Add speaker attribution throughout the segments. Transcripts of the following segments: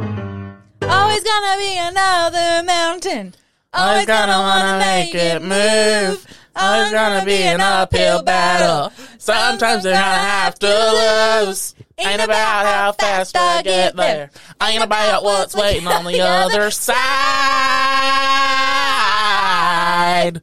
Speaker 1: Always gonna be another mountain. Always gonna wanna make it move. Always gonna be an uphill battle. Sometimes you're gonna have to lose. Ain't about how fast I get there.
Speaker 2: Ain't about what's waiting on the other side.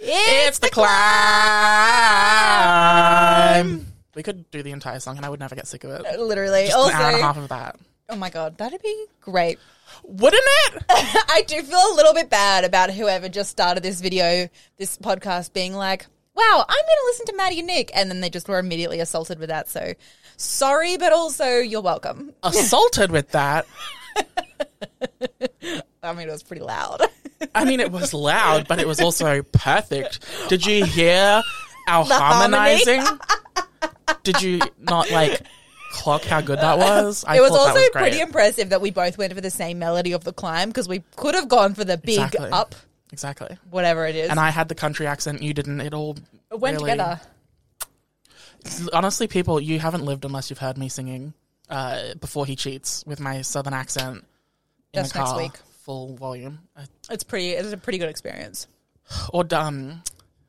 Speaker 2: It's the climb. We could do the entire song and I would never get sick of it.
Speaker 1: Uh, Literally.
Speaker 2: Just an hour and a half
Speaker 1: Also,
Speaker 2: of that.
Speaker 1: oh my god, that'd be great.
Speaker 2: Wouldn't it?
Speaker 1: I do feel a little bit bad about whoever just started this video, this podcast, being like, wow, I'm going to listen to Maddie and Nick. And then they just were immediately assaulted with that. So sorry, but also you're welcome.
Speaker 2: Assaulted with that.
Speaker 1: I mean, it was pretty loud.
Speaker 2: I mean, it was loud, but it was also perfect. Did you hear our
Speaker 1: harmony.
Speaker 2: harmonizing? Did you not like clock how good that was? I
Speaker 1: it was
Speaker 2: thought
Speaker 1: also
Speaker 2: that was great.
Speaker 1: pretty impressive that we both went for the same melody of the climb because we could have gone for the big
Speaker 2: Exactly.
Speaker 1: up,
Speaker 2: Exactly.
Speaker 1: whatever it is.
Speaker 2: And I had the country accent. You didn't. It all
Speaker 1: it went
Speaker 2: really-
Speaker 1: together.
Speaker 2: Honestly, people, you haven't lived unless you've heard me singing uh, "Before He Cheats" with my southern accent. In
Speaker 1: That's
Speaker 2: the
Speaker 1: next
Speaker 2: car,
Speaker 1: week.
Speaker 2: Full volume. Uh,
Speaker 1: It's pretty, it was a pretty good experience.
Speaker 2: Or um,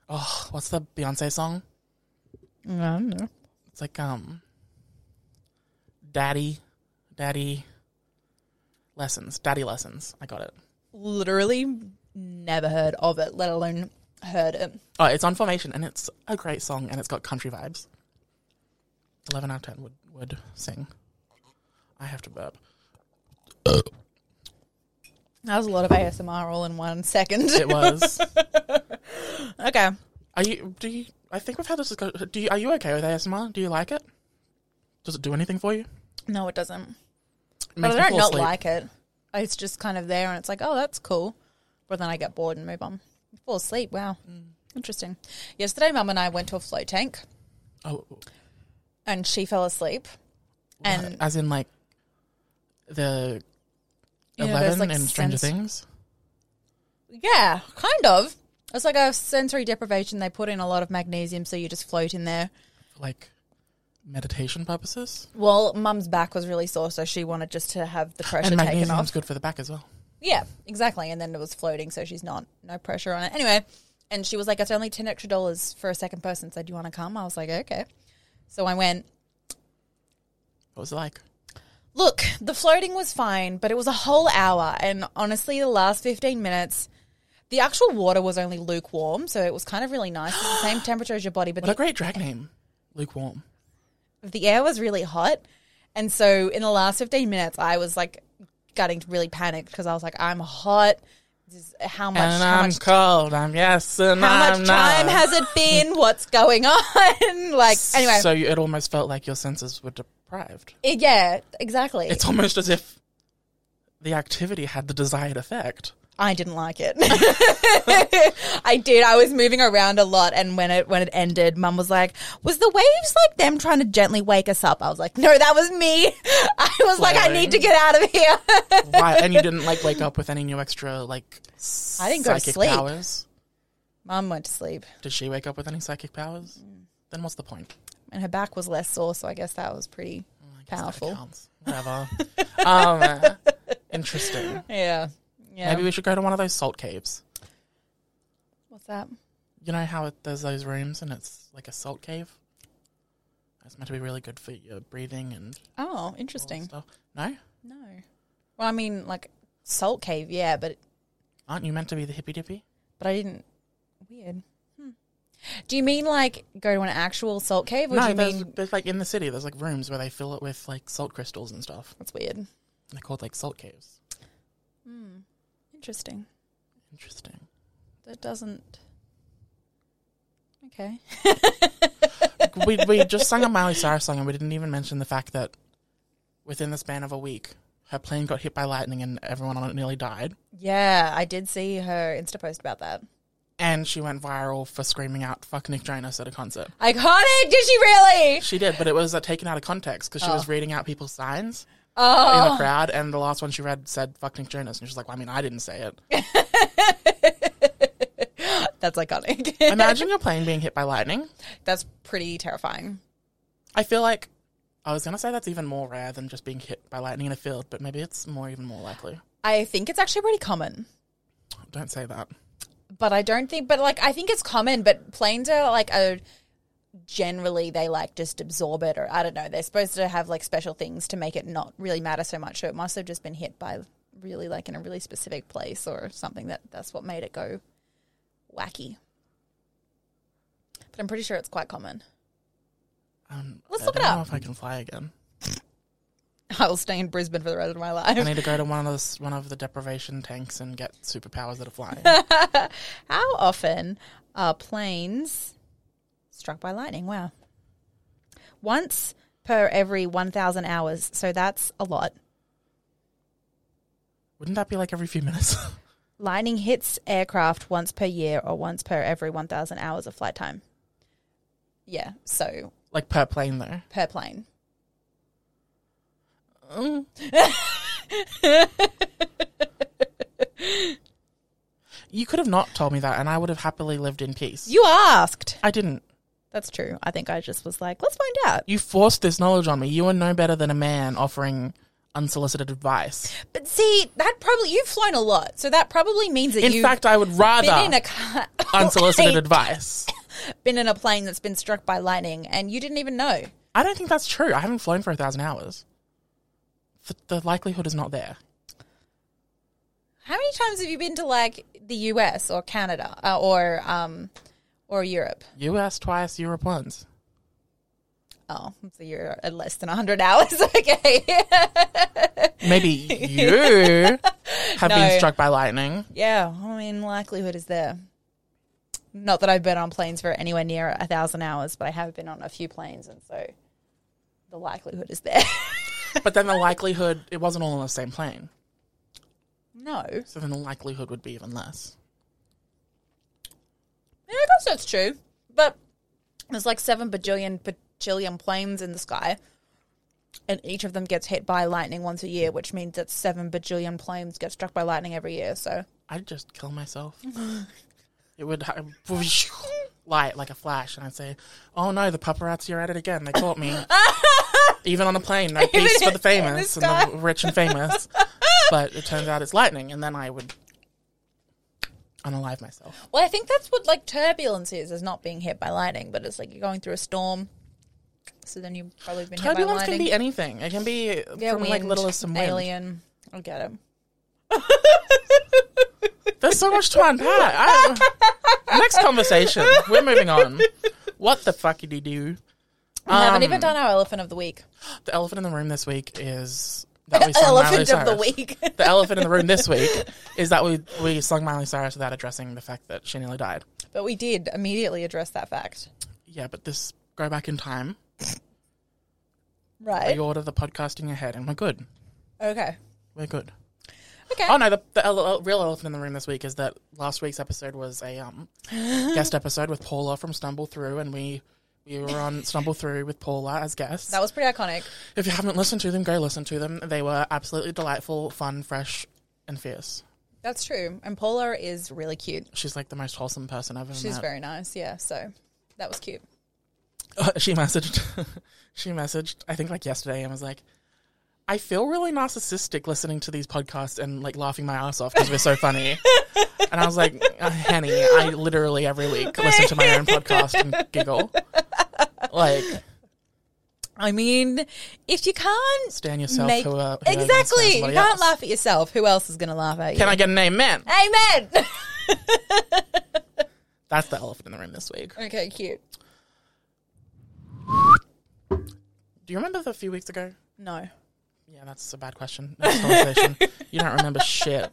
Speaker 2: oh, what's the Beyonce song?
Speaker 1: Mm,
Speaker 2: It's like um, daddy, daddy lessons, daddy lessons. I got it.
Speaker 1: Literally never heard of it, let alone heard it.
Speaker 2: Oh, it's on formation, and it's a great song, and it's got country vibes. Eleven out of ten would would sing. I have to burp.
Speaker 1: That was a lot of ASMR all in one second.
Speaker 2: It was.
Speaker 1: okay.
Speaker 2: are you? Do you? I think we've had this. discuss- Do you? Are you okay with ASMR? Do you like it? Does it do anything for you? It
Speaker 1: No, it doesn't.
Speaker 2: makes
Speaker 1: But
Speaker 2: me
Speaker 1: I don't
Speaker 2: fall
Speaker 1: not
Speaker 2: asleep.
Speaker 1: like it. It's just kind of there, and it's like, oh, that's cool. But then I get bored and move on. Fall asleep. Wow,
Speaker 2: Mm.
Speaker 1: interesting. Yesterday, Mum and I went to a float tank,
Speaker 2: Oh,
Speaker 1: and she fell asleep. And
Speaker 2: as in like the
Speaker 1: You know,
Speaker 2: eleven
Speaker 1: there's, like,
Speaker 2: in Stranger
Speaker 1: sense-
Speaker 2: Things.
Speaker 1: yeah, kind of. It's like a sensory deprivation. They put in a lot of magnesium, so you just float in there.
Speaker 2: like meditation purposes.
Speaker 1: Well, Mum's back was really sore, so she wanted just to have the pressure
Speaker 2: and
Speaker 1: taken
Speaker 2: magnesium's
Speaker 1: off.
Speaker 2: good for the back as well.
Speaker 1: Yeah, exactly. And then it was floating, so she's not no pressure on it. Anyway, and she was like, "It's only ten extra dollars for a second person." So do you want to come? I was like, "Okay." So I went.
Speaker 2: What was it like?
Speaker 1: Look, the floating was fine, but it was a whole hour, and honestly, the last fifteen minutes, the actual water was only lukewarm, so it was kind of really nice. It's the same temperature as your body, but
Speaker 2: What a
Speaker 1: the,
Speaker 2: great drag name, lukewarm.
Speaker 1: the air was really hot, and so in the last fifteen minutes, I was like, getting really panicked because I was like, "I'm hot." This is- How much?
Speaker 2: and
Speaker 1: how
Speaker 2: I'm
Speaker 1: much
Speaker 2: cold. I'm yes, and
Speaker 1: How
Speaker 2: I'm
Speaker 1: much time
Speaker 2: not.
Speaker 1: has it been? What's going on? like, anyway,
Speaker 2: So you, it almost felt like your senses were deprived.
Speaker 1: it- yeah, exactly.
Speaker 2: It's almost as if the activity had the desired effect.
Speaker 1: I didn't like it. I did. I was moving around a lot, and when it when it ended, Mum was like, "Was the waves like them trying to gently wake us up?" I was like, "No, that was me." I was like, "I need to get out of here."
Speaker 2: Why? And you didn't like wake up with any new extra like
Speaker 1: I didn't go to
Speaker 2: psychic
Speaker 1: sleep.
Speaker 2: powers.
Speaker 1: Mum went to sleep,
Speaker 2: Did she wake up with any psychic powers?
Speaker 1: Mm.
Speaker 2: Then what's the point?
Speaker 1: and her back was less sore, so I guess that was pretty
Speaker 2: Oh,
Speaker 1: powerful.
Speaker 2: Counts. Whatever. um, interesting.
Speaker 1: Yeah, yeah.
Speaker 2: Maybe we should go to one of those salt caves.
Speaker 1: What's that?
Speaker 2: You know how it, there's those rooms and it's like a salt cave? It's meant to be really good for your breathing and
Speaker 1: Oh, interesting.
Speaker 2: stuff. No?
Speaker 1: No. Well, I mean, like Salt Cave, yeah, but
Speaker 2: Aren't you meant to be the hippy dippy?
Speaker 1: but I didn't. Weird. Hmm. Do you mean like go to an actual salt cave, or do
Speaker 2: No,
Speaker 1: you
Speaker 2: there's,
Speaker 1: mean
Speaker 2: there's like in the city, there's like rooms where they fill it with like salt crystals and stuff.
Speaker 1: that's weird?
Speaker 2: They're called like salt caves.
Speaker 1: Interesting.
Speaker 2: Interesting.
Speaker 1: That doesn't. Okay.
Speaker 2: we we just sung a Miley Cyrus song and we didn't even mention the fact that within the span of a week, her plane got hit by lightning and everyone on it nearly died.
Speaker 1: Yeah, I did see her Insta post about that.
Speaker 2: And she went viral for screaming out "fuck Nick Jonas" at a concert.
Speaker 1: Iconic, did she really?
Speaker 2: She did, but it was uh, taken out of context because she was reading out people's signs
Speaker 1: Oh,
Speaker 2: in the crowd, and the last one she read said "fuck Nick Jonas," and she's like, "Well, I mean, I didn't say it."
Speaker 1: that's iconic.
Speaker 2: Imagine your plane being hit by lightning.
Speaker 1: that's pretty terrifying.
Speaker 2: I feel like I was gonna say that's even more rare than just being hit by lightning in a field, but maybe it's more even more likely.
Speaker 1: I think it's actually pretty common.
Speaker 2: Don't say that.
Speaker 1: but I don't think. But like, I think it's common. But planes are like a generally they like just absorb it, or I don't know. They're supposed to have like special things to make it not really matter so much. So it must have just been hit by really like in a really specific place or something that that's what made it go wacky. But I'm pretty sure it's quite common.
Speaker 2: Um,
Speaker 1: Let's
Speaker 2: I
Speaker 1: look it
Speaker 2: don't know
Speaker 1: up.
Speaker 2: if I can fly again.
Speaker 1: I will stay in Brisbane for the rest of my
Speaker 2: I
Speaker 1: life.
Speaker 2: need to go to one of those one of the deprivation tanks and get superpowers that are flying.
Speaker 1: How often are planes struck by lightning? Wow. Once per every 1,000 hours. So that's a lot.
Speaker 2: Wouldn't that be like every few minutes?
Speaker 1: Lightning hits aircraft once per year or once per every 1,000 hours of flight time. Yeah. So
Speaker 2: like per plane though.
Speaker 1: per plane.
Speaker 2: Mm. you could have not told me that, and I would have happily lived in peace.
Speaker 1: You asked.
Speaker 2: I didn't.
Speaker 1: That's true. I think I just was like, let's find out.
Speaker 2: You forced this knowledge on me. You are no better than a man offering unsolicited advice.
Speaker 1: But see, that probably, you've flown a lot. So that probably means that
Speaker 2: In
Speaker 1: you've
Speaker 2: fact, I would
Speaker 1: been in
Speaker 2: rather
Speaker 1: a car.
Speaker 2: unsolicited
Speaker 1: Okay.
Speaker 2: advice.
Speaker 1: been in a plane that's been struck by lightning and you didn't even know.
Speaker 2: I don't think that's true. I haven't flown for a thousand hours. The, the likelihood is not there.
Speaker 1: How many times have you been to like the US or Canada uh, or um or Europe?
Speaker 2: U.S. twice, Europe once.
Speaker 1: Oh, so you're at less than 100 hours. okay.
Speaker 2: Maybe you have
Speaker 1: No.
Speaker 2: been struck by lightning.
Speaker 1: yeah, I mean likelihood is there. Not that I've been on planes for anywhere near a thousand hours, but I have been on a few planes, and so the likelihood is there.
Speaker 2: But then the likelihood, it wasn't all on the same plane.
Speaker 1: no, yeah,
Speaker 2: So then the likelihood would be even less.
Speaker 1: I guess that's true. But there's like seven bajillion bajillion planes in the sky, and each of them gets hit by lightning once a year, which means that seven bajillion planes get struck by lightning every year. So
Speaker 2: I'd just kill myself. it would ha- light like a flash, and I'd say, "Oh no, the paparazzi are at it again. They caught me." Even on a plane, no peace for the famous
Speaker 1: the
Speaker 2: and the rich and famous. but it turns out it's lightning, and then I would unalive myself.
Speaker 1: Well, I think that's what like turbulence is, is not being hit by lightning, but it's like you're going through a storm. So then you've probably been hit by
Speaker 2: Turbulence
Speaker 1: lightning.
Speaker 2: can be anything. It can be from like
Speaker 1: wind,
Speaker 2: little as some wind.
Speaker 1: alien. I get it.
Speaker 2: There's so much to unpack. I, next conversation. We're moving on. What the fuck did you do?
Speaker 1: We
Speaker 2: Um,
Speaker 1: haven't even done our elephant of the week.
Speaker 2: The elephant in the room this week is that we sung Miley
Speaker 1: Elephant of the
Speaker 2: Cyrus.
Speaker 1: week.
Speaker 2: The elephant in the room this week is that we we sung Miley Cyrus without addressing the fact that she nearly died.
Speaker 1: but we did immediately address that fact.
Speaker 2: Yeah, but this go back in time.
Speaker 1: Right.
Speaker 2: You order the podcast in your head, and we're good.
Speaker 1: Okay.
Speaker 2: We're good.
Speaker 1: Okay.
Speaker 2: Oh no, the, the ele- ele- real elephant in the room this week is that last week's episode was a um, guest episode with Paula from Stumble Through, and we we were on Stumble Through with Paula as guests.
Speaker 1: That was pretty iconic.
Speaker 2: If you haven't listened to them, go listen to them. They were absolutely delightful, fun, fresh, and fierce.
Speaker 1: That's true. And Paula is really cute.
Speaker 2: She's like the most wholesome person I've ever
Speaker 1: She's
Speaker 2: met.
Speaker 1: very nice. Yeah. So that was cute.
Speaker 2: she messaged she messaged i think like yesterday and was like i feel really narcissistic listening to these podcasts and like laughing my ass off because we're so funny and i was like uh, henny i literally every week listen to my own podcast and giggle like
Speaker 1: I mean, if you can't
Speaker 2: stand yourself
Speaker 1: make
Speaker 2: who, uh, who
Speaker 1: exactly, you
Speaker 2: you
Speaker 1: can't laugh at yourself. Who else is going to laugh at you?
Speaker 2: can i get an amen
Speaker 1: Amen.
Speaker 2: that's the elephant in the room this week
Speaker 1: okay, cute.
Speaker 2: do you remember the few weeks ago
Speaker 1: No.
Speaker 2: yeah that's a bad question Next conversation. you don't remember shit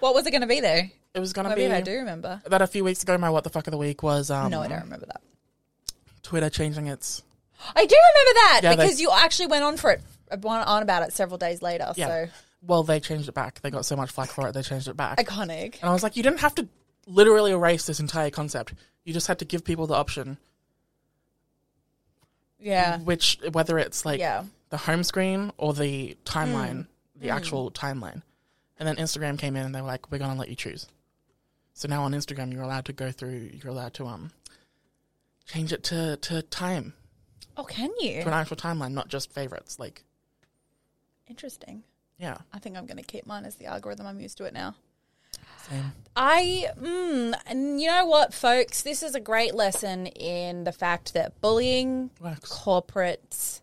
Speaker 1: What was it going to be though?
Speaker 2: it was gonna
Speaker 1: Maybe I
Speaker 2: be
Speaker 1: do remember.
Speaker 2: that a few weeks ago my what the fuck of the week was um
Speaker 1: No, I don't remember that.
Speaker 2: Twitter changing its.
Speaker 1: I do remember that
Speaker 2: Yeah, they-
Speaker 1: because you actually went on for it, went on about it several days later.
Speaker 2: Yeah.
Speaker 1: So
Speaker 2: Well, they changed it back. They got so much flack for it, they changed it back.
Speaker 1: iconic.
Speaker 2: and I was like, you didn't have to literally erase this entire concept. You just had to give people the option,
Speaker 1: Yeah.
Speaker 2: which whether it's like
Speaker 1: Yeah. Mm.
Speaker 2: the home screen or the timeline, the actual timeline. And then Instagram came in and they were like, we're going to let you choose. So now on Instagram, you're allowed to go through, you're allowed to um change it to, to time,
Speaker 1: Oh, can you?
Speaker 2: to an actual timeline, not just favorites. Like,
Speaker 1: Interesting.
Speaker 2: yeah,
Speaker 1: I think I'm going to keep mine as the algorithm. I'm used to it now.
Speaker 2: same.
Speaker 1: I, mm, and you know what, folks? This is a great lesson in the fact that bullying
Speaker 2: Works.
Speaker 1: corporates,
Speaker 2: Stop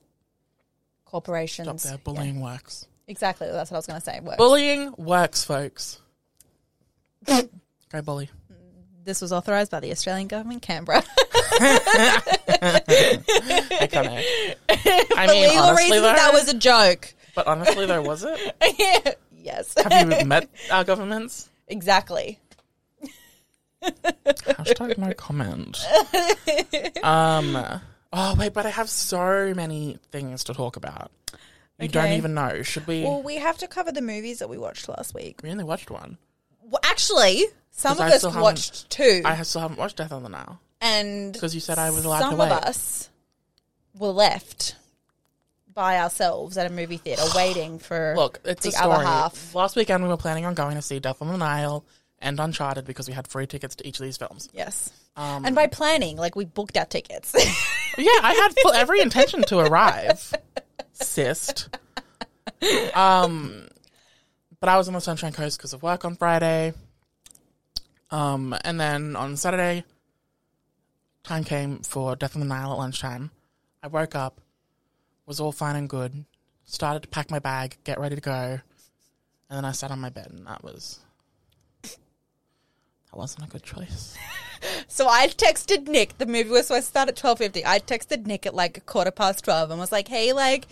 Speaker 1: corporations.
Speaker 2: there. Bullying works.
Speaker 1: Exactly. That's what I was going to say. Works.
Speaker 2: Bullying works, folks. go bully.
Speaker 1: this was authorised by the Australian government, Canberra.
Speaker 2: Iconic. I
Speaker 1: For
Speaker 2: mean,
Speaker 1: legal
Speaker 2: honestly,
Speaker 1: reasons,
Speaker 2: though,
Speaker 1: that was a joke.
Speaker 2: but honestly, though, was it?
Speaker 1: yes.
Speaker 2: Have you met our governments?
Speaker 1: Exactly.
Speaker 2: Hashtag no comment. Um. Oh wait, but I have so many things to talk about. You don't
Speaker 1: Okay.
Speaker 2: even know. Should we?
Speaker 1: Well, we have to cover the movies that we watched last week.
Speaker 2: we only watched one.
Speaker 1: Well, actually, some
Speaker 2: 'Cause
Speaker 1: of
Speaker 2: I
Speaker 1: us
Speaker 2: still haven't-
Speaker 1: watched two.
Speaker 2: I still haven't watched Death on the Nile.
Speaker 1: and
Speaker 2: 'Cause you said I was allowed to
Speaker 1: some
Speaker 2: wait.
Speaker 1: of us were left by ourselves at a movie theater waiting for
Speaker 2: Look, it's
Speaker 1: the
Speaker 2: a story.
Speaker 1: other half.
Speaker 2: Last weekend we were planning on going to see Death on the Nile and Uncharted because we had free tickets to each of these films.
Speaker 1: Yes,
Speaker 2: Um,
Speaker 1: and by planning, like we booked our tickets.
Speaker 2: Yeah, I had full, every intention to arrive, cyst. Um, but I was on the Sunshine Coast because of work on Friday. Um, and then on Saturday, time came for Death on the Nile at lunchtime. I woke up, was all fine and good, started to pack my bag, get ready to go, and then I sat on my bed, and that was that wasn't a good choice.
Speaker 1: so I texted Nick. The movie was supposed to start at twelve fifty. I texted Nick at like quarter past twelve and was like, "Hey, like."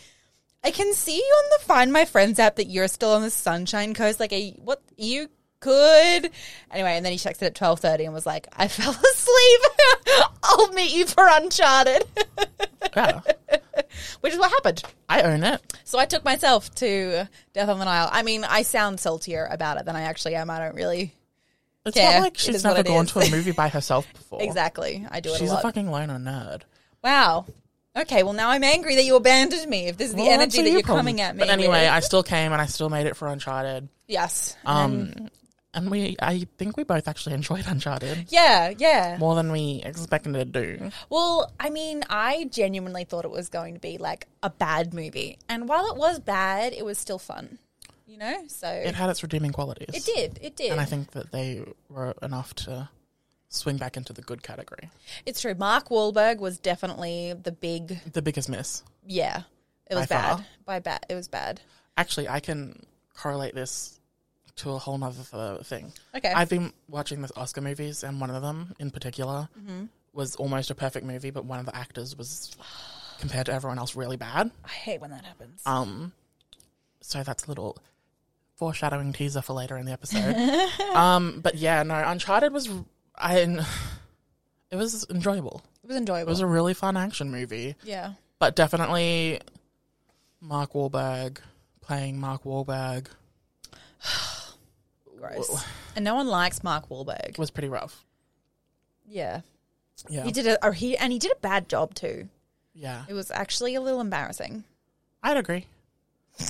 Speaker 1: I can see you on the Find My Friends app that you're still on the Sunshine Coast. Like, are you, what you could anyway. And then he texted at twelve thirty and was like, "I fell asleep. I'll meet you for Uncharted,"
Speaker 2: Yeah,
Speaker 1: which is what happened.
Speaker 2: I own it.
Speaker 1: So I took myself to Death on the Nile. I mean, I sound saltier about it than I actually am. I don't really
Speaker 2: It's
Speaker 1: care.
Speaker 2: not like
Speaker 1: It
Speaker 2: she's
Speaker 1: is what it
Speaker 2: never gone
Speaker 1: is.
Speaker 2: to a movie by herself before.
Speaker 1: exactly. I do it
Speaker 2: She's
Speaker 1: a
Speaker 2: a
Speaker 1: lot.
Speaker 2: fucking loner nerd.
Speaker 1: wow. Okay. Well, now I'm angry that you abandoned me. If this is the
Speaker 2: Well, that's
Speaker 1: energy that
Speaker 2: your
Speaker 1: you're
Speaker 2: problem.
Speaker 1: coming at me,
Speaker 2: But anyway,
Speaker 1: with.
Speaker 2: I still came and I still made it for Uncharted.
Speaker 1: yes.
Speaker 2: Um, and we, I think we both actually enjoyed Uncharted
Speaker 1: yeah. Yeah.
Speaker 2: more than we expected to do.
Speaker 1: Well, I mean, I genuinely thought it was going to be like a bad movie. And while it was bad, it was still fun, you know? So
Speaker 2: It
Speaker 1: it,
Speaker 2: had its redeeming qualities.
Speaker 1: did. It did.
Speaker 2: And I think that they were enough to swing back into the good category.
Speaker 1: it's true. Mark Wahlberg was definitely the big,
Speaker 2: The biggest miss.
Speaker 1: yeah. It was
Speaker 2: By
Speaker 1: bad.
Speaker 2: far.
Speaker 1: By bad. It was bad.
Speaker 2: Actually, I can correlate this to a whole nother th- thing.
Speaker 1: Okay.
Speaker 2: I've been watching this Oscar movies, and one of them in particular was almost a perfect movie, but one of the actors was, compared to everyone else, really bad.
Speaker 1: I hate when that happens.
Speaker 2: Um, so that's a little foreshadowing teaser for later in the episode. um, but yeah, no, Uncharted was I. It was enjoyable.
Speaker 1: it was
Speaker 2: It
Speaker 1: enjoyable.
Speaker 2: was a really fun action movie,
Speaker 1: yeah.
Speaker 2: but definitely Mark Wahlberg playing Mark Wahlberg
Speaker 1: Gross. And no one likes Mark Wahlberg.
Speaker 2: was pretty rough.
Speaker 1: Yeah.
Speaker 2: Yeah,
Speaker 1: He did a, or he, and he did a bad job too.
Speaker 2: yeah,
Speaker 1: It was actually a little embarrassing.
Speaker 2: I'd agree.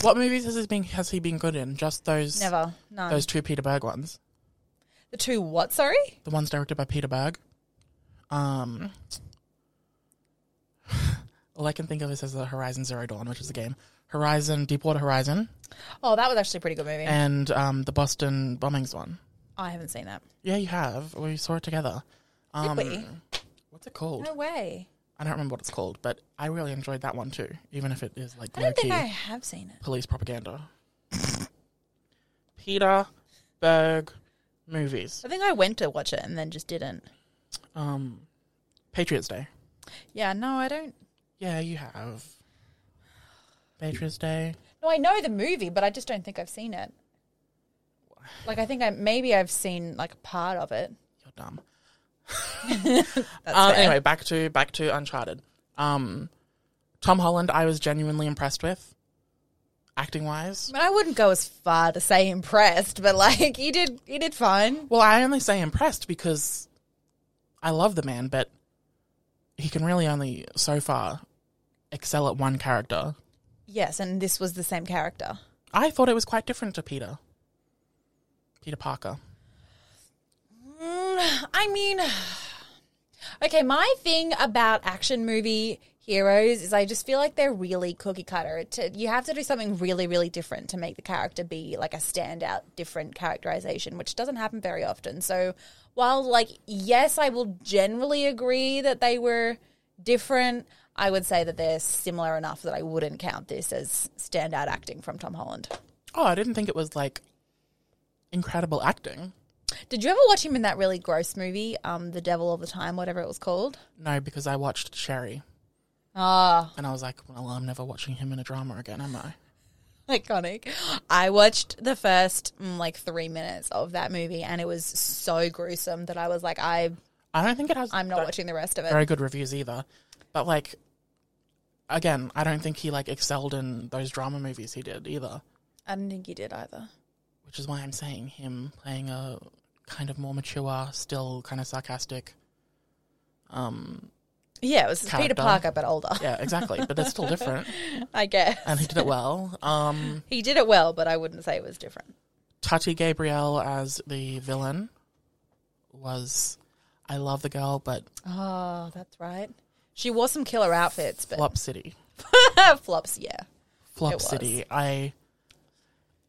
Speaker 2: What movies has he been has he been good in? Just those
Speaker 1: Never. No.
Speaker 2: those two Peter Berg ones,
Speaker 1: the two what, sorry?
Speaker 2: the ones directed by Peter Berg.
Speaker 1: Mm.
Speaker 2: Um, all I can think of is as the Horizon Zero Dawn, which is the game Horizon Deepwater Horizon,
Speaker 1: Oh, that was actually a pretty good movie.
Speaker 2: and um, the Boston bombings one.
Speaker 1: I haven't seen that.
Speaker 2: Yeah, you have. We saw it together. Um,
Speaker 1: we?
Speaker 2: What's it called?
Speaker 1: No way.
Speaker 2: I don't remember what it's called, but I really enjoyed that one too, even if it is like
Speaker 1: I don't
Speaker 2: low-key
Speaker 1: think I have seen it.
Speaker 2: police propaganda. Peter Berg movies.
Speaker 1: I think I went to watch it and then just didn't.
Speaker 2: Um, Patriots Day.
Speaker 1: Yeah, no, I don't.
Speaker 2: Yeah, you have. Patriots Day.
Speaker 1: No, I know the movie, but I just don't think I've seen it. Like, I think I maybe I've seen like part of it.
Speaker 2: You're dumb. um, anyway, back to back to Uncharted. Um, Tom Holland, I was genuinely impressed with, acting wise.
Speaker 1: I mean, I wouldn't go as far to say impressed, but like you did, you did fine.
Speaker 2: Well, I only say impressed because I love the man, but he can really only so far excel at one character.
Speaker 1: Yes, and this was the same character.
Speaker 2: I thought it was quite different to Peter. Peter Parker.
Speaker 1: Mm, I mean, okay, my thing about action movie heroes is I just feel like they're really cookie cutter. To, you have to do something really, really different to make the character be like a standout, different characterization, which doesn't happen very often. So while, like, yes, I will generally agree that they were different, I would say that they're similar enough that I wouldn't count this as standout acting from Tom Holland.
Speaker 2: Oh, I didn't think it was like incredible acting.
Speaker 1: Did you ever watch him in that really gross movie, um, The Devil All the Time, whatever it was called?
Speaker 2: No, because I watched Sherry
Speaker 1: Ah,
Speaker 2: and I was like, well, I'm never watching him in a drama again, am I?
Speaker 1: iconic. I watched the first mm, like three minutes of that movie, and it was so gruesome that I was like, I
Speaker 2: I don't think it has.
Speaker 1: I'm not
Speaker 2: very-
Speaker 1: watching the rest of it.
Speaker 2: very good reviews either. But like, again, I don't think he like excelled in those drama movies he did either,
Speaker 1: I don't think you did either.
Speaker 2: which is why I'm saying him playing a kind of more mature, still kind of sarcastic. Um.
Speaker 1: Yeah, it was Peter
Speaker 2: Character.
Speaker 1: Parker but older.
Speaker 2: Yeah. Exactly. but it's still different,
Speaker 1: I guess
Speaker 2: and he did it well. Um.
Speaker 1: he did it well, but I wouldn't say it was different.
Speaker 2: Tati Gabriel as the villain was. I love the girl, but
Speaker 1: Oh, that's right. She wore some killer outfits, but
Speaker 2: Flop City.
Speaker 1: flops. Yeah, It
Speaker 2: Flop
Speaker 1: was.
Speaker 2: City. I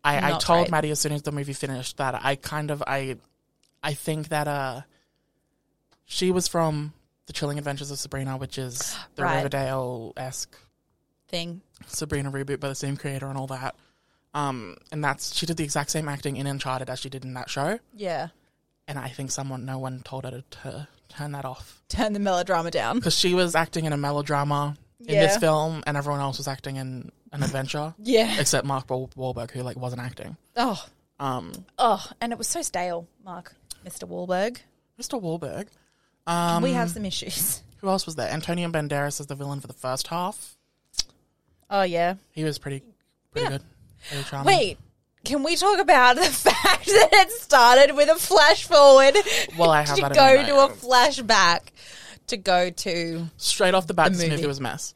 Speaker 2: I, I
Speaker 1: Not
Speaker 2: told
Speaker 1: great.
Speaker 2: Maddie as soon as the movie finished that I kind of I I think that uh she was from The Chilling Adventures of Sabrina, which is the
Speaker 1: Right.
Speaker 2: Riverdale esque
Speaker 1: thing.
Speaker 2: Sabrina reboot by the same creator and all that. Um, and that's she did the exact same acting in Uncharted as she did in that show.
Speaker 1: Yeah,
Speaker 2: And I think someone no one told her to tu- turn that off.
Speaker 1: turn the melodrama down.
Speaker 2: Because she was acting in a melodrama in this
Speaker 1: Yeah.
Speaker 2: film and everyone else was acting in an adventure.
Speaker 1: Yeah.
Speaker 2: Except Mark Wahl- Wahlberg, who like wasn't acting.
Speaker 1: Oh,
Speaker 2: Um,
Speaker 1: oh, and it was so stale, Mark, Mr. Wahlberg.
Speaker 2: Mr. Wahlberg. Um,
Speaker 1: we have some issues.
Speaker 2: who else was there? Antonio Banderas as the villain for the first half.
Speaker 1: Oh yeah.
Speaker 2: He was pretty, pretty good. Pretty charming.
Speaker 1: Wait, can we talk about the fact that it started with a flash forward
Speaker 2: Well, I have
Speaker 1: to
Speaker 2: that in
Speaker 1: go
Speaker 2: my
Speaker 1: to a
Speaker 2: notes.
Speaker 1: flashback to go to
Speaker 2: Straight off the bat,
Speaker 1: The
Speaker 2: this movie,
Speaker 1: movie.
Speaker 2: was a mess.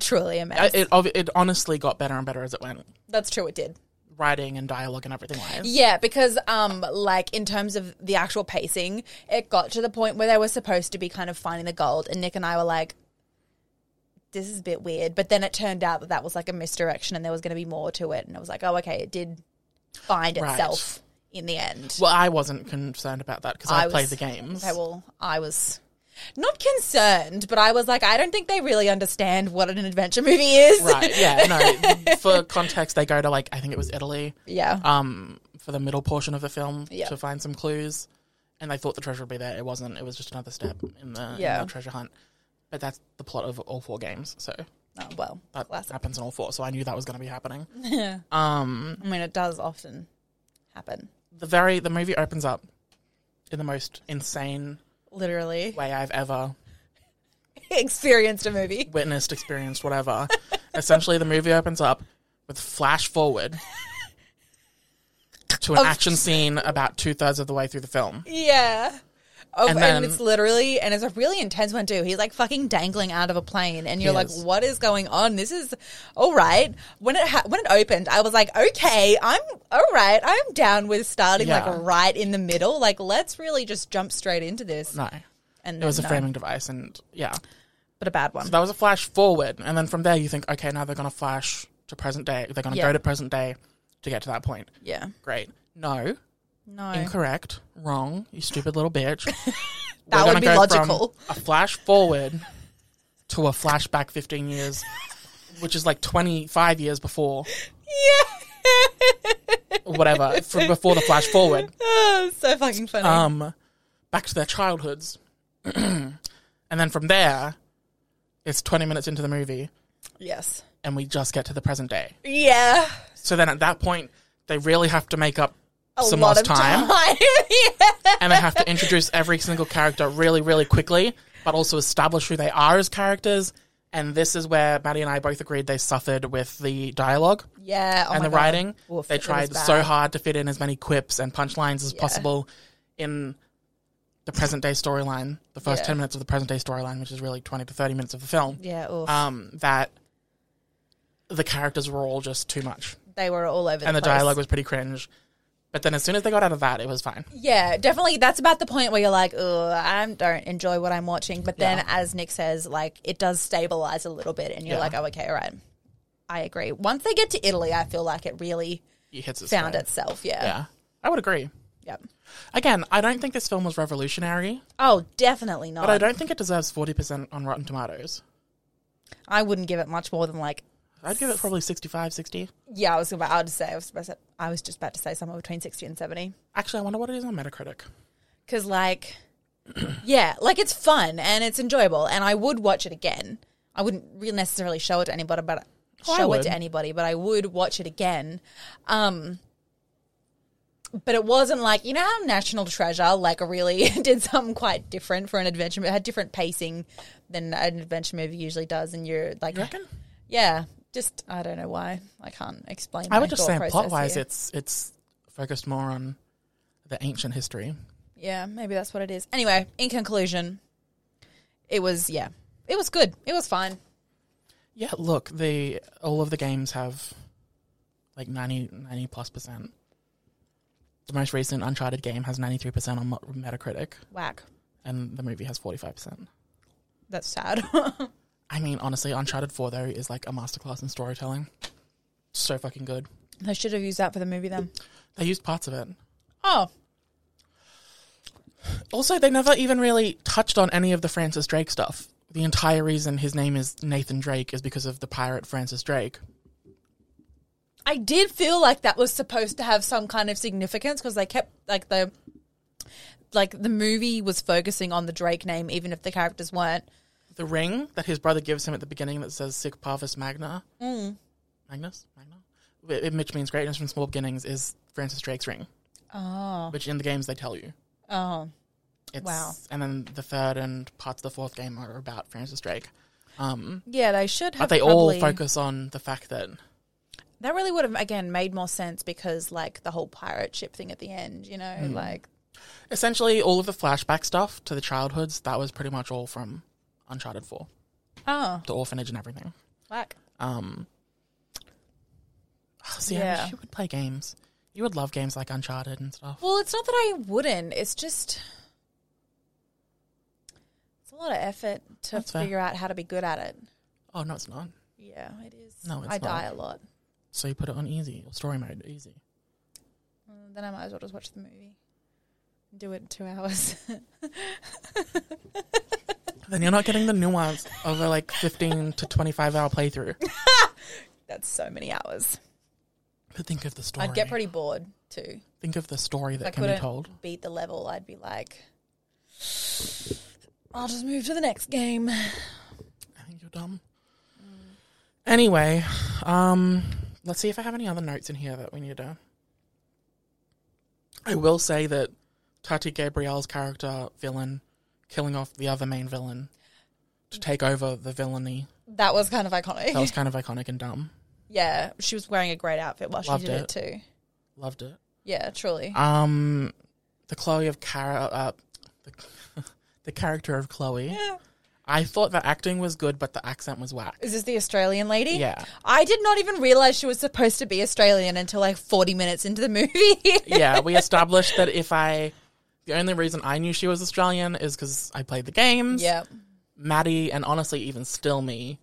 Speaker 1: truly a
Speaker 2: I-
Speaker 1: mess?
Speaker 2: Uh, It, ob- it honestly got better and better as it went.
Speaker 1: That's true. It did.
Speaker 2: Writing and dialogue and everything wise.
Speaker 1: Yeah, because um, like in terms of the actual pacing, it got to the point where they were supposed to be kind of finding the gold, and Nick and I were like, "This is a bit weird." But then it turned out that that was like a misdirection, and there was going to be more to it, and I was like, "Oh, okay, it did find
Speaker 2: Right.
Speaker 1: itself in the end."
Speaker 2: Well, I wasn't concerned about that because I, played
Speaker 1: was-
Speaker 2: the games.
Speaker 1: Okay, well, I was not concerned, but I was like, I don't think they really understand what an adventure movie is.
Speaker 2: Right, yeah, no. for context, they go to like, I think it was Italy.
Speaker 1: yeah.
Speaker 2: um, for the middle portion of the film
Speaker 1: Yeah.
Speaker 2: to find some clues, and they thought the treasure would be there. It wasn't. It was just another step in the, in
Speaker 1: Yeah.
Speaker 2: the treasure hunt. But that's the plot of all four games, so
Speaker 1: oh, well,
Speaker 2: that
Speaker 1: classic.
Speaker 2: happens in all four. So I knew that was going to be happening. um,
Speaker 1: I mean, it does often happen.
Speaker 2: the very the movie opens up in the most insane
Speaker 1: Literally
Speaker 2: way I've ever
Speaker 1: experienced a movie.
Speaker 2: witnessed, experienced, whatever. Essentially, the movie opens up with flash forward. To an
Speaker 1: Of-
Speaker 2: action scene about two thirds of the way through the film.
Speaker 1: Yeah. Oh, and,
Speaker 2: And then-
Speaker 1: it's literally, and it's a really intense one too. He's like fucking dangling out of a plane, and you're like,
Speaker 2: is.
Speaker 1: "What is going on? This is all right." When it ha- when it opened, I was like, "Okay, I'm all right. I'm down with starting
Speaker 2: Yeah.
Speaker 1: like right in the middle. Like, let's really just jump straight into this."
Speaker 2: No,
Speaker 1: And
Speaker 2: it was a
Speaker 1: no,
Speaker 2: framing device, and yeah.
Speaker 1: but a bad one.
Speaker 2: So that was a flash forward, and then from there you think, okay, now they're gonna flash to present day. They're gonna
Speaker 1: Yeah.
Speaker 2: go to present day to get to that point.
Speaker 1: yeah,
Speaker 2: Great. No,
Speaker 1: no,
Speaker 2: incorrect, wrong. You stupid little bitch. We're
Speaker 1: That
Speaker 2: gonna
Speaker 1: would be
Speaker 2: go from
Speaker 1: logical.
Speaker 2: a flash forward to a flashback, fifteen years, which is like twenty five years before,
Speaker 1: yeah,
Speaker 2: whatever, from before the flash forward.
Speaker 1: Oh, so fucking funny.
Speaker 2: um, back to their childhoods. and then from there, it's 20 minutes into the movie,
Speaker 1: yes,
Speaker 2: and we just get to the present day.
Speaker 1: yeah,
Speaker 2: So then at that point, they really have to make up
Speaker 1: a
Speaker 2: some
Speaker 1: lot
Speaker 2: lost
Speaker 1: of
Speaker 2: time.
Speaker 1: time. yeah.
Speaker 2: and I have to introduce every single character really, really quickly, but also establish who they are as characters. And this is where Maddie and I both agreed they suffered with the dialogue
Speaker 1: Yeah. oh
Speaker 2: and
Speaker 1: my
Speaker 2: the
Speaker 1: God.
Speaker 2: writing.
Speaker 1: Oof,
Speaker 2: they
Speaker 1: it was
Speaker 2: tried
Speaker 1: bad.
Speaker 2: so hard to fit in as many quips and punchlines as possible in the present day storyline, the first
Speaker 1: Yeah.
Speaker 2: 10 minutes of the present day storyline, which is really 20 to 30 minutes of the film,
Speaker 1: Yeah. Oof.
Speaker 2: um, that the characters were all just too much.
Speaker 1: they were all over
Speaker 2: and the
Speaker 1: place.
Speaker 2: dialogue was pretty cringe. But then as soon as they got out of that, it was fine.
Speaker 1: Yeah, definitely. That's about the point where you're like, oh, I don't enjoy what I'm watching. But then, as Nick says, like it does stabilize a little bit, and you're
Speaker 2: Yeah.
Speaker 1: like, oh, okay, all right. I agree. Once they get to Italy, I feel like it really
Speaker 2: It hits its
Speaker 1: found
Speaker 2: stride.
Speaker 1: itself. Yeah.
Speaker 2: Yeah, I would agree.
Speaker 1: Yep.
Speaker 2: Again, I don't think this film was revolutionary,
Speaker 1: Oh, definitely not.
Speaker 2: but I don't think it deserves forty percent on Rotten Tomatoes.
Speaker 1: I wouldn't give it much more than like.
Speaker 2: I'd give it probably 65, 60.
Speaker 1: Yeah, I was about. I would say I was. About to, I was just about to say somewhere between sixty and seventy.
Speaker 2: Actually, I wonder what it is on Metacritic.
Speaker 1: Because like, yeah, like it's fun and it's enjoyable, and I would watch it again. I wouldn't really necessarily show it to anybody, but
Speaker 2: Oh, I
Speaker 1: show it
Speaker 2: would.
Speaker 1: to anybody, but I would watch it again. Um, but it wasn't like you know how National Treasure like really did something quite different for an adventure. mo- It had different pacing than an adventure movie usually does, and you're like,
Speaker 2: You reckon?
Speaker 1: yeah, just I don't know why I can't explain.
Speaker 2: I
Speaker 1: my
Speaker 2: would just
Speaker 1: thought
Speaker 2: say,
Speaker 1: process
Speaker 2: plot wise,
Speaker 1: here.
Speaker 2: it's it's focused more on the ancient history.
Speaker 1: Yeah, maybe that's what it is. Anyway, in conclusion, it was yeah, it was good. It was fine.
Speaker 2: Yeah, look, the all of the games have like 90, 90 plus percent. The most recent Uncharted game has ninety three percent on Mo- Metacritic,
Speaker 1: Whack.
Speaker 2: and the movie has forty five percent.
Speaker 1: That's sad.
Speaker 2: I mean, honestly, Uncharted 4, though, is like a masterclass in storytelling. So fucking good.
Speaker 1: I should have used that for the movie then.
Speaker 2: They used parts of it.
Speaker 1: Oh,
Speaker 2: Also, they never even really touched on any of the Francis Drake stuff. The entire reason his name is Nathan Drake is because of the pirate Francis Drake.
Speaker 1: I did feel like that was supposed to have some kind of significance because they kept like the like the movie was focusing on the Drake name, even if the characters weren't.
Speaker 2: The ring that his brother gives him at the beginning that says Sic Parvis Magna. Mm. Magnus? Magna? Wh- Which means greatness from small beginnings is Francis Drake's ring,
Speaker 1: Oh,
Speaker 2: which in the games they tell you.
Speaker 1: oh,
Speaker 2: It's,
Speaker 1: Wow.
Speaker 2: And then the third and parts of the fourth game are about Francis Drake. Um,
Speaker 1: yeah, they should have.
Speaker 2: but they all
Speaker 1: probably-
Speaker 2: focus on the fact that
Speaker 1: That really would have again made more sense because like the whole pirate ship thing at the end, you know,
Speaker 2: Hmm.
Speaker 1: like
Speaker 2: essentially all of the flashback stuff to the childhoods that was pretty much all from Uncharted Four,
Speaker 1: oh,
Speaker 2: the orphanage and everything.
Speaker 1: whack.
Speaker 2: Um, oh, see, I
Speaker 1: Yeah.
Speaker 2: wish you would play games. You would love games like Uncharted and stuff.
Speaker 1: Well, it's not that I wouldn't. It's just it's a lot of effort to
Speaker 2: That's fair.
Speaker 1: figure out how to be good at it.
Speaker 2: Oh no, it's not.
Speaker 1: Yeah, it is.
Speaker 2: No, it's
Speaker 1: I die a
Speaker 2: not.
Speaker 1: lot.
Speaker 2: So you put it on easy or story mode easy.
Speaker 1: Mm, Then I might as well just watch the movie. Do it in two hours.
Speaker 2: Then you're not getting the nuance of a like 15 to 25 hour playthrough.
Speaker 1: That's so many hours.
Speaker 2: But think of the story.
Speaker 1: I'd get pretty bored too.
Speaker 2: think of the story that
Speaker 1: If I
Speaker 2: can be
Speaker 1: couldn't
Speaker 2: told.
Speaker 1: beat the level, I'd be like, I'll just move to the next game.
Speaker 2: I think you're dumb. Anyway, um, let's see if I have any other notes in here that we need to. I will say that Tati Gabrielle's character villain killing off the other main villain to take over the villainy
Speaker 1: That was kind of iconic.
Speaker 2: that was kind of iconic and dumb.
Speaker 1: yeah, she was wearing a great outfit while
Speaker 2: Loved
Speaker 1: she did
Speaker 2: it.
Speaker 1: it. too.
Speaker 2: Loved it.
Speaker 1: Yeah, truly.
Speaker 2: Um, the Chloe of Cara, uh, the, the character of Chloe.
Speaker 1: Yeah.
Speaker 2: I thought the acting was good, but the accent was whack.
Speaker 1: Is this the Australian lady?
Speaker 2: Yeah.
Speaker 1: I did not even realize she was supposed to be Australian until like 40 minutes into the movie.
Speaker 2: yeah, we established that if I, the only reason I knew she was Australian is because I played the games.
Speaker 1: yeah.
Speaker 2: Maddie and honestly, even still me,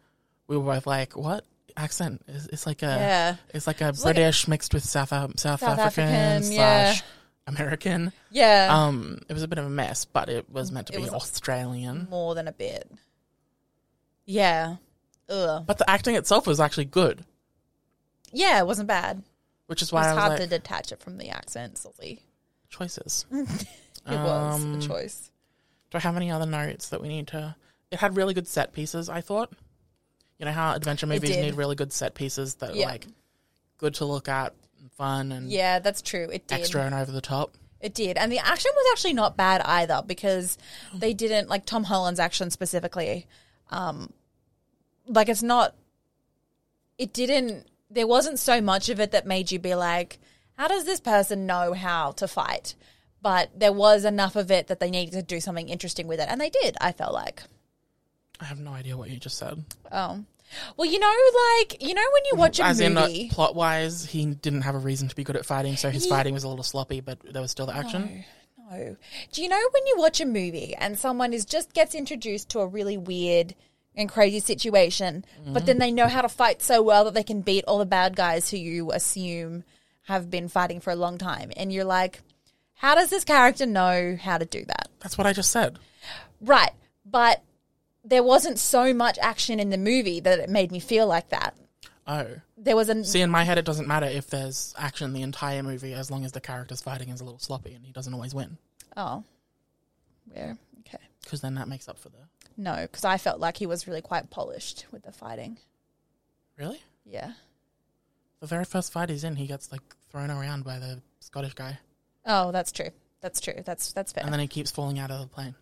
Speaker 2: we were both like, "What accent? It's, it's like a,
Speaker 1: Yeah.
Speaker 2: it's like a
Speaker 1: like a-
Speaker 2: British mixed with South Af- South,
Speaker 1: South
Speaker 2: African,
Speaker 1: African, yeah.
Speaker 2: slash American."
Speaker 1: Yeah.
Speaker 2: Um, it was a bit of a mess, but it was meant to
Speaker 1: It
Speaker 2: be
Speaker 1: was-
Speaker 2: Australian.
Speaker 1: More than a bit. Yeah. Ugh.
Speaker 2: But the acting itself was actually good,
Speaker 1: Yeah, it wasn't bad.
Speaker 2: which is
Speaker 1: It was
Speaker 2: why I was
Speaker 1: hard
Speaker 2: like,
Speaker 1: to detach it from the accent, silly.
Speaker 2: choices.
Speaker 1: It was a
Speaker 2: choice.
Speaker 1: choice.
Speaker 2: Do I have any other notes that we need to? It had really good set pieces. I thought. You know how adventure movies
Speaker 1: did.
Speaker 2: need really good set pieces that are
Speaker 1: Yeah.
Speaker 2: like good to look at, fun and
Speaker 1: Yeah, that's true. It did.
Speaker 2: extra and over the top.
Speaker 1: It did. And the action was actually not bad either because they didn't like Tom Holland's action specifically. Um like it's not it didn't there wasn't so much of it that made you be like, how does this person know how to fight? But there was enough of it that they needed to do something interesting with it. And they did, I felt like.
Speaker 2: I have no idea what you just said.
Speaker 1: Oh. Well, you know, like you know when you watch a
Speaker 2: As in,
Speaker 1: movie.
Speaker 2: plot wise, he didn't have a reason to be good at fighting, so his
Speaker 1: Yeah.
Speaker 2: fighting was a little sloppy, but there was still the action.
Speaker 1: No. Do you know when you watch a movie and someone is just gets introduced to a really weird and crazy situation, but then they know how to fight so well that they can beat all the bad guys who you assume have been fighting for a long time, and you're like, how does this character know how to do that?
Speaker 2: That's what I just said.
Speaker 1: Right, but there wasn't so much action in the movie that it made me feel like that.
Speaker 2: Oh.
Speaker 1: There was a
Speaker 2: See, in my head, it doesn't matter if there's action the entire movie as long as the character's fighting is a little sloppy and he doesn't always win.
Speaker 1: oh, yeah, okay,
Speaker 2: Because then that makes up for the.
Speaker 1: no, because I felt like he was really quite polished with the fighting.
Speaker 2: Really?
Speaker 1: Yeah.
Speaker 2: The very first fight he's in, he gets like thrown around by the Scottish guy.
Speaker 1: Oh, that's true. That's true. That's that's fair.
Speaker 2: And then he keeps falling out of the plane.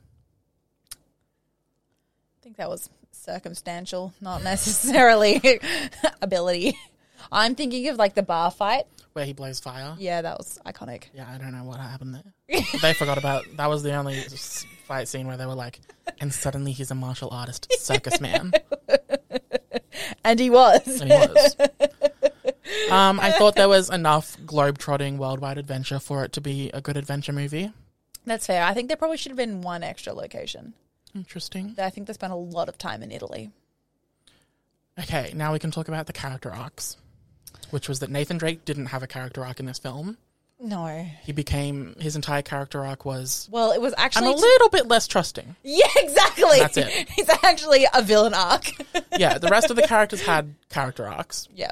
Speaker 1: I think that was circumstantial, not necessarily ability. I'm thinking of like the bar fight.
Speaker 2: Where he blows fire.
Speaker 1: Yeah, that was iconic.
Speaker 2: Yeah, I don't know what happened there. they forgot about that was the only s- fight scene where they were like, and suddenly he's a martial artist, circus man,
Speaker 1: And he was.
Speaker 2: and he was. Um, I thought there was enough globe-trotting worldwide adventure for it to be a good adventure movie.
Speaker 1: That's fair. I think there probably should have been one extra location.
Speaker 2: Interesting.
Speaker 1: I think they spent a lot of time in Italy.
Speaker 2: Okay, now we can talk about the character arcs, which was that Nathan Drake didn't have a character arc in this film.
Speaker 1: No.
Speaker 2: He became his entire character arc was
Speaker 1: Well, it was
Speaker 2: I'm
Speaker 1: actually
Speaker 2: a little bit less trusting.
Speaker 1: Yeah, exactly.
Speaker 2: That's it.
Speaker 1: He's actually a villain arc.
Speaker 2: Yeah, the rest of the characters had character arcs.
Speaker 1: yeah.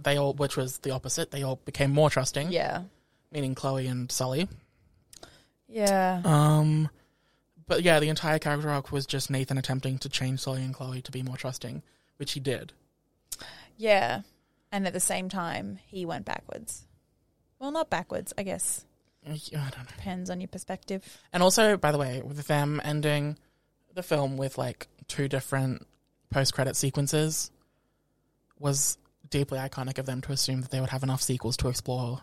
Speaker 2: They all, which was the opposite. They all became more trusting.
Speaker 1: Yeah.
Speaker 2: meaning Chloe and Sully.
Speaker 1: Yeah.
Speaker 2: Um, but yeah, the entire character arc was just Nathan attempting to change Sully and Chloe to be more trusting, which he did.
Speaker 1: Yeah. And at the same time, he went backwards. Well, not backwards, I guess.
Speaker 2: I don't know.
Speaker 1: Depends on your perspective.
Speaker 2: And also, by the way, with them ending the film with like two different post-credit sequences was deeply iconic of them to assume that they would have enough sequels to explore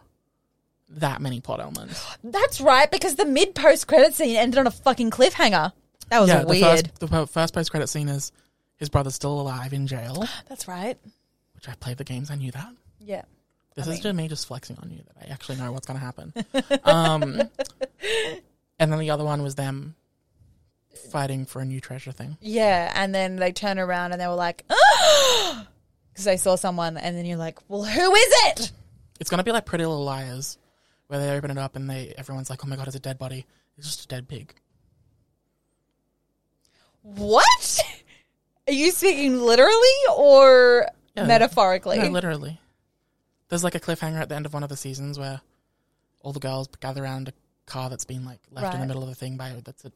Speaker 2: that many plot elements.
Speaker 1: That's right, because the mid post credit scene ended on a fucking cliffhanger. That was
Speaker 2: the
Speaker 1: weird.
Speaker 2: first the po- first post-credit scene is his brother's still alive in jail,
Speaker 1: That's right.
Speaker 2: which I played the games. I knew that.
Speaker 1: Yeah.
Speaker 2: This is just me just flexing on you that I actually know what's going to happen. um, and then the other one was them fighting for a new treasure thing.
Speaker 1: Yeah. And then they turn around and they were like, because they saw someone. And then you're like, well, who is it?
Speaker 2: It's going to be like Pretty Little Liars, where they open it up and they everyone's like, "Oh my god, it's a dead body. It's just a dead pig."
Speaker 1: What? Are you speaking literally or
Speaker 2: Yeah.
Speaker 1: metaphorically?
Speaker 2: No, literally. There's like a cliffhanger at the end of one of the seasons where all the girls gather around a car that's been like left in
Speaker 1: Right.
Speaker 2: the middle of the thing by that's a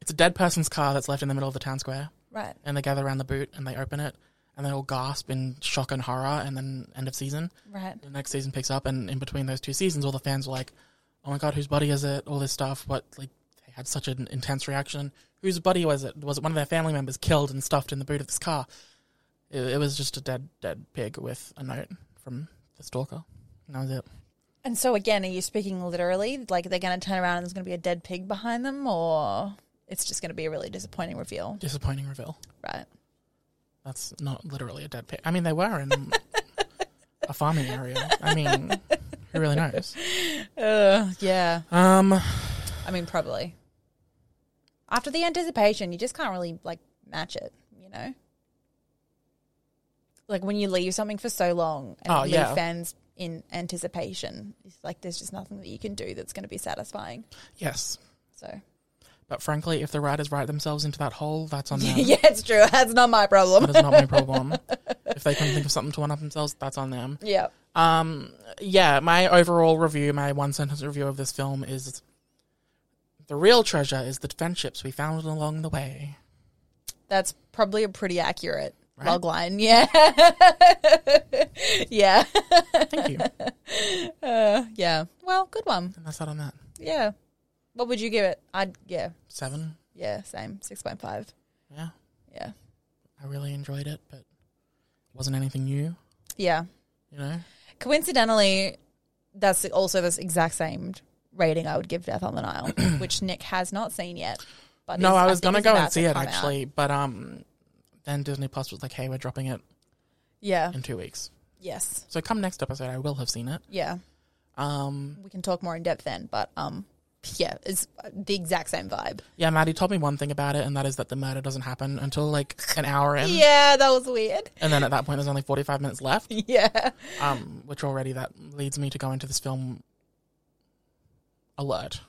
Speaker 2: it's a dead person's car that's left in the middle of the town square.
Speaker 1: right.
Speaker 2: and they gather around the boot and they open it and they all gasp in shock and horror and then end of season
Speaker 1: Right.
Speaker 2: the next season picks up and in between those two seasons all the fans were like oh my god whose body is it all this stuff but like they had such an intense reaction whose body was it was it one of their family members killed and stuffed in the boot of this car it, it was just a dead dead pig with a note from the stalker and that was it
Speaker 1: And so again, are you speaking literally? Like they're going to turn around and there's going to be a dead pig behind them, or it's just going to be a really disappointing reveal,
Speaker 2: disappointing reveal
Speaker 1: right?
Speaker 2: that's not literally a dead pig i mean they were in a farming area i mean who really knows
Speaker 1: Uh, yeah.
Speaker 2: um
Speaker 1: I mean, probably. After the anticipation, you just can't really like match it, you know. Like when you leave something for so long and
Speaker 2: Oh,
Speaker 1: leave
Speaker 2: yeah.
Speaker 1: fans in anticipation, it's like there's just nothing that you can do that's going to be satisfying.
Speaker 2: Yes.
Speaker 1: So
Speaker 2: But frankly, if the writers write themselves into that hole, that's on them.
Speaker 1: yeah, it's true. That's not my problem.
Speaker 2: That is not my problem. if they can think of something to one up themselves, that's on them.
Speaker 1: yeah.
Speaker 2: Um, yeah, my overall review, my one sentence review of this film is the real treasure is the friendships we found along the way.
Speaker 1: That's probably a pretty accurate.
Speaker 2: Right?
Speaker 1: log line. Yeah. yeah.
Speaker 2: Thank you. And
Speaker 1: Uh, yeah. Well, good one.
Speaker 2: that's that on that.
Speaker 1: Yeah. What would you give it? I'd, yeah.
Speaker 2: Seven.
Speaker 1: Yeah, same. 6.5.
Speaker 2: Yeah.
Speaker 1: Yeah.
Speaker 2: I really enjoyed it, but wasn't anything new,
Speaker 1: Yeah.
Speaker 2: you know?
Speaker 1: Coincidentally, that's also the exact same rating I would give Death on the Nile, which Nick has not seen yet. But
Speaker 2: no,
Speaker 1: is-
Speaker 2: I was
Speaker 1: think
Speaker 2: gonna
Speaker 1: is
Speaker 2: go
Speaker 1: about
Speaker 2: and
Speaker 1: to
Speaker 2: see it
Speaker 1: come out.
Speaker 2: actually, but um then Disney Plus was like, Hey, we're dropping it
Speaker 1: Yeah.
Speaker 2: in two weeks.
Speaker 1: Yes.
Speaker 2: So come next episode I will have seen it.
Speaker 1: Yeah.
Speaker 2: Um
Speaker 1: We can talk more in depth then, but um, yeah, it's the exact same vibe.
Speaker 2: yeah, Maddie told me one thing about it and that is that the murder doesn't happen until like an hour in.
Speaker 1: Yeah, that was weird.
Speaker 2: And then at that point there's only forty five minutes left.
Speaker 1: Yeah.
Speaker 2: Um, which already that leads me to go into this film alert.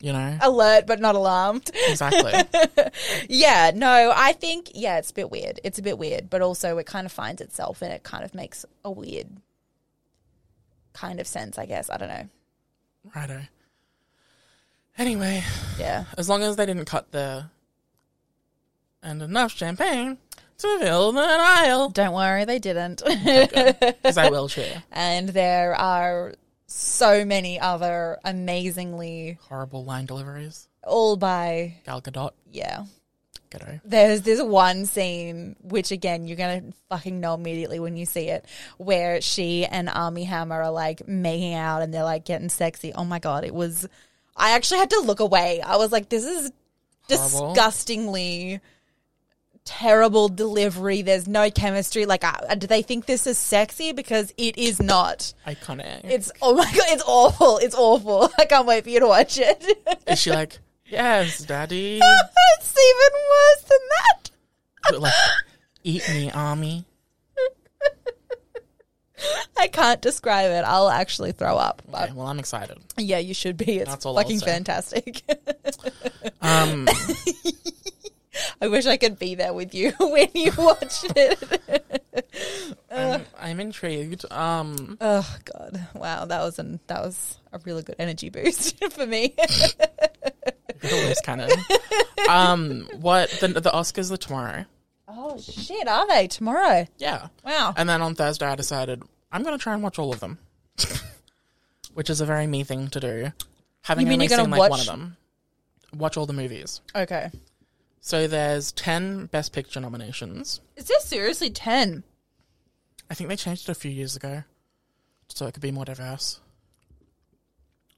Speaker 2: you know?
Speaker 1: Alert, but not alarmed.
Speaker 2: Exactly.
Speaker 1: Yeah, no, I think, yeah, it's a bit weird. It's a bit weird, but also it kind of finds itself and it kind of makes a weird kind of sense, I guess. I don't know.
Speaker 2: Righto. Anyway,
Speaker 1: Yeah.
Speaker 2: as long as they didn't cut the and enough champagne to fill the aisle,
Speaker 1: Don't worry, they didn't.
Speaker 2: because I will cheer.
Speaker 1: and there are so many other amazingly
Speaker 2: Horrible line deliveries.
Speaker 1: all by
Speaker 2: Gal Gadot,
Speaker 1: yeah.
Speaker 2: ghetto.
Speaker 1: There's this one scene which again you're gonna fucking know immediately when you see it, where she and Army Hammer are like making out and they're like getting sexy. Oh my god, it was I actually had to look away. I was like, this is
Speaker 2: Horrible.
Speaker 1: disgustingly terrible delivery. There's no chemistry. Like, I, do they think this is sexy? Because it is not.
Speaker 2: Iconic.
Speaker 1: It's oh my god, it's awful. It's awful. I can't wait for you to watch it.
Speaker 2: Is she like, yes, daddy?
Speaker 1: it's even worse than that.
Speaker 2: But like, eat me, army.
Speaker 1: I can't describe it. I'll actually throw up. But
Speaker 2: Okay, well, I'm excited.
Speaker 1: yeah, you should be. It's
Speaker 2: That's all I'll
Speaker 1: fucking
Speaker 2: say.
Speaker 1: fantastic.
Speaker 2: Um,
Speaker 1: I wish I could be there with you when you watched it. Uh.
Speaker 2: I'm, I'm intrigued. Um,
Speaker 1: oh god. Wow, that was an that was a really good energy boost for me.
Speaker 2: always kind of. Um, what the the Oscars are tomorrow?
Speaker 1: oh shit, are they tomorrow?
Speaker 2: Yeah.
Speaker 1: Wow.
Speaker 2: And then on Thursday, I decided I'm going to try and watch all of them, which is a very me thing to do. Having
Speaker 1: You mean
Speaker 2: only
Speaker 1: you're gonna
Speaker 2: seen like one
Speaker 1: watch-
Speaker 2: of them, watch all the movies.
Speaker 1: Okay.
Speaker 2: So there's ten Best Picture nominations.
Speaker 1: Is this seriously 10?
Speaker 2: I think they changed it a few years ago, so it could be more diverse.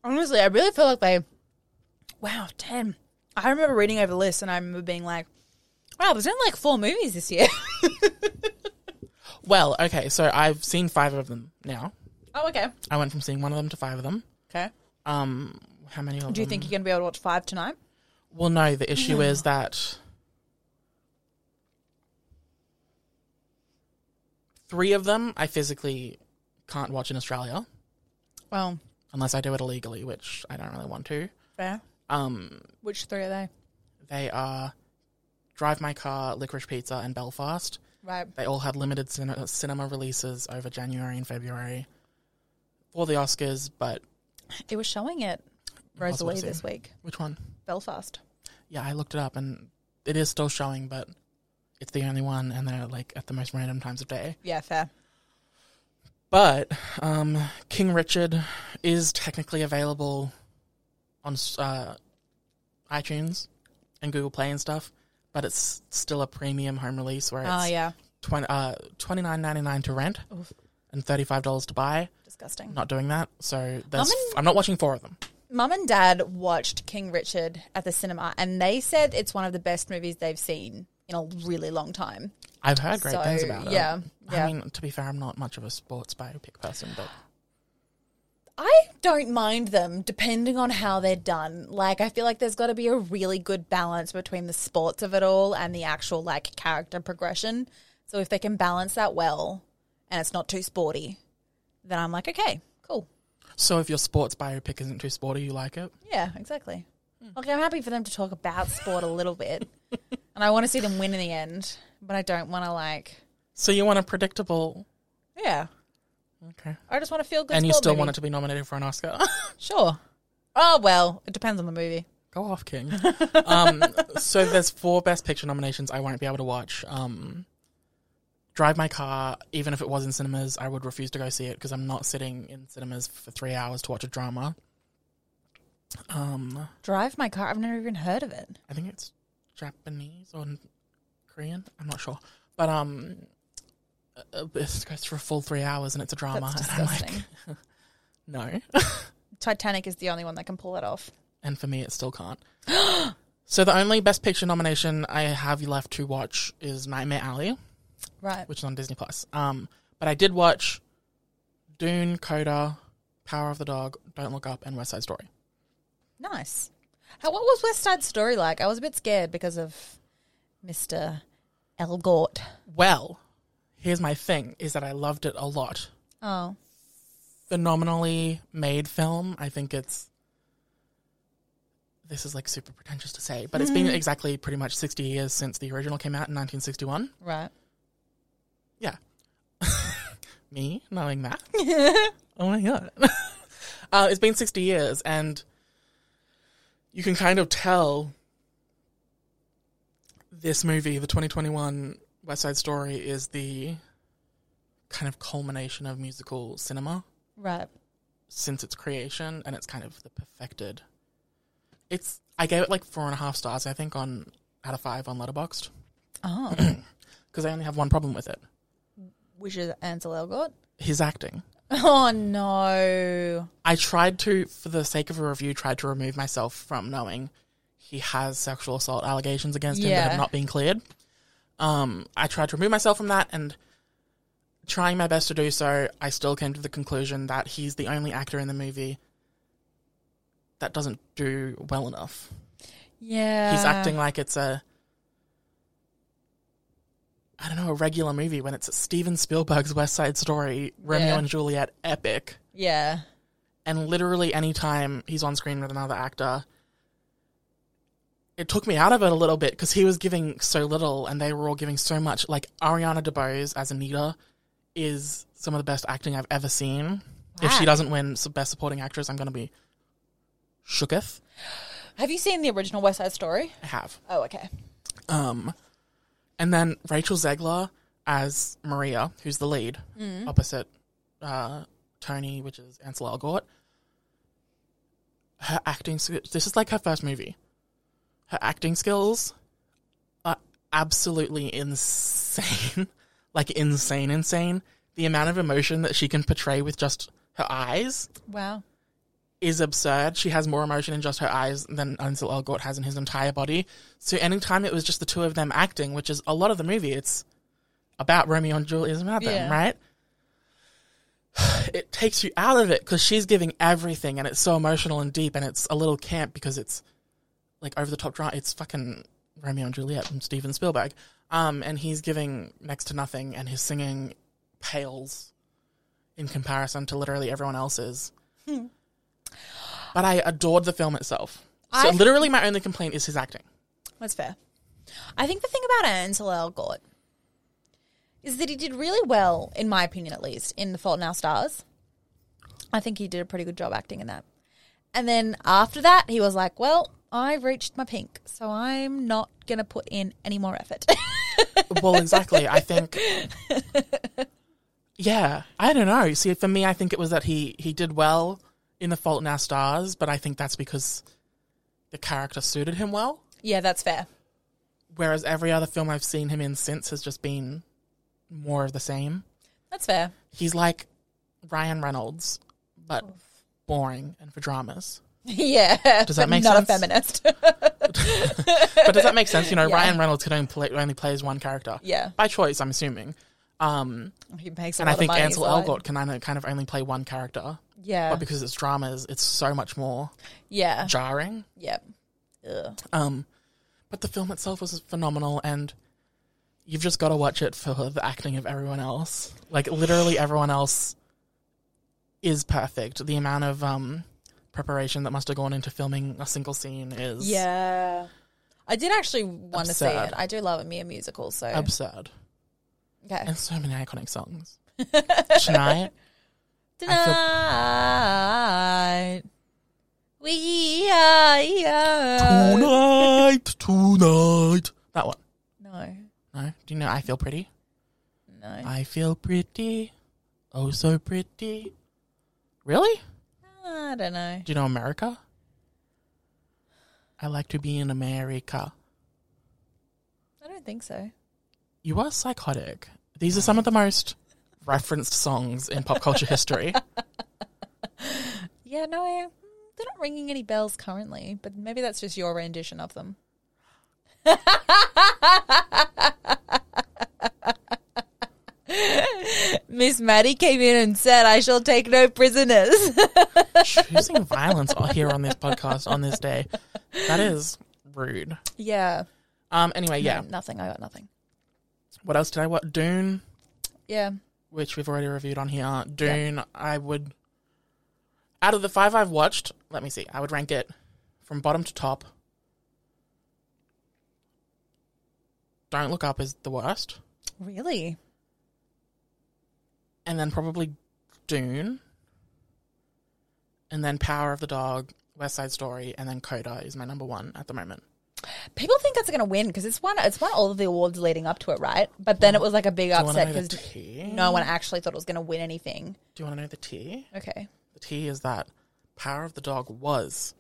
Speaker 1: Honestly, I really feel like they. Wow, 10. I remember reading over the list and I remember being like, wow, there's only like four movies this year.
Speaker 2: Well, okay, so I've seen five of them now.
Speaker 1: oh, okay.
Speaker 2: I went from seeing one of them to five of them.
Speaker 1: Okay.
Speaker 2: Um, how many? Of
Speaker 1: Do you
Speaker 2: them?
Speaker 1: think you're going to be able to watch five tonight?
Speaker 2: Well, no. The issue is that three of them I physically can't watch in Australia
Speaker 1: Well,
Speaker 2: unless I do it illegally, which I don't really want to.
Speaker 1: fair.
Speaker 2: Um,
Speaker 1: Which three are they?
Speaker 2: they are Drive My Car, Licorice Pizza, and Belfast.
Speaker 1: Right.
Speaker 2: They all had limited cin- cinema releases over January and February for the Oscars, but
Speaker 1: It was showing it
Speaker 2: Impossible to
Speaker 1: Rosalie
Speaker 2: see.
Speaker 1: this week,
Speaker 2: which one?
Speaker 1: Belfast.
Speaker 2: Yeah, I looked it up and it is still showing, but it's the only one, and they're like at the most random times of day.
Speaker 1: Yeah, fair.
Speaker 2: But um, King Richard is technically available on uh, iTunes and Google Play and stuff, but it's still a premium home release where it's
Speaker 1: Oh, yeah.
Speaker 2: 20, uh, twenty nine ninety nine to rent and thirty five dollars to buy.
Speaker 1: Disgusting.
Speaker 2: Not doing that, so that's
Speaker 1: Mm. in-
Speaker 2: I'm not watching four of them.
Speaker 1: Mum and Dad watched King Richard at the cinema and they said it's one of the best movies they've seen in a really long time.
Speaker 2: I've heard great
Speaker 1: So,
Speaker 2: things about it.
Speaker 1: yeah, yeah.
Speaker 2: I mean, to be fair, I'm not much of a sports biopic person, but
Speaker 1: I don't mind them depending on how they're done. Like, I feel like there's got to be a really good balance between the sports of it all and the actual, like, character progression. So, if they can balance that well and it's not too sporty, then I'm like, okay, cool.
Speaker 2: so if your sports biopic isn't too sporty, you like it.
Speaker 1: Yeah, exactly. Okay, I'm happy for them to talk about sport a little bit. and I want to see them win in the end, but I don't want to, like,
Speaker 2: So you want a predictable,
Speaker 1: yeah.
Speaker 2: okay,
Speaker 1: I just want to feel good.
Speaker 2: and you
Speaker 1: sport
Speaker 2: still
Speaker 1: movie.
Speaker 2: want it to be nominated for an Oscar.
Speaker 1: Sure. Oh, well, it depends on the movie.
Speaker 2: Go off, King. um, so there's four Best Picture nominations I won't be able to watch. Um, Drive My Car, even if it was in cinemas, I would refuse to go see it because I'm not sitting in cinemas for three hours to watch a drama. Um,
Speaker 1: Drive my car. I've never even heard of it.
Speaker 2: I think it's Japanese or Korean. I'm not sure, but um, uh, this goes for a full three hours and it's a drama.
Speaker 1: That's
Speaker 2: and I'm like,
Speaker 1: disgusting.
Speaker 2: no.
Speaker 1: Titanic is the only one that can pull that off.
Speaker 2: and for me it still can't. so the only Best Picture nomination I have left to watch is Nightmare Alley,
Speaker 1: Right.
Speaker 2: which is on Disney Plus. Um, but I did watch Dune, Coda, Power of the Dog, Don't Look Up, and West Side Story.
Speaker 1: Nice. How, what was West Side Story like? I was a bit scared because of Mr. Elgort.
Speaker 2: Well, here's my thing: is that I loved it a lot.
Speaker 1: Oh.
Speaker 2: phenomenally made film. I think it's this is like super pretentious to say, but it's been exactly pretty much 60 years since the original came out in 1961.
Speaker 1: Right.
Speaker 2: Yeah. Me knowing that. oh my god. uh, it's been 60 years and you can kind of tell this movie, the 2021 West Side Story is the kind of culmination of musical cinema
Speaker 1: Right.
Speaker 2: since its creation and it's kind of the perfected it's i gave it like four and a half stars i think on out of five on letterboxd
Speaker 1: Oh.
Speaker 2: because i only have one problem with it
Speaker 1: Which is Ansel Elgort?
Speaker 2: his acting
Speaker 1: Oh, no.
Speaker 2: i tried to for the sake of a review tried to remove myself from knowing he has sexual assault allegations against him that
Speaker 1: Yeah.
Speaker 2: have not been cleared um i tried to remove myself from that and trying my best to do so i still came to the conclusion that he's the only actor in the movie that doesn't do well enough
Speaker 1: Yeah.
Speaker 2: he's acting like it's a I don't know, a regular movie when it's Steven Spielberg's West Side Story, Romeo
Speaker 1: Yeah.
Speaker 2: and Juliet epic.
Speaker 1: Yeah.
Speaker 2: And literally any time he's on screen with another actor, it took me out of it a little bit because he was giving so little and they were all giving so much. Like Ariana DeBose as Anita is some of the best acting I've ever seen. If she
Speaker 1: Wow.
Speaker 2: doesn't win some Best Supporting Actress, I'm going to be shooketh.
Speaker 1: Have you seen the original West Side Story?
Speaker 2: I have.
Speaker 1: Oh, okay.
Speaker 2: Um, and then Rachel Zegler as Maria, who's the lead, opposite uh, Tony, which is Ansel Elgort. Her acting skills, this is like her first movie. Her acting skills are absolutely insane. like, insane, insane. The amount of emotion that she can portray with just her eyes
Speaker 1: Wow.
Speaker 2: is absurd. She has more emotion in just her eyes than Ansel Elgort has in his entire body. So anytime it was just the two of them acting, which is a lot of the movie, it's about Romeo and Juliet, it's about them,
Speaker 1: Yeah.
Speaker 2: right? It takes you out of it because she's giving everything, and it's so emotional and deep, and it's a little camp because it's like over the top drama. It's fucking Romeo and Juliet from Steven Spielberg, um, and he's giving next to nothing, and his singing pales in comparison to literally everyone else's. But I adored the film itself. So
Speaker 1: I-
Speaker 2: literally, my only complaint is his acting.
Speaker 1: That's fair. I think the thing about Ansel Elgort is that he did really well, in my opinion at least, in The Fault in Our Stars. I think he did a pretty good job acting in that. And then after that, he was like, well, I've reached my pink, so I'm not going to put in any more effort.
Speaker 2: Well, exactly. I think. Yeah, I don't know. See, for me, I think it was that he he did well in The Fault in Our Stars, but I think that's because the character suited him well.
Speaker 1: yeah, that's fair.
Speaker 2: Whereas every other film I've seen him in since has just been more of the same.
Speaker 1: That's fair.
Speaker 2: He's like Ryan Reynolds, but boring and for dramas.
Speaker 1: yeah.
Speaker 2: Does that
Speaker 1: but
Speaker 2: make
Speaker 1: not
Speaker 2: sense?
Speaker 1: a feminist.
Speaker 2: But does that make sense? You know,
Speaker 1: Yeah.
Speaker 2: Ryan Reynolds could only play, only plays one character.
Speaker 1: Yeah.
Speaker 2: by choice, I'm assuming. Um,
Speaker 1: he makes a
Speaker 2: and I
Speaker 1: lot
Speaker 2: think
Speaker 1: of money,
Speaker 2: Ansel
Speaker 1: so I-
Speaker 2: Elgort can only- kind of only play one character,
Speaker 1: Yeah.
Speaker 2: but because it's dramas, it's so much more
Speaker 1: yeah.
Speaker 2: jarring.
Speaker 1: Yep. Ugh.
Speaker 2: Um, but the film itself was phenomenal, and you've just got to watch it for the acting of everyone else. Like literally, everyone else is perfect. The amount of um, preparation that must have gone into filming a single scene is
Speaker 1: Yeah. I did actually want to see
Speaker 2: Absurd.
Speaker 1: it. I do love me a musical, so
Speaker 2: absurd,
Speaker 1: okay.
Speaker 2: and so many iconic songs. Tonight,
Speaker 1: Tonight We are young.
Speaker 2: Tonight, tonight. That one.
Speaker 1: No,
Speaker 2: No. Do you know I feel pretty?
Speaker 1: no.
Speaker 2: I feel pretty. Oh, so pretty. Really?
Speaker 1: I don't know.
Speaker 2: Do you know America? I like to be in America.
Speaker 1: I don't think so.
Speaker 2: You are psychotic. These are some of the most referenced songs in pop culture history.
Speaker 1: Yeah, no, I, mm, they're not ringing any bells currently, but maybe that's just your rendition of them. Miss Maddie came in and said, I shall take no prisoners.
Speaker 2: Choosing violence here on this podcast on this day. That is rude.
Speaker 1: yeah.
Speaker 2: Um. Anyway, yeah.
Speaker 1: Nothing. I got nothing.
Speaker 2: What else did I watch? Dune,
Speaker 1: Yeah.
Speaker 2: which we've already reviewed on here. Dune, I would. Out of the five I've watched, let me see. I would rank it from bottom to top. Don't Look Up is the worst.
Speaker 1: Really?
Speaker 2: and then probably Dune, and then Power of the Dog, West Side Story, and then Coda is my number one at the moment.
Speaker 1: People think that's going to win because it's won, it's won all of the awards leading up to it, right? But then it was like a big
Speaker 2: Do you
Speaker 1: upset
Speaker 2: want to know the
Speaker 1: because
Speaker 2: tea?
Speaker 1: no one actually thought it was going to win anything.
Speaker 2: Do you want to know the tea?
Speaker 1: Okay.
Speaker 2: The tea is that Power of the Dog was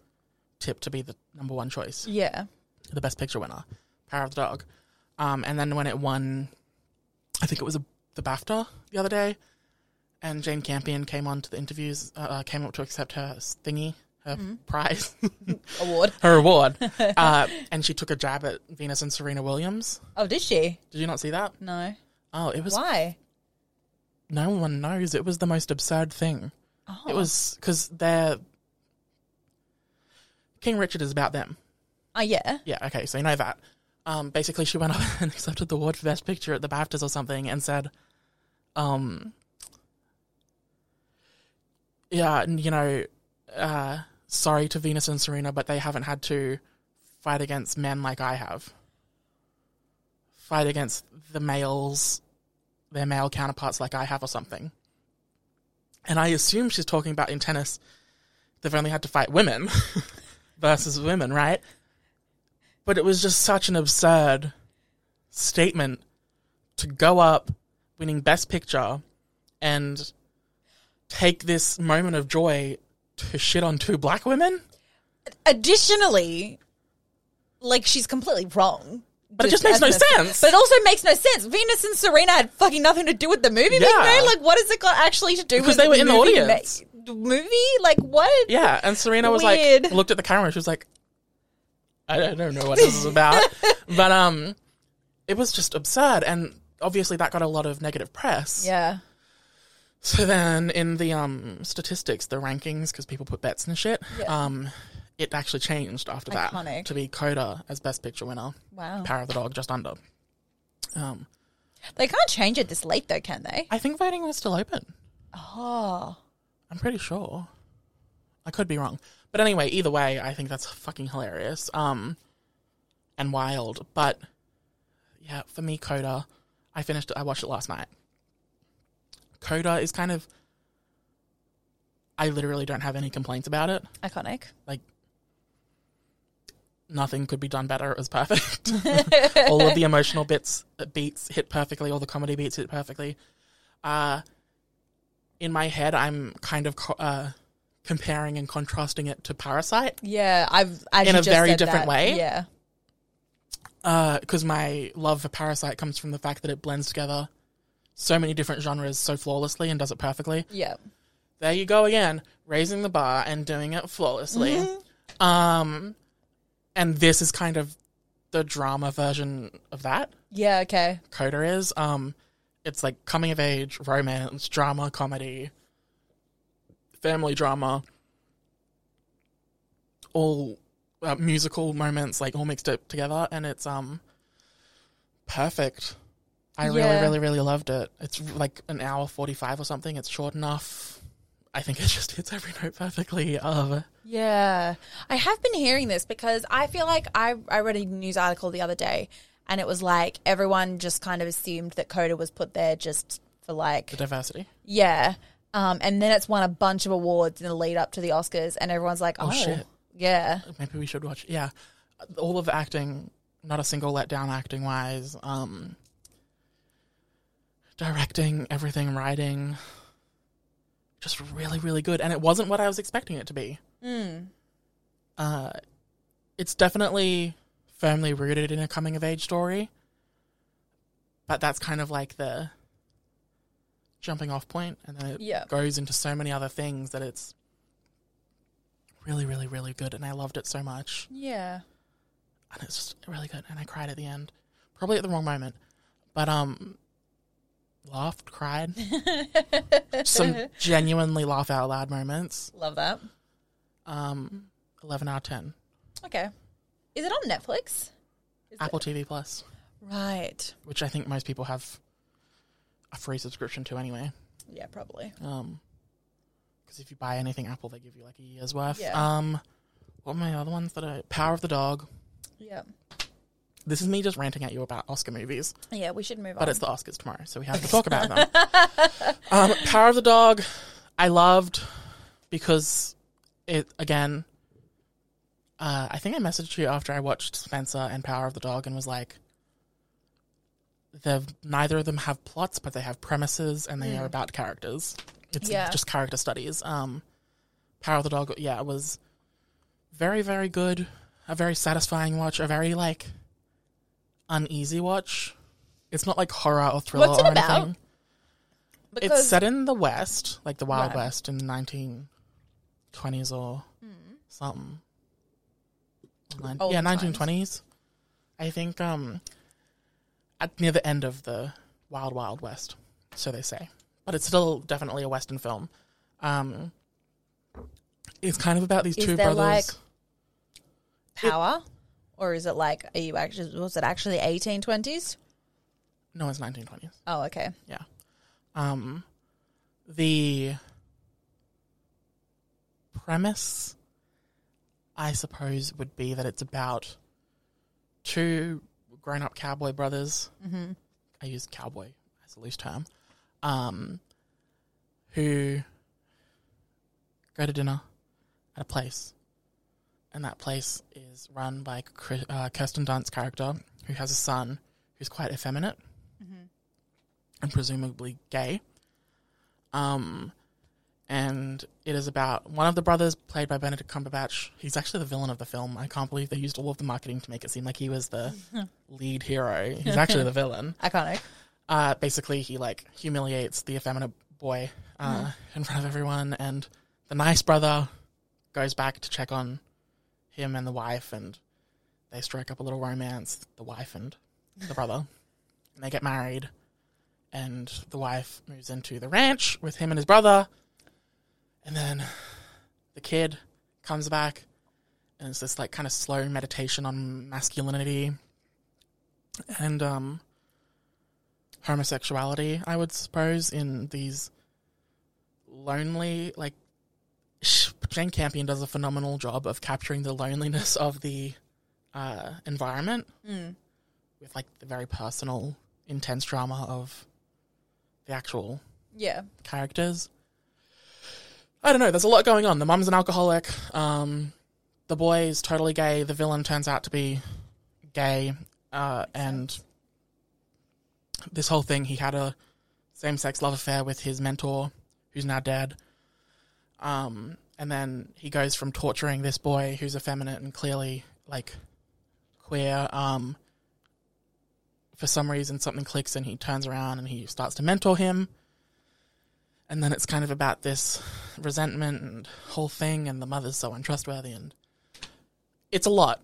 Speaker 2: tipped to be the number one choice,
Speaker 1: Yeah.
Speaker 2: the Best Picture winner. Power of the Dog, um, and then when it won, I think it was a, the BAFTA the other day, and Jane Campion came on to the interviews, uh, uh, came up to accept her s- thingy, her prize.
Speaker 1: Award.
Speaker 2: her award. uh, and she took a jab at Venus and Serena Williams.
Speaker 1: Oh, did she?
Speaker 2: Did you not see that?
Speaker 1: No.
Speaker 2: Oh, it was.
Speaker 1: Why?
Speaker 2: No one knows. It was the most absurd thing. It was because they're. King Richard is about them.
Speaker 1: Oh, yeah.
Speaker 2: Yeah, okay, so you know that. Um, basically, she went up and accepted the award for Best Picture at the BAFTAs or something and said, um, yeah, n- you know, uh, sorry to Venus and Serena, but they haven't had to fight against men like I have. Fight against the males, their male counterparts like I have or something. And I assume she's talking about in tennis, they've only had to fight women versus women, right? But it was just such an absurd statement to go up winning Best Picture and take this moment of joy to shit on two black women.
Speaker 1: additionally, like she's completely wrong.
Speaker 2: But it just makes no
Speaker 1: as an-
Speaker 2: sense.
Speaker 1: But it also makes no sense. Venus and Serena had fucking nothing to do with the movie being
Speaker 2: Yeah.
Speaker 1: made. Like, what has it got actually to do with
Speaker 2: Because they were in the
Speaker 1: movie
Speaker 2: audience.
Speaker 1: ma- the movie? Like, what?
Speaker 2: Yeah, and Serena was
Speaker 1: Weird.
Speaker 2: like, looked at the camera. She was like, I don't, I don't know what this is about, but um, it was just absurd, and obviously that got a lot of negative press.
Speaker 1: Yeah.
Speaker 2: So then in the um statistics, the rankings, because people put bets and shit, um, it actually changed after that
Speaker 1: Iconic.
Speaker 2: to be Coda as Best Picture winner,
Speaker 1: Wow.
Speaker 2: Power of the Dog just under. Um,
Speaker 1: They can't change it this late, though, can they?
Speaker 2: I think voting was still open.
Speaker 1: Oh.
Speaker 2: I'm pretty sure. I could be wrong. But anyway, either way, I think that's fucking hilarious. Um and wild. But yeah, for me Coda, I finished it I watched it last night. Coda is kind of I literally don't have any complaints about it.
Speaker 1: Iconic.
Speaker 2: Like nothing could be done better. It was perfect. all of the emotional bits uh, beats hit perfectly, all the comedy beats hit perfectly. Uh in my head, I'm kind of co- uh, comparing and contrasting it to Parasite
Speaker 1: Yeah. I've, as
Speaker 2: In
Speaker 1: you
Speaker 2: a
Speaker 1: just
Speaker 2: very
Speaker 1: said
Speaker 2: different
Speaker 1: that,
Speaker 2: way.
Speaker 1: Yeah.
Speaker 2: because uh, my love for Parasite comes from the fact that it blends together so many different genres so flawlessly and does it perfectly.
Speaker 1: Yeah.
Speaker 2: There you go again, raising the bar and doing it flawlessly. Um, and this is kind of the drama version of that.
Speaker 1: Yeah. Okay.
Speaker 2: Coda is. Um, it's like coming of age, romance, drama, comedy, family drama, all uh, musical moments, like all mixed up together, and it's um perfect. I really,
Speaker 1: Yeah.
Speaker 2: really, really loved it. It's like an hour forty-five or something. It's short enough. I think it just hits every note perfectly. Um,
Speaker 1: Yeah. I have been hearing this because I feel like I, I read a news article the other day and it was like everyone just kind of assumed that Coda was put there just for like,
Speaker 2: the diversity.
Speaker 1: yeah. Um, and then it's won a bunch of awards in the lead up to the Oscars and everyone's like, oh,
Speaker 2: shit.
Speaker 1: Yeah.
Speaker 2: Maybe we should watch. Yeah, all of the acting, not a single letdown acting wise. Um, directing, everything, writing, just really, really good. And it wasn't what I was expecting it to be.
Speaker 1: Mm.
Speaker 2: Uh, it's definitely firmly rooted in a coming of age story, but that's kind of like the jumping off point, and then it
Speaker 1: Yep.
Speaker 2: goes into so many other things that it's really, really, really good. And I loved it so much,
Speaker 1: Yeah.
Speaker 2: and it's just really good. And I cried at the end, probably at the wrong moment, but um, laughed, cried, some genuinely laugh out loud moments.
Speaker 1: Love that.
Speaker 2: Um, eleven out of ten.
Speaker 1: Okay. Is it on Netflix? Is
Speaker 2: Apple TV Plus.
Speaker 1: Right.
Speaker 2: which I think most people have a free subscription to anyway.
Speaker 1: Yeah, probably.
Speaker 2: Um 'cause because if you buy anything Apple, they give you like a year's worth.
Speaker 1: Yeah.
Speaker 2: Um, what are my other ones that are Power of the Dog?
Speaker 1: Yeah.
Speaker 2: This is me just ranting at you about Oscar movies,
Speaker 1: Yeah, we should move on.
Speaker 2: but it's the Oscars tomorrow, so we have to talk about them. um, Power of the Dog, I loved because it again. Uh, I think I messaged you after I watched Spencer and Power of the Dog and was like, they've neither of them have plots, but they have premises and they are about characters. It's
Speaker 1: Yeah.
Speaker 2: just character studies. Um, Power of the Dog, yeah, it was very, very good. A very satisfying watch. A very like uneasy watch. It's not like horror or thriller
Speaker 1: What's it
Speaker 2: or
Speaker 1: about?
Speaker 2: anything. It's
Speaker 1: because
Speaker 2: set in the West, like the Wild
Speaker 1: Right.
Speaker 2: West in the 1920s or something. Nin-
Speaker 1: Hmm. Old
Speaker 2: yeah,
Speaker 1: times.
Speaker 2: 1920s. I think um, at near the end of the Wild Wild West, so they say. But it's still definitely a Western film. Um, it's kind of about these
Speaker 1: Is
Speaker 2: two
Speaker 1: there,
Speaker 2: brothers.
Speaker 1: like, power, or is it like are you actually was it actually eighteen twenties?
Speaker 2: no, it's 1920s.
Speaker 1: Oh, okay.
Speaker 2: Yeah. Um, the premise, I suppose, would be that it's about two grown up cowboy brothers. Mm-hmm. I use cowboy as a loose term. Um, who go to dinner at a place. And that place is run by Chris, uh, Kirsten Dunst's character, who has a son who's quite effeminate and presumably gay. Um, and it is about one of the brothers, played by Benedict Cumberbatch. He's actually the villain of the film. I can't believe they used all of the marketing to make it seem like he was the lead hero. He's actually the villain.
Speaker 1: Iconic.
Speaker 2: Uh, basically, he like humiliates the effeminate boy uh, in front of everyone, and the nice brother goes back to check on him and the wife, and they strike up a little romance. The wife and the brother, and they get married, and the wife moves into the ranch with him and his brother, and then the kid comes back, and it's this like kind of slow meditation on masculinity, and um homosexuality, I would suppose, in these lonely, like, sh- Jane Campion does a phenomenal job of capturing the loneliness of the uh, environment with, like, the very personal, intense drama of the actual
Speaker 1: Yeah.
Speaker 2: characters. I don't know. There's a lot going on. The mum's an alcoholic. Um, the boy is totally gay. The villain turns out to be gay, uh, and this whole thing. He had a same-sex love affair with his mentor, who's now dead. Um, and then he goes from torturing this boy, who's effeminate and clearly like queer. Um, for some reason, something clicks, and he turns around and he starts to mentor him and then it's kind of about this resentment and whole thing and the mother's so untrustworthy and it's a lot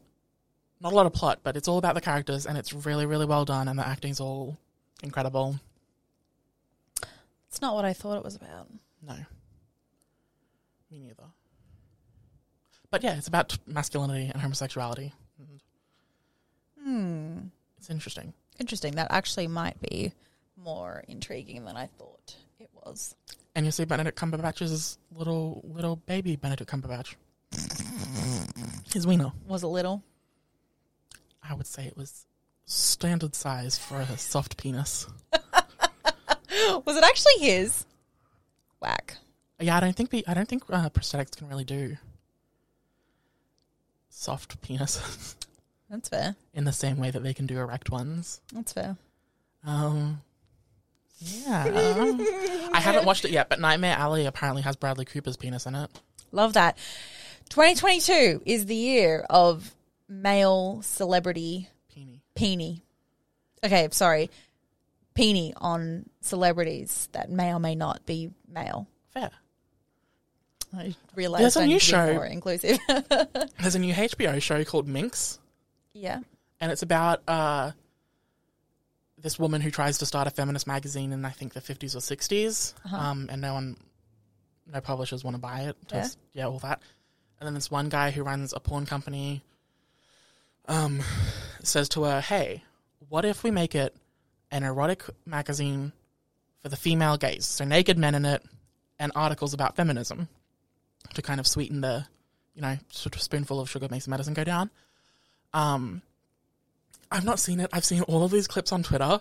Speaker 2: not a lot of plot but it's all about the characters and it's really really well done and the acting's all incredible
Speaker 1: It's not what I thought it was about.
Speaker 2: no me neither but yeah it's about masculinity and homosexuality and
Speaker 1: Hmm.
Speaker 2: it's interesting
Speaker 1: Interesting. That actually might be more intriguing than I thought it was.
Speaker 2: and you see benedict cumberbatch's little little baby benedict cumberbatch his wiener
Speaker 1: Was a little.
Speaker 2: i would say it was standard size for a soft penis
Speaker 1: Was it actually his? Whack.
Speaker 2: Yeah, I don't think the, I don't think uh, prosthetics can really do soft penises
Speaker 1: That's fair.
Speaker 2: in the same way that they can do erect ones.
Speaker 1: That's fair.
Speaker 2: Um, yeah. I haven't watched it yet, but Nightmare Alley apparently has Bradley Cooper's penis in it.
Speaker 1: Love that. 2022 is the year of male celebrity
Speaker 2: Peenie.
Speaker 1: peenie. Okay, sorry. Peenie on celebrities that may or may not be male.
Speaker 2: Fair.
Speaker 1: I realize
Speaker 2: There's a
Speaker 1: I
Speaker 2: new
Speaker 1: need to be
Speaker 2: show.
Speaker 1: more inclusive.
Speaker 2: There's a new HBO show called Minx,
Speaker 1: yeah.
Speaker 2: and it's about uh, this woman who tries to start a feminist magazine in I think the 50s or 60s, um, and no one, no publishers want to buy it.
Speaker 1: Yeah.
Speaker 2: Yeah. yeah, all that. And then this one guy who runs a porn company um, says to her, "Hey, what if we make it an erotic magazine for the female gaze? So naked men in it, and articles about feminism to kind of sweeten the, you know, sort of spoonful of sugar makes the medicine go down." Um, I've not seen it. I've seen all of these clips on Twitter,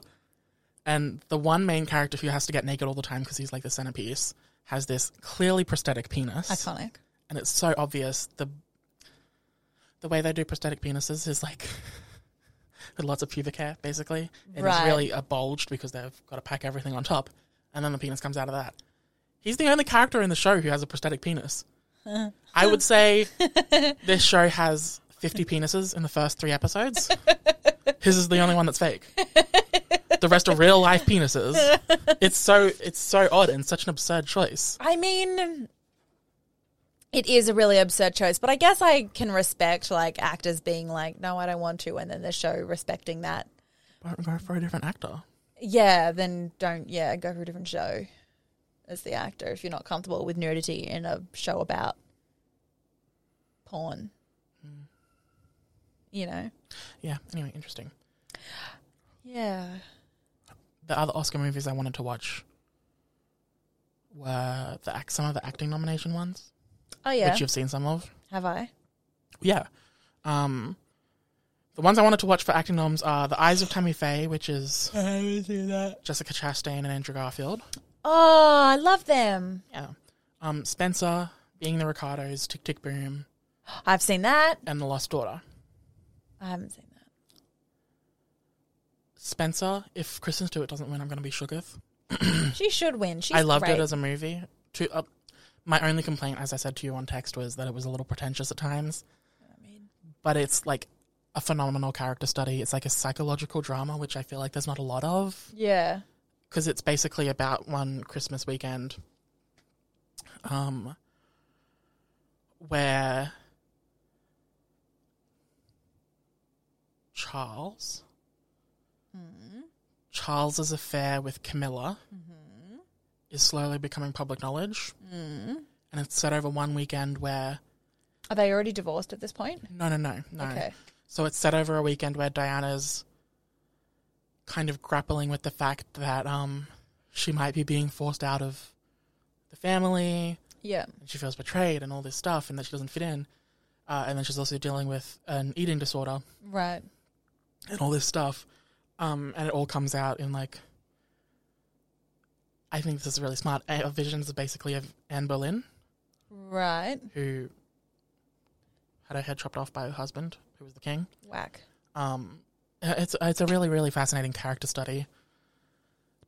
Speaker 2: and the one main character who has to get naked all the time because he's like the centerpiece has this clearly prosthetic penis
Speaker 1: Iconic.
Speaker 2: and it's so obvious the the way they do prosthetic penises is like with lots of pubic hair basically and
Speaker 1: Right.
Speaker 2: it's really uh, bulged because they've got to pack everything on top and then the penis comes out of that he's the only character in the show who has a prosthetic penis i would say this show has 50 penises in the first three episodes his is the only one that's fake the rest are real life penises it's so it's so odd and such an absurd choice
Speaker 1: I mean, it is a really absurd choice, but I guess I can respect like actors being like, no, I don't want to, and then the show respecting that.
Speaker 2: but go for a different actor
Speaker 1: Yeah, then don't, yeah, go for a different show as the actor if you're not comfortable with nudity in a show about porn. You know?
Speaker 2: Yeah. Anyway, interesting.
Speaker 1: Yeah.
Speaker 2: The other Oscar movies I wanted to watch were the act, some of the acting nomination ones,
Speaker 1: Oh, yeah.
Speaker 2: which you've seen some of.
Speaker 1: Have I?
Speaker 2: Yeah. Um, the ones I wanted to watch for acting noms are The Eyes of Tammy Faye, which is
Speaker 1: I haven't seen that.
Speaker 2: Jessica Chastain and Andrew Garfield.
Speaker 1: Oh, I love them.
Speaker 2: Yeah. Um, Spencer, Being the Ricardos, Tick Tick Boom,
Speaker 1: I've seen that.
Speaker 2: and The Lost Daughter.
Speaker 1: I haven't seen that.
Speaker 2: Spencer, if Kristen Stewart doesn't win, I'm going to be shooketh.
Speaker 1: She should win. She's
Speaker 2: I loved
Speaker 1: great.
Speaker 2: it as a movie. To, uh, my only complaint, as I said to you on text, was that it was a little pretentious at times. but it's like a phenomenal character study. It's like a psychological drama, which I feel like there's not a lot of
Speaker 1: Yeah.
Speaker 2: because it's basically about one Christmas weekend, um, where Charles Charles's affair with Camilla is slowly becoming public knowledge, and it's set over one weekend where
Speaker 1: Are they already divorced at this point?
Speaker 2: no, no, no, no.
Speaker 1: Okay.
Speaker 2: So it's set over a weekend where Diana's kind of grappling with the fact that um, she might be being forced out of the family
Speaker 1: Yeah.
Speaker 2: and she feels betrayed and all this stuff and that she doesn't fit in. Uh, and then she's also dealing with an eating disorder
Speaker 1: Right.
Speaker 2: and all this stuff. Um, and it all comes out in like, I think this is really smart. A- visions are basically of Anne Boleyn,
Speaker 1: Right.
Speaker 2: who had her head chopped off by her husband, who was the king.
Speaker 1: Whack.
Speaker 2: Um, it's it's a really really fascinating character study.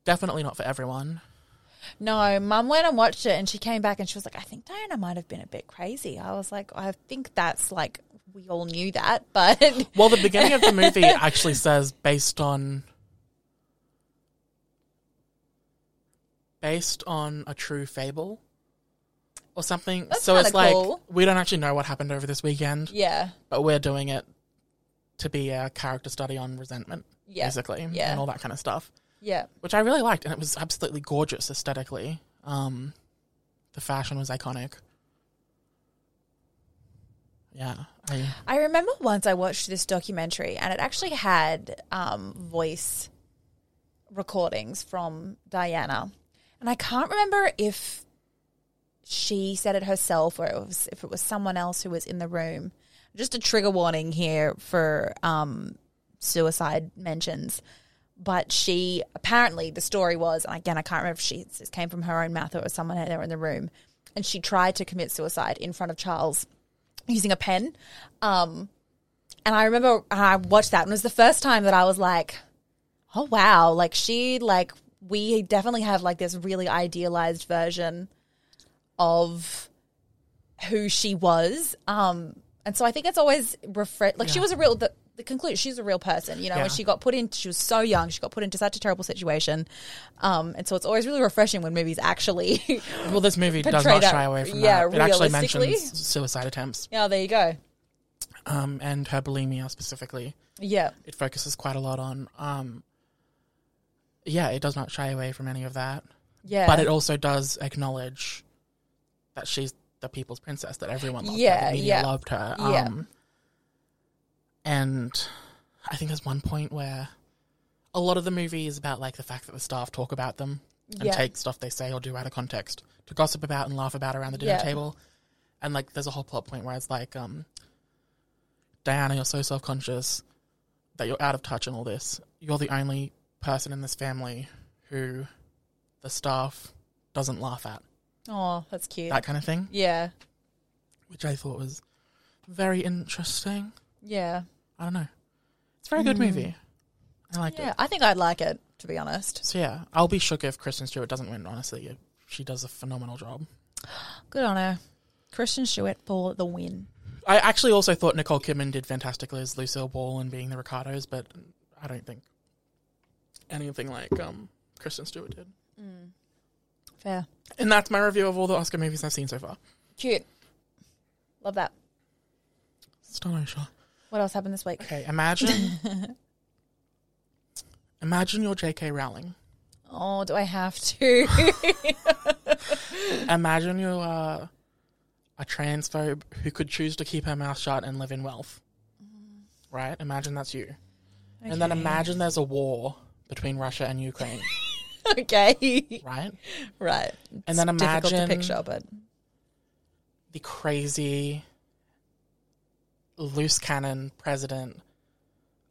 Speaker 2: Definitely not for everyone.
Speaker 1: No, mum went and watched it and she came back and she was like, I think Diana might have been a bit crazy. I was like, I think that's like, we all knew that, but
Speaker 2: Well, the beginning of the movie actually says based on based on a true fable or something.
Speaker 1: That's
Speaker 2: so it's
Speaker 1: kinda
Speaker 2: like
Speaker 1: cool.
Speaker 2: we don't actually know what happened over this weekend,
Speaker 1: yeah.
Speaker 2: but we're doing it to be a character study on resentment,
Speaker 1: Yeah.
Speaker 2: basically,
Speaker 1: Yeah.
Speaker 2: and all that kind of stuff.
Speaker 1: Yeah.
Speaker 2: which I really liked, and it was absolutely gorgeous aesthetically. Um, the fashion was iconic. Yeah, I,
Speaker 1: I remember once I watched this documentary and it actually had um, voice recordings from Diana. And I can't remember if she said it herself or it was, if it was someone else who was in the room. Just a trigger warning here for um, suicide mentions. But she apparently the story was, and again I can't remember if she this came from her own mouth or it was someone out there in the room, and she tried to commit suicide in front of Charles using a pen. Um, and I remember I watched that, and it was the first time that I was like, "Oh wow!" Like she, like we definitely have like this really idealized version of who she was. Um, and so I think it's always refresh. Like she was a real the, the conclusion. She's a real person, you know.
Speaker 2: Yeah.
Speaker 1: When she got put in, she was so young. She got put into such a terrible situation. Um, and so it's always really refreshing when movies actually
Speaker 2: Well, this movie does
Speaker 1: Portray
Speaker 2: not
Speaker 1: that-
Speaker 2: shy away from
Speaker 1: yeah,
Speaker 2: that. It actually
Speaker 1: realistically.
Speaker 2: mentions suicide attempts
Speaker 1: Yeah, there you go.
Speaker 2: um, and her bulimia specifically.
Speaker 1: Yeah.
Speaker 2: It focuses quite a lot on. Um, yeah, it does not shy away from any of that,
Speaker 1: Yeah.
Speaker 2: but it also does acknowledge that she's the people's princess. That everyone loved her.
Speaker 1: Yeah,
Speaker 2: The media
Speaker 1: yeah.
Speaker 2: loved her. Um,
Speaker 1: Yeah.
Speaker 2: And I think there's one point where a lot of the movie is about like the fact that the staff talk about them and
Speaker 1: Yeah.
Speaker 2: take stuff they say or do out of context to gossip about and laugh about around the dinner
Speaker 1: Yeah.
Speaker 2: table. And like there's a whole plot point where it's like, um, Diana, you're so self conscious that you're out of touch and all this. You're the only person in this family who the staff doesn't laugh at.
Speaker 1: oh, that's cute.
Speaker 2: That kind of thing.
Speaker 1: yeah.
Speaker 2: Which I thought was very interesting.
Speaker 1: Yeah.
Speaker 2: I don't know. It's a very good movie. I liked
Speaker 1: Mm. Yeah.
Speaker 2: it.
Speaker 1: I think I'd like it, to be honest.
Speaker 2: So yeah, I'll be shook if Kristen Stewart doesn't win. Honestly, she does a phenomenal job.
Speaker 1: Good on her. Christian Stewart for the win.
Speaker 2: I actually also thought Nicole Kidman did fantastically as Lucille Ball and being the Ricardos, but I don't think anything like um, Kristen Stewart did.
Speaker 1: Fair.
Speaker 2: And that's my review of all the Oscar movies I've seen so far.
Speaker 1: Cute. Love that.
Speaker 2: Stunning shot.
Speaker 1: What else happened this week?
Speaker 2: Okay, imagine, imagine you're J.K. Rowling.
Speaker 1: Oh, do I have to?
Speaker 2: Imagine you are a transphobe who could choose to keep her mouth shut and live in wealth. Right? Imagine that's you. And then imagine there's a war between Russia and Ukraine,
Speaker 1: okay.
Speaker 2: right?
Speaker 1: right.
Speaker 2: And then
Speaker 1: It's difficult to
Speaker 2: imagine-
Speaker 1: picture, but
Speaker 2: the crazy loose cannon president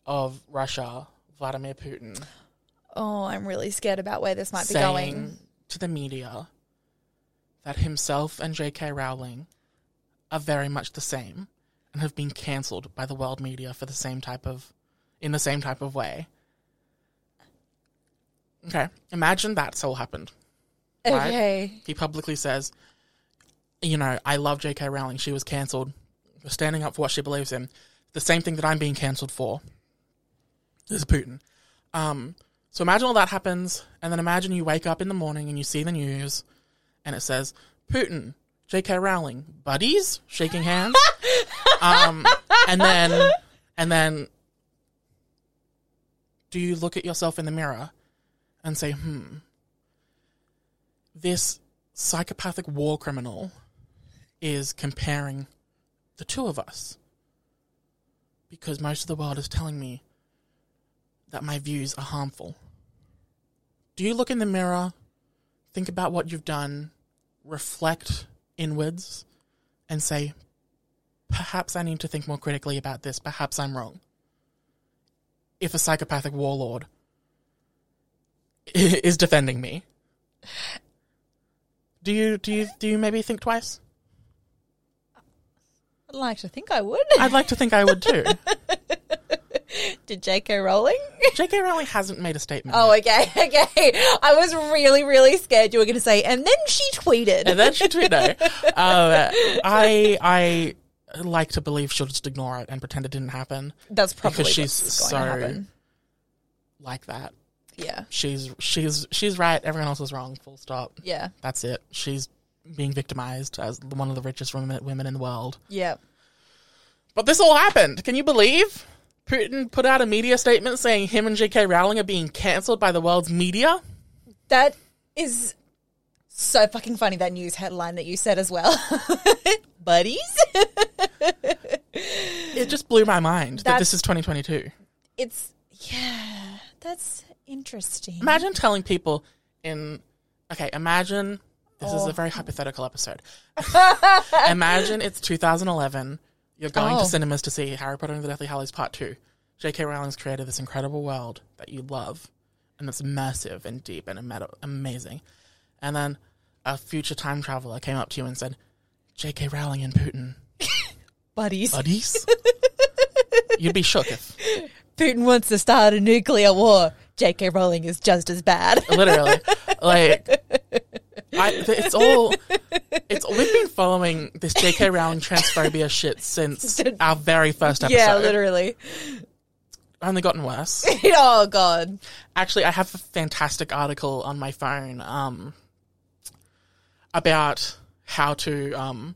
Speaker 2: of Russia, Vladimir Putin,
Speaker 1: oh, I'm really scared about where this might be
Speaker 2: saying
Speaker 1: going.
Speaker 2: to the media that himself and J.K. Rowling are very much the same and have been cancelled by the world media for the same type of, in the same type of way. Okay, imagine that's all happened. right?
Speaker 1: Okay.
Speaker 2: he publicly says, you know, I love J.K. Rowling. She was cancelled. We're standing up for what she believes in. The same thing that I'm being cancelled for. This is Putin. Um, so imagine all that happens, and then imagine you wake up in the morning and you see the news, and it says Putin, J.K. Rowling, buddies, shaking hands, um, and then and then do you look at yourself in the mirror and say, hmm, this psychopathic war criminal is comparing the two of us because most of the world is telling me that my views are harmful. Do you look in the mirror, think about what you've done, reflect inwards, and say, perhaps I need to think more critically about this, perhaps I'm wrong? If a psychopathic warlord is defending me, do you do you do you maybe think twice?
Speaker 1: I'd like to think I would.
Speaker 2: I'd like to think I would too.
Speaker 1: Did J.K. Rowling?
Speaker 2: J.K. Rowling hasn't made a statement.
Speaker 1: Oh,
Speaker 2: yet.
Speaker 1: okay, okay. I was really, really scared you were going to say, and then she tweeted.
Speaker 2: and then she tweeted. No. Uh, I I like to believe she'll just ignore it and pretend it didn't happen.
Speaker 1: That's probably
Speaker 2: because she's
Speaker 1: what's going to
Speaker 2: so
Speaker 1: happen.
Speaker 2: like that.
Speaker 1: Yeah,
Speaker 2: She's she's she's right. Everyone else is wrong. Full stop.
Speaker 1: yeah,
Speaker 2: That's it. She's being victimized as one of the richest women women in the world.
Speaker 1: yeah.
Speaker 2: But this all happened. Can you believe? Putin put out a media statement saying him and J.K. Rowling are being cancelled by the world's media.
Speaker 1: That is so fucking funny. That news headline that you said as well, buddies.
Speaker 2: It just blew my mind that this
Speaker 1: That's-
Speaker 2: is 2022.
Speaker 1: It's yeah. That's interesting.
Speaker 2: Imagine telling people in okay, imagine this is a very hypothetical episode. imagine it's 2011. You're going
Speaker 1: Oh.
Speaker 2: to cinemas to see Harry Potter and the Deathly Hallows Part 2. J.K. Rowling's created this incredible world that you love and it's immersive and deep and ama- amazing. And then a future time traveler came up to you and said, "J.K. Rowling and Putin
Speaker 1: buddies.
Speaker 2: buddies. You'd be shook if
Speaker 1: Putin wants to start a nuclear war. J.K. Rowling is just as bad.
Speaker 2: literally like I, th- it's all it's we've been following this J.K. Rowling transphobia shit since our very first episode.
Speaker 1: yeah, literally.
Speaker 2: Only gotten worse.
Speaker 1: oh God.
Speaker 2: Actually, I have a fantastic article on my phone um, about how to um,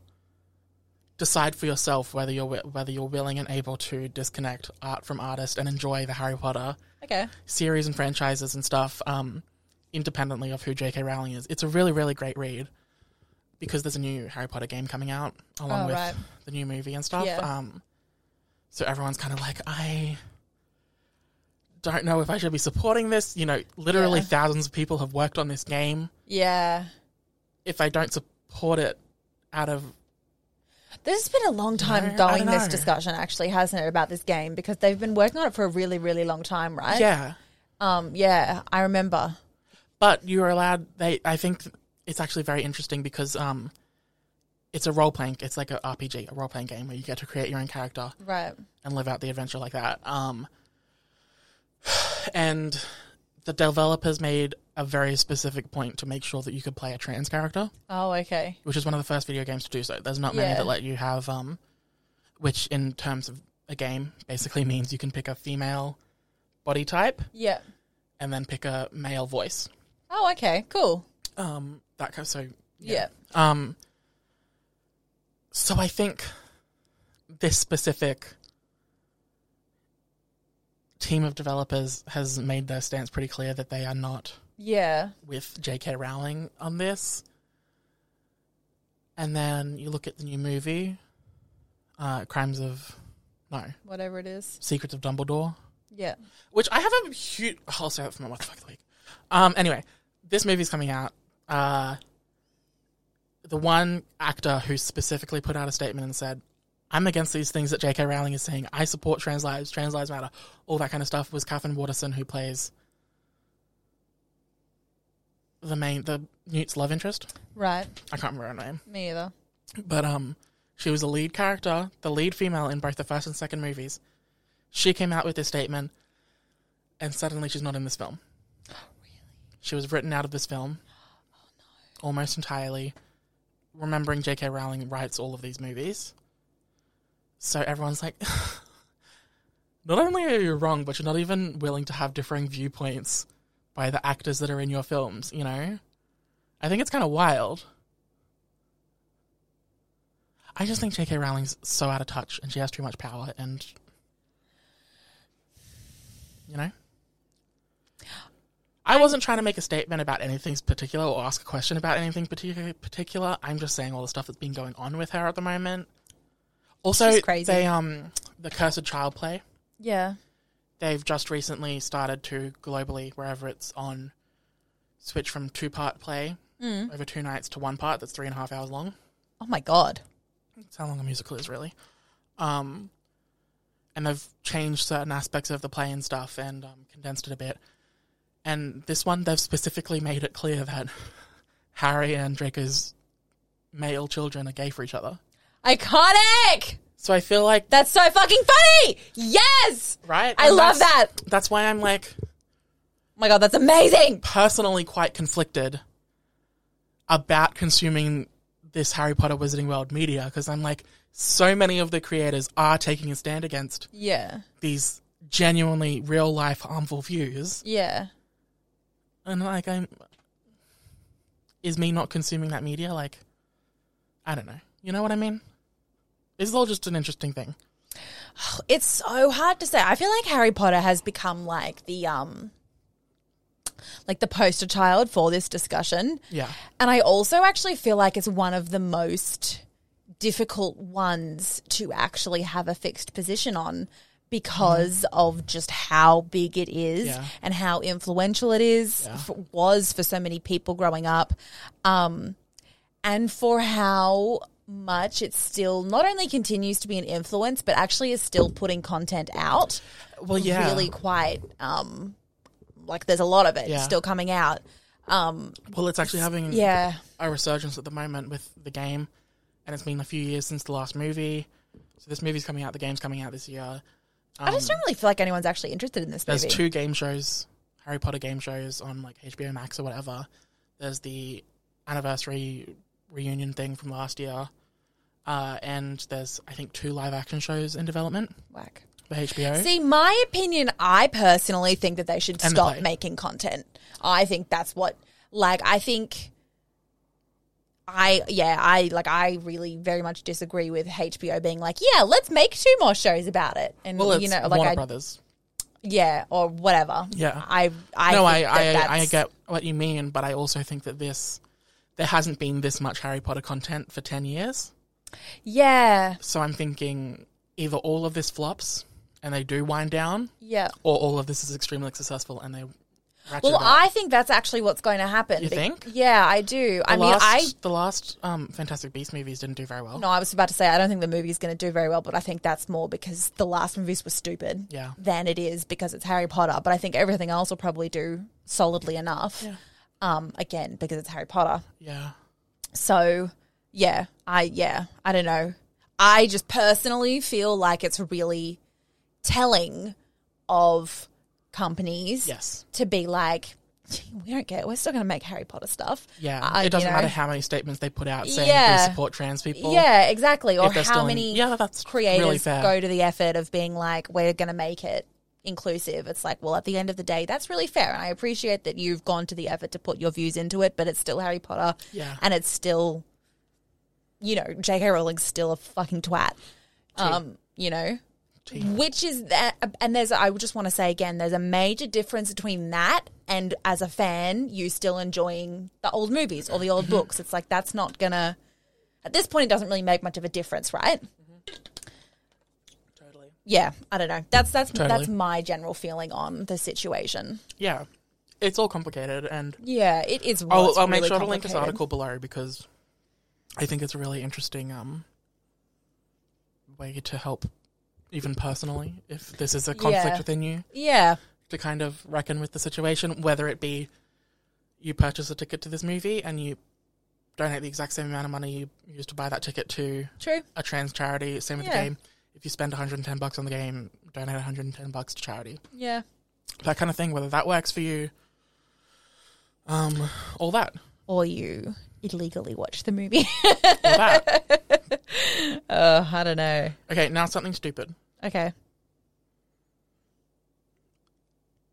Speaker 2: decide for yourself whether you're wi- whether you're willing and able to disconnect art from artist and enjoy the Harry Potter
Speaker 1: Okay.
Speaker 2: series and franchises and stuff um, independently of who J.K. Rowling is. It's a really, really great read because there's a new Harry Potter game coming out along
Speaker 1: Oh,
Speaker 2: with
Speaker 1: right.
Speaker 2: the new movie and stuff.
Speaker 1: Yeah.
Speaker 2: Um, so everyone's kind of like, I don't know if I should be supporting this. You know, literally
Speaker 1: Yeah.
Speaker 2: thousands of people have worked on this game.
Speaker 1: Yeah.
Speaker 2: If I don't support it out of
Speaker 1: This has been a long time
Speaker 2: No, I
Speaker 1: going,
Speaker 2: don't
Speaker 1: this
Speaker 2: know.
Speaker 1: discussion actually, hasn't it, about this game? Because they've been working on it for a really, really long time, right?
Speaker 2: yeah,
Speaker 1: Um, yeah, I remember.
Speaker 2: but you're allowed they i think it's actually very interesting because um it's a role playing it's like a rpg a role playing game where you get to create your own character
Speaker 1: Right.
Speaker 2: and live out the adventure like that um and the developers made a very specific point to make sure that you could play a trans character
Speaker 1: Oh, okay.
Speaker 2: which is one of the first video games to do so there's not many
Speaker 1: Yeah.
Speaker 2: that let you have um which in terms of a game basically means you can pick a female body type
Speaker 1: Yeah.
Speaker 2: and then pick a male voice
Speaker 1: Oh, okay. Cool.
Speaker 2: um that kind of so
Speaker 1: Yeah.
Speaker 2: Um, so I think this specific team of developers has made their stance pretty clear that they are not
Speaker 1: Yeah.
Speaker 2: with J.K. Rowling on this. And then you look at the new movie, uh, Crimes of no
Speaker 1: Whatever it is.
Speaker 2: Secrets of Dumbledore,
Speaker 1: Yeah.
Speaker 2: which I have a huge. oh, I'll say that for my what the fuck of the week. Um, anyway, this movie's coming out. Uh, the one actor who specifically put out a statement and said, "I'm against these things that J.K. Rowling is saying. I support trans lives, trans lives matter, all that kind of stuff." Was Catherine Waterson who plays the main the Newt's love interest?
Speaker 1: Right.
Speaker 2: I can't remember her name,
Speaker 1: Me either.
Speaker 2: but um, she was a lead character, the lead female in both the first and second movies. She came out with this statement, and suddenly she's not in this film. She was written out of this film almost entirely, remembering J.K. Rowling writes all of these movies. So everyone's like, not only are you wrong, but you're not even willing to have differing viewpoints by the actors that are in your films, you know? I think it's kind of wild. I just think J.K. Rowling's so out of touch and she has too much power and. You know? I wasn't trying to make a statement about anything particular or ask a question about anything particular. Particular, I'm just saying all the stuff that's been going on with her at the moment. Also,
Speaker 1: She's crazy.
Speaker 2: they um the cursed child play.
Speaker 1: Yeah.
Speaker 2: They've just recently started to globally wherever it's on switch from two part play
Speaker 1: Mm.
Speaker 2: over two nights to one part that's three and a half hours long.
Speaker 1: Oh my God.
Speaker 2: That's how long a musical is, really. Um, and they've changed certain aspects of the play and stuff and um, condensed it a bit. And this one, they've specifically made it clear that Harry and Draco's male children are gay for each other.
Speaker 1: Iconic.
Speaker 2: So I feel like,
Speaker 1: That's so fucking funny. Yes.
Speaker 2: right?
Speaker 1: I
Speaker 2: And
Speaker 1: love
Speaker 2: that's-
Speaker 1: that.
Speaker 2: That's why I'm like
Speaker 1: Oh my God. That's amazing.
Speaker 2: personally quite conflicted about consuming this Harry Potter Wizarding World media because I'm like, so many of the creators are taking a stand against
Speaker 1: Yeah.
Speaker 2: these genuinely real life harmful views
Speaker 1: Yeah.
Speaker 2: and like i'm is me not consuming that media like i don't know you know what i mean it's all just an interesting thing
Speaker 1: it's so hard to say. I feel like Harry Potter has become like the um like the poster child for this discussion.
Speaker 2: yeah
Speaker 1: And I also actually feel like it's one of the most difficult ones to actually have a fixed position on because of just how big it is
Speaker 2: Mm-hmm. Yeah.
Speaker 1: and how influential it is f- was for so many people growing up um and for how much it still not only continues to be an influence but actually is still putting content out
Speaker 2: well yeah
Speaker 1: really quite um like there's a lot of it
Speaker 2: Yeah.
Speaker 1: still coming out um
Speaker 2: well it's actually having
Speaker 1: yeah
Speaker 2: a resurgence at the moment with the game and it's been a few years since the last movie So this movie's coming out. The game's coming out this year.
Speaker 1: I
Speaker 2: Um,
Speaker 1: just don't really feel like anyone's actually interested in this
Speaker 2: There's
Speaker 1: movie.
Speaker 2: two game shows, Harry Potter game shows on like HBO Max or whatever. There's the anniversary reunion thing from last year, uh, and there's I think two live action shows in development
Speaker 1: Whack.
Speaker 2: for HBO.
Speaker 1: See, my opinion, I personally think that they should
Speaker 2: Eh? And the
Speaker 1: stop
Speaker 2: play.
Speaker 1: making content. I think that's what, like, I think. I yeah I like I really very much disagree with HBO being like yeah let's make two more shows about it and
Speaker 2: well, it's
Speaker 1: you know like
Speaker 2: Warner
Speaker 1: I,
Speaker 2: Brothers.
Speaker 1: yeah or whatever
Speaker 2: Yeah.
Speaker 1: I I
Speaker 2: no, I
Speaker 1: think that
Speaker 2: I, I
Speaker 1: that's-
Speaker 2: get what you mean, but I also think that this there hasn't been this much Harry Potter content for ten years.
Speaker 1: yeah
Speaker 2: So I'm thinking either all of this flops and they do wind down,
Speaker 1: yeah
Speaker 2: or all of this is extremely successful and they. ratchet it
Speaker 1: well
Speaker 2: up.
Speaker 1: I think that's actually what's going to happen
Speaker 2: You
Speaker 1: Be-
Speaker 2: think?
Speaker 1: yeah I do I
Speaker 2: The
Speaker 1: mean
Speaker 2: last,
Speaker 1: I
Speaker 2: the last um, Fantastic Beast movies didn't do very well.
Speaker 1: No, I was about to say I don't think the movie's going to do very well, but I think that's more because the last movies were stupid
Speaker 2: Yeah.
Speaker 1: than it is because it's Harry Potter. But I think everything else will probably do solidly enough. Um, again, because it's Harry Potter.
Speaker 2: Yeah,
Speaker 1: So yeah, I yeah, I don't know. I just personally feel like it's really telling of companies
Speaker 2: yes,
Speaker 1: to be like, we don't care. We're still going to make Harry Potter stuff.
Speaker 2: yeah.
Speaker 1: I-
Speaker 2: it doesn't
Speaker 1: Uh, you know.
Speaker 2: matter how many statements they put out saying we
Speaker 1: Yeah.
Speaker 2: support trans people.
Speaker 1: Yeah, exactly. Or
Speaker 2: they're
Speaker 1: how
Speaker 2: still in-
Speaker 1: many
Speaker 2: Yeah, that's really
Speaker 1: creators
Speaker 2: fair.
Speaker 1: go to the effort of being like, we're going to make it inclusive. It's like, well, at the end of the day, that's really fair. And I appreciate that you've gone to the effort to put your views into it, but it's still Harry Potter.
Speaker 2: Yeah.
Speaker 1: And it's still, you know, J.K. Rowling's still a fucking twat. Um, you know?
Speaker 2: Tea.
Speaker 1: Which is that, and there's, I would just want to say again, there's a major difference between that and as a fan, you still enjoying the old movies or the old books. It's like, that's not gonna, at this point, it doesn't really make much of a difference, right?
Speaker 2: Totally.
Speaker 1: Yeah, I don't know. That's that's
Speaker 2: Totally.
Speaker 1: that's my general feeling on the situation.
Speaker 2: Yeah, it's all complicated, and
Speaker 1: Yeah, it is.
Speaker 2: I'll,
Speaker 1: it's
Speaker 2: I'll make
Speaker 1: really
Speaker 2: sure to link this
Speaker 1: complicated.
Speaker 2: article below because I think it's a really interesting um, way to help, even personally, if this is a conflict
Speaker 1: Yeah.
Speaker 2: within you,
Speaker 1: Yeah,
Speaker 2: to kind of reckon with the situation, whether it be you purchase a ticket to this movie and you donate the exact same amount of money you used to buy that ticket to
Speaker 1: true.
Speaker 2: a trans charity. Same with
Speaker 1: Yeah.
Speaker 2: the game. If you spend 110 bucks on the game, donate 110 bucks to charity.
Speaker 1: Yeah,
Speaker 2: That kind of thing. Whether that works for you, um, all that,
Speaker 1: or you illegally watch the movie.
Speaker 2: all that.
Speaker 1: oh, I don't know.
Speaker 2: okay, now something stupid.
Speaker 1: Okay,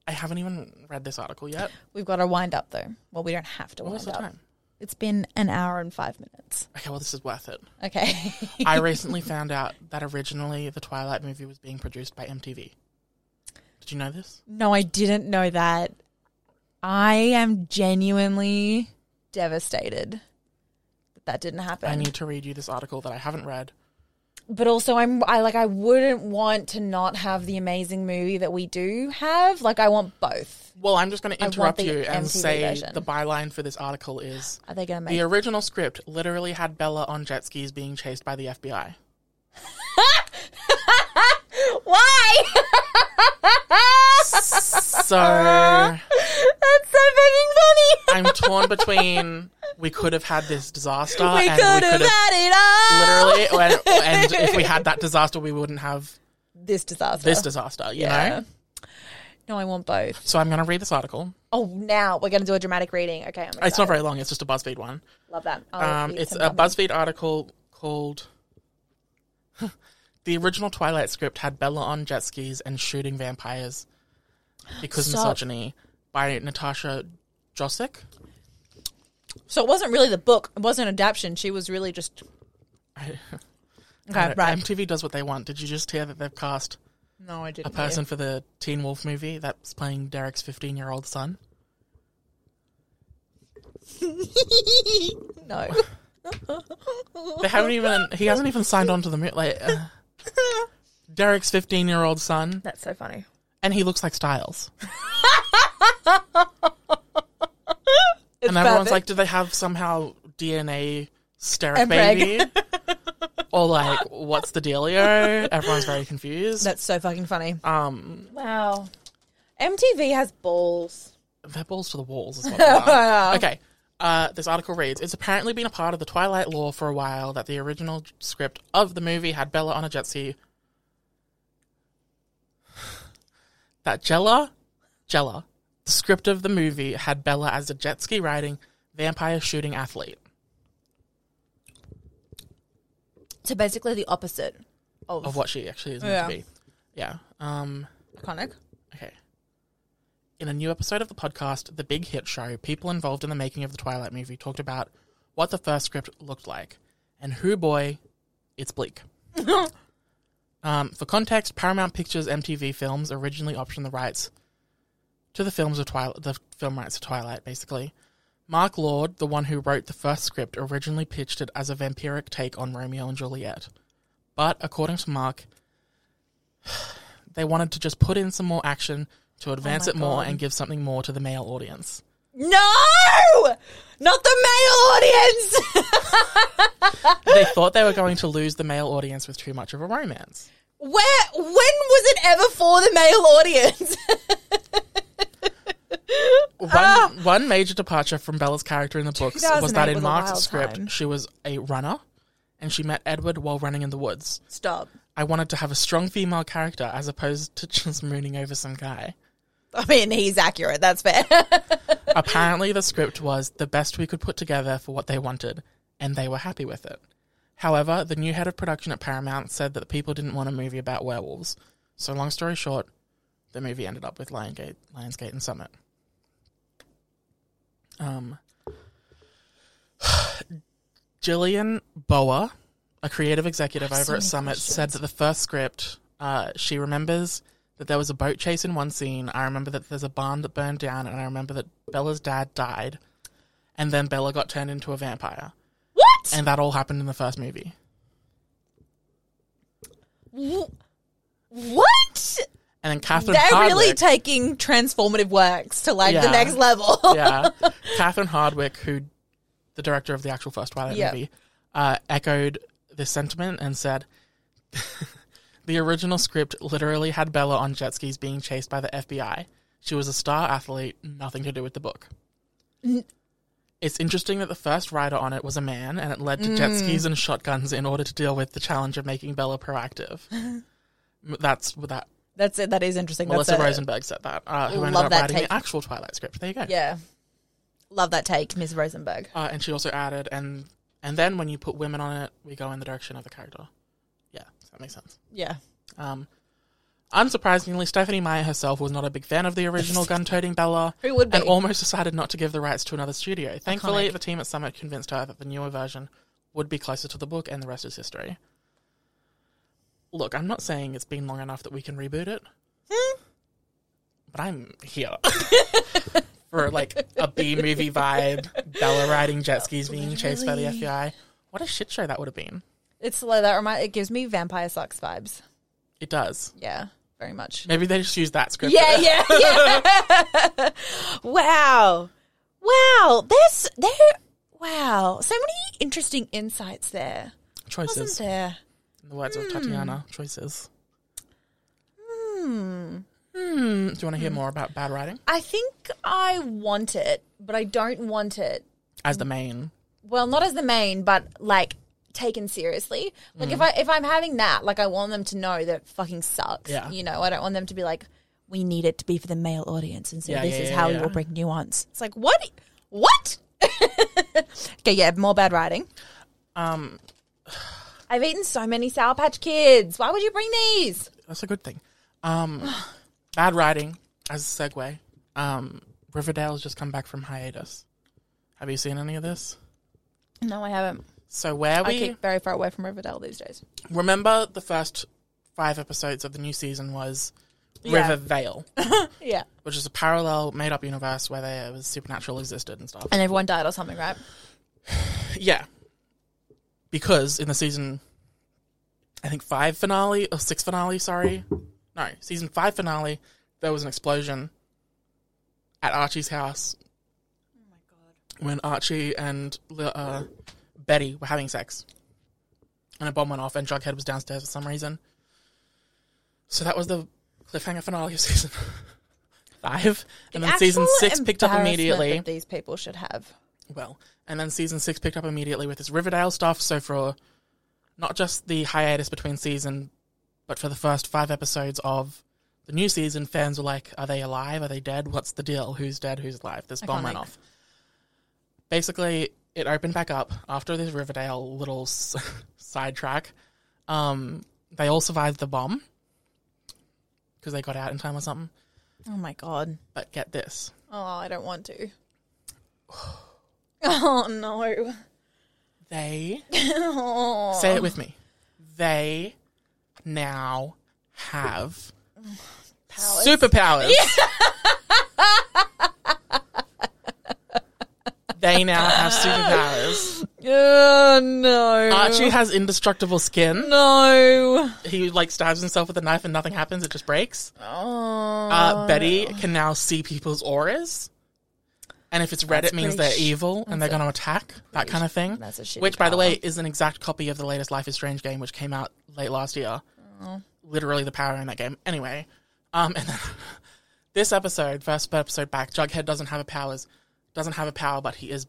Speaker 2: I haven't even read this article yet.
Speaker 1: we've got to wind up though. Well, we don't have to
Speaker 2: What was
Speaker 1: wind
Speaker 2: the
Speaker 1: up.
Speaker 2: time?
Speaker 1: It's been an hour and five minutes.
Speaker 2: Okay, well, this is worth it.
Speaker 1: Okay.
Speaker 2: I recently found out that originally the Twilight movie was being produced by MTV. Did you know this?
Speaker 1: no, I didn't know that. I am genuinely devastated that that didn't happen.
Speaker 2: I need to read you this article that I haven't read.
Speaker 1: but also I'm I like I wouldn't want to not have the amazing movie that we do have. Like I want both.
Speaker 2: Well, I'm just going to
Speaker 1: want
Speaker 2: interrupt
Speaker 1: the
Speaker 2: you and
Speaker 1: MTV
Speaker 2: say
Speaker 1: version.
Speaker 2: the byline for this article is
Speaker 1: Are they gonna make
Speaker 2: The original script literally had Bella on jet skis being chased by the FBI.
Speaker 1: Why?
Speaker 2: So
Speaker 1: That's
Speaker 2: I'm
Speaker 1: so fucking funny.
Speaker 2: torn between we could have had this disaster
Speaker 1: we
Speaker 2: and we
Speaker 1: could have
Speaker 2: could have
Speaker 1: had it all.
Speaker 2: literally, and, and if we had that disaster, we wouldn't have
Speaker 1: This disaster.
Speaker 2: this disaster, you
Speaker 1: Yeah.
Speaker 2: know?
Speaker 1: No, I want both.
Speaker 2: So I'm going to read this article.
Speaker 1: Oh, now we're gonna do a dramatic reading. Okay, I'm excited.
Speaker 2: It's not very long, it's just a BuzzFeed one.
Speaker 1: love that. I'll
Speaker 2: Um,
Speaker 1: eat
Speaker 2: it's
Speaker 1: some
Speaker 2: a
Speaker 1: ramen.
Speaker 2: BuzzFeed article called The Original Twilight Script Had Bella on Jet Skis and Shooting Vampires Because
Speaker 1: Stop.
Speaker 2: Misogyny by Natasha Josick.
Speaker 1: So it wasn't really the book. It wasn't an adaptation. She was really just
Speaker 2: I- I
Speaker 1: okay,
Speaker 2: don't-
Speaker 1: right?
Speaker 2: MTV does what they want. Did you just hear that they've cast
Speaker 1: no, I
Speaker 2: a
Speaker 1: didn't.
Speaker 2: person for the Teen Wolf movie that's playing Derek's 15 year old son?
Speaker 1: no.
Speaker 2: They haven't even, he hasn't even signed on to the movie. Like, uh, Derek's 15 year old son,
Speaker 1: That's so funny.
Speaker 2: and he looks like Styles.
Speaker 1: It's
Speaker 2: and
Speaker 1: perfect.
Speaker 2: everyone's like, do they have somehow DNA steric
Speaker 1: And Greg.
Speaker 2: baby? or like, what's the dealio? Everyone's very confused.
Speaker 1: That's so fucking funny.
Speaker 2: Um,
Speaker 1: Wow. MTV has balls.
Speaker 2: their balls to the walls is what they are. Okay. Uh, this article reads It's apparently been a part of the Twilight lore for a while that the original script of the movie had Bella on a jet ski. that Jella, Jella, the script of the movie had Bella as a jet ski riding, vampire shooting athlete.
Speaker 1: So basically the opposite of,
Speaker 2: of what she actually is meant to
Speaker 1: Yeah.
Speaker 2: be. Yeah. Um,
Speaker 1: iconic.
Speaker 2: okay. In a new episode of the podcast, The Big Hit Show, people involved in the making of the Twilight movie talked about what the first script looked like. And who boy, it's bleak. um, for context, Paramount Pictures MTV Films originally optioned the rights to the films of Twilight, the film rights of Twilight, basically. Mark Lord, the one who wrote the first script, originally pitched it as a vampiric take on Romeo and Juliet. But according to Mark, they wanted to just put in some more action to advance it more and give something more to the male audience.
Speaker 1: No! Not the male audience!
Speaker 2: They thought they were going to lose the male audience with too much of a romance.
Speaker 1: Where, when was it ever for the male audience?
Speaker 2: One,
Speaker 1: Ah!
Speaker 2: one major departure from Bella's character in the books was that
Speaker 1: 2008
Speaker 2: in
Speaker 1: was a wild
Speaker 2: Mark's script,
Speaker 1: time.
Speaker 2: she was a runner and she met Edward while running in the woods.
Speaker 1: Stop.
Speaker 2: I wanted to have a strong female character as opposed to just mooning over some guy.
Speaker 1: I mean, he's accurate, that's fair.
Speaker 2: Apparently, the script was the best we could put together for what they wanted, and they were happy with it. However, the new head of production at Paramount said that the people didn't want a movie about werewolves. So, long story short, the movie ended up with Lionsgate, Lionsgate and Summit. Um, Jillian Boa, a creative executive over at Summit, said that the first script, uh, she remembers that there was a boat chase in one scene. I remember that there's a barn that burned down, and I remember that Bella's dad died, and then Bella got turned into a vampire.
Speaker 1: what?
Speaker 2: And that all happened in the first movie.
Speaker 1: Wh- What?
Speaker 2: And then Catherine
Speaker 1: They're
Speaker 2: Hardwick,
Speaker 1: really taking transformative works to like
Speaker 2: Yeah.
Speaker 1: the next level.
Speaker 2: yeah, Catherine Hardwick, who the director of the actual first Twilight
Speaker 1: Yeah.
Speaker 2: movie, uh, echoed this sentiment and said, "The original script literally had Bella on jet skis being chased by the FBI. She was a star athlete, nothing to do with the book." It's interesting that the first writer on it was a man, and it led to
Speaker 1: Mm.
Speaker 2: jet skis and shotguns in order to deal with the challenge of making Bella proactive. M- That's that
Speaker 1: That's it. That is interesting.
Speaker 2: Melissa
Speaker 1: That's it.
Speaker 2: Rosenberg said that, uh, who ended
Speaker 1: Love
Speaker 2: up
Speaker 1: that
Speaker 2: writing
Speaker 1: take.
Speaker 2: the actual Twilight script. There you go.
Speaker 1: Yeah. Love that take, Ms. Rosenberg.
Speaker 2: Uh, and she also added, and and then when you put women on it, we go in the direction of the character. Yeah, does that makes sense.
Speaker 1: Yeah.
Speaker 2: Um, unsurprisingly, Stephanie Meyer herself was not a big fan of the original gun-toting Bella,
Speaker 1: Who would
Speaker 2: and
Speaker 1: be?
Speaker 2: almost decided not to give the rights to another studio. Thankfully,
Speaker 1: Iconic.
Speaker 2: the team at Summit convinced her that the newer version would be closer to the book, and the rest is history. Look, I'm not saying it's been long enough that we can reboot it,
Speaker 1: Hmm?
Speaker 2: but I'm here. For like a B movie vibe, Bella riding jet skis, being chased by the FBI. What a shit show that would have been.
Speaker 1: It's like that remind it gives me vampire sucks vibes.
Speaker 2: It does.
Speaker 1: Yeah. Very much.
Speaker 2: Maybe they just use that script.
Speaker 1: Yeah, yeah, yeah. wow. Wow. There's there wow. So many interesting insights there. Wasn't
Speaker 2: Choices.
Speaker 1: there?
Speaker 2: In the words of Tatiana, choices. Hmm. Do you want to hear more about bad writing?
Speaker 1: I think I want it, but I don't want it.
Speaker 2: As the main.
Speaker 1: Well, not as the main, but like taken seriously. Like
Speaker 2: Mm.
Speaker 1: if I if I'm having that, like I want them to know that it fucking sucks.
Speaker 2: Yeah.
Speaker 1: You know, I don't want them to be like, we need it to be for the male audience, and so
Speaker 2: Yeah,
Speaker 1: this
Speaker 2: yeah,
Speaker 1: is
Speaker 2: yeah,
Speaker 1: how
Speaker 2: yeah.
Speaker 1: we will bring nuance. It's like what? What? okay, yeah, more bad writing.
Speaker 2: Um,
Speaker 1: I've eaten so many Sour Patch Kids. Why would you bring these?
Speaker 2: that's a good thing. Um, bad writing as a segue. Um, Riverdale's just come back from hiatus. Have you seen any of this?
Speaker 1: No, I haven't.
Speaker 2: So where
Speaker 1: I
Speaker 2: we
Speaker 1: keep very far away from Riverdale these days.
Speaker 2: remember the first five episodes of the new season was
Speaker 1: Yeah.
Speaker 2: Rivervale,
Speaker 1: Yeah,
Speaker 2: which is a parallel made-up universe where there was supernatural existed and stuff.
Speaker 1: and everyone died or something, right?
Speaker 2: Yeah. Because in the season, I think five finale, or six finale, sorry. No, season five finale, there was an explosion at Archie's house. Oh my God. When Archie and uh, Betty were having sex. And a bomb went off, and Jughead was downstairs for some reason. So that was the cliffhanger finale of season five. And then season
Speaker 1: Actual
Speaker 2: six picked up
Speaker 1: embarrassment
Speaker 2: immediately.
Speaker 1: that these people should have.
Speaker 2: well. And then season six picked up immediately with this Riverdale stuff. So for not just the hiatus between season, but for the first five episodes of the new season, fans were like, "Are they alive? Are they dead? What's the deal? Who's dead? Who's alive?" This bomb went
Speaker 1: Iconic.
Speaker 2: off. Basically, it opened back up after this Riverdale little s- sidetrack. Um, they all survived the bomb because they got out in time or something.
Speaker 1: Oh my god.
Speaker 2: But get this.
Speaker 1: Oh, I don't want to. Oh no.
Speaker 2: They
Speaker 1: Oh.
Speaker 2: say it with me. They now have superpowers. they now have superpowers.
Speaker 1: Oh, no.
Speaker 2: Archie has indestructible skin.
Speaker 1: no.
Speaker 2: He like stabs himself with a knife and nothing happens. It just breaks.
Speaker 1: Oh.
Speaker 2: Uh, Betty can now see people's auras. And if it's red,
Speaker 1: That's
Speaker 2: it means they're
Speaker 1: pretty sh-
Speaker 2: evil and they're going to attack, that kind of thing.
Speaker 1: that's a shitty
Speaker 2: Which, by the way,
Speaker 1: power.
Speaker 2: is an exact copy of the latest Life is Strange game, which came out late last year. Literally the power in that game. Anyway, um, and then this episode, first episode back, Jughead doesn't have a powers, doesn't have a power, but he is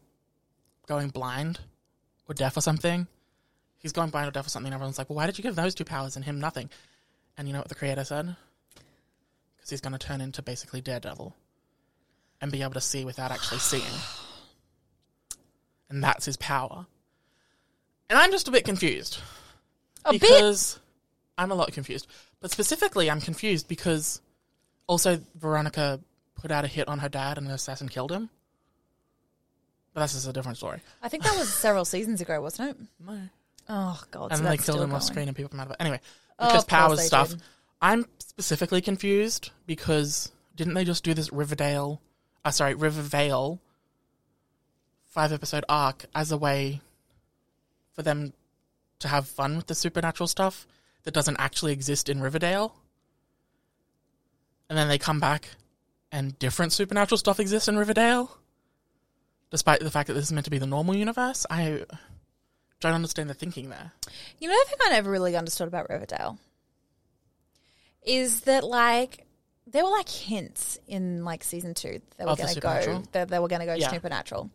Speaker 2: going blind or deaf or something. He's going blind or deaf or something. And everyone's like, well, why did you give those two powers and him nothing? And you know what the creator said? Because he's going to turn into basically Daredevil and be able to see without actually seeing. And that's his power. And I'm just a bit confused.
Speaker 1: a bit.
Speaker 2: because I'm a lot confused. But specifically, I'm confused because also Veronica put out a hit on her dad and an assassin killed him. But that's just a different story.
Speaker 1: I think that was several seasons ago, wasn't it?
Speaker 2: No.
Speaker 1: Oh god. so
Speaker 2: and then they
Speaker 1: that's
Speaker 2: killed
Speaker 1: still
Speaker 2: him off
Speaker 1: going.
Speaker 2: screen and people were mad about it. Anyway,
Speaker 1: Oh,
Speaker 2: because
Speaker 1: of course
Speaker 2: powers
Speaker 1: they
Speaker 2: stuff.
Speaker 1: did.
Speaker 2: I'm specifically confused because didn't they just do this Riverdale, uh, sorry, Rivervale five episode arc as a way for them to have fun with the supernatural stuff that doesn't actually exist in Riverdale? And then they come back and different supernatural stuff exists in Riverdale? Despite the fact that this is meant to be the normal universe, I don't understand the thinking there.
Speaker 1: You know the thing I never really understood about Riverdale is that like there were like hints in like season two that they were
Speaker 2: Of the
Speaker 1: going to go
Speaker 2: supernatural?
Speaker 1: that they were going to go
Speaker 2: Yeah.
Speaker 1: supernatural,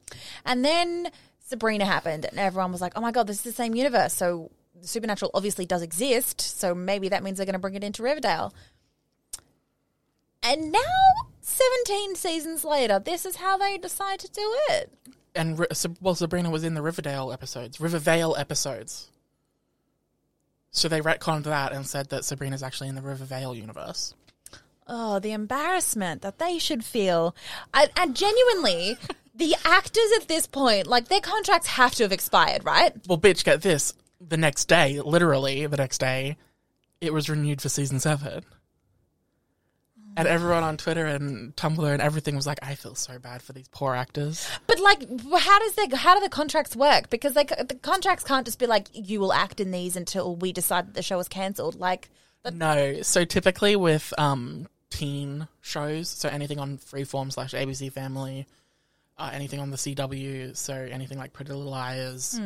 Speaker 1: and then Sabrina happened, and everyone was like, "Oh my god, this is the same universe." So supernatural obviously does exist, so maybe that means they're going to bring it into Riverdale. And now, seventeen seasons later, this is how they decide to do it.
Speaker 2: and Ri- Sab- well, Sabrina was in the Riverdale episodes, Rivervale episodes. So they retconned that and said that Sabrina's actually in the Rivervale universe.
Speaker 1: Oh, the embarrassment that they should feel. And, and genuinely, the actors at this point, like their contracts have to have expired, right?
Speaker 2: Well, bitch, get this. The next day, literally the next day, it was renewed for season seven. And everyone on Twitter and Tumblr and everything was like, I feel so bad for these poor actors.
Speaker 1: But like, how does they, how do the contracts work? Because they, c- the contracts can't just be like, you will act in these until we decide that the show is cancelled. Like, but
Speaker 2: No. So typically with um, teen shows, so anything on Freeform slash ABC Family, uh, anything on the CW, so anything like Pretty Little Liars,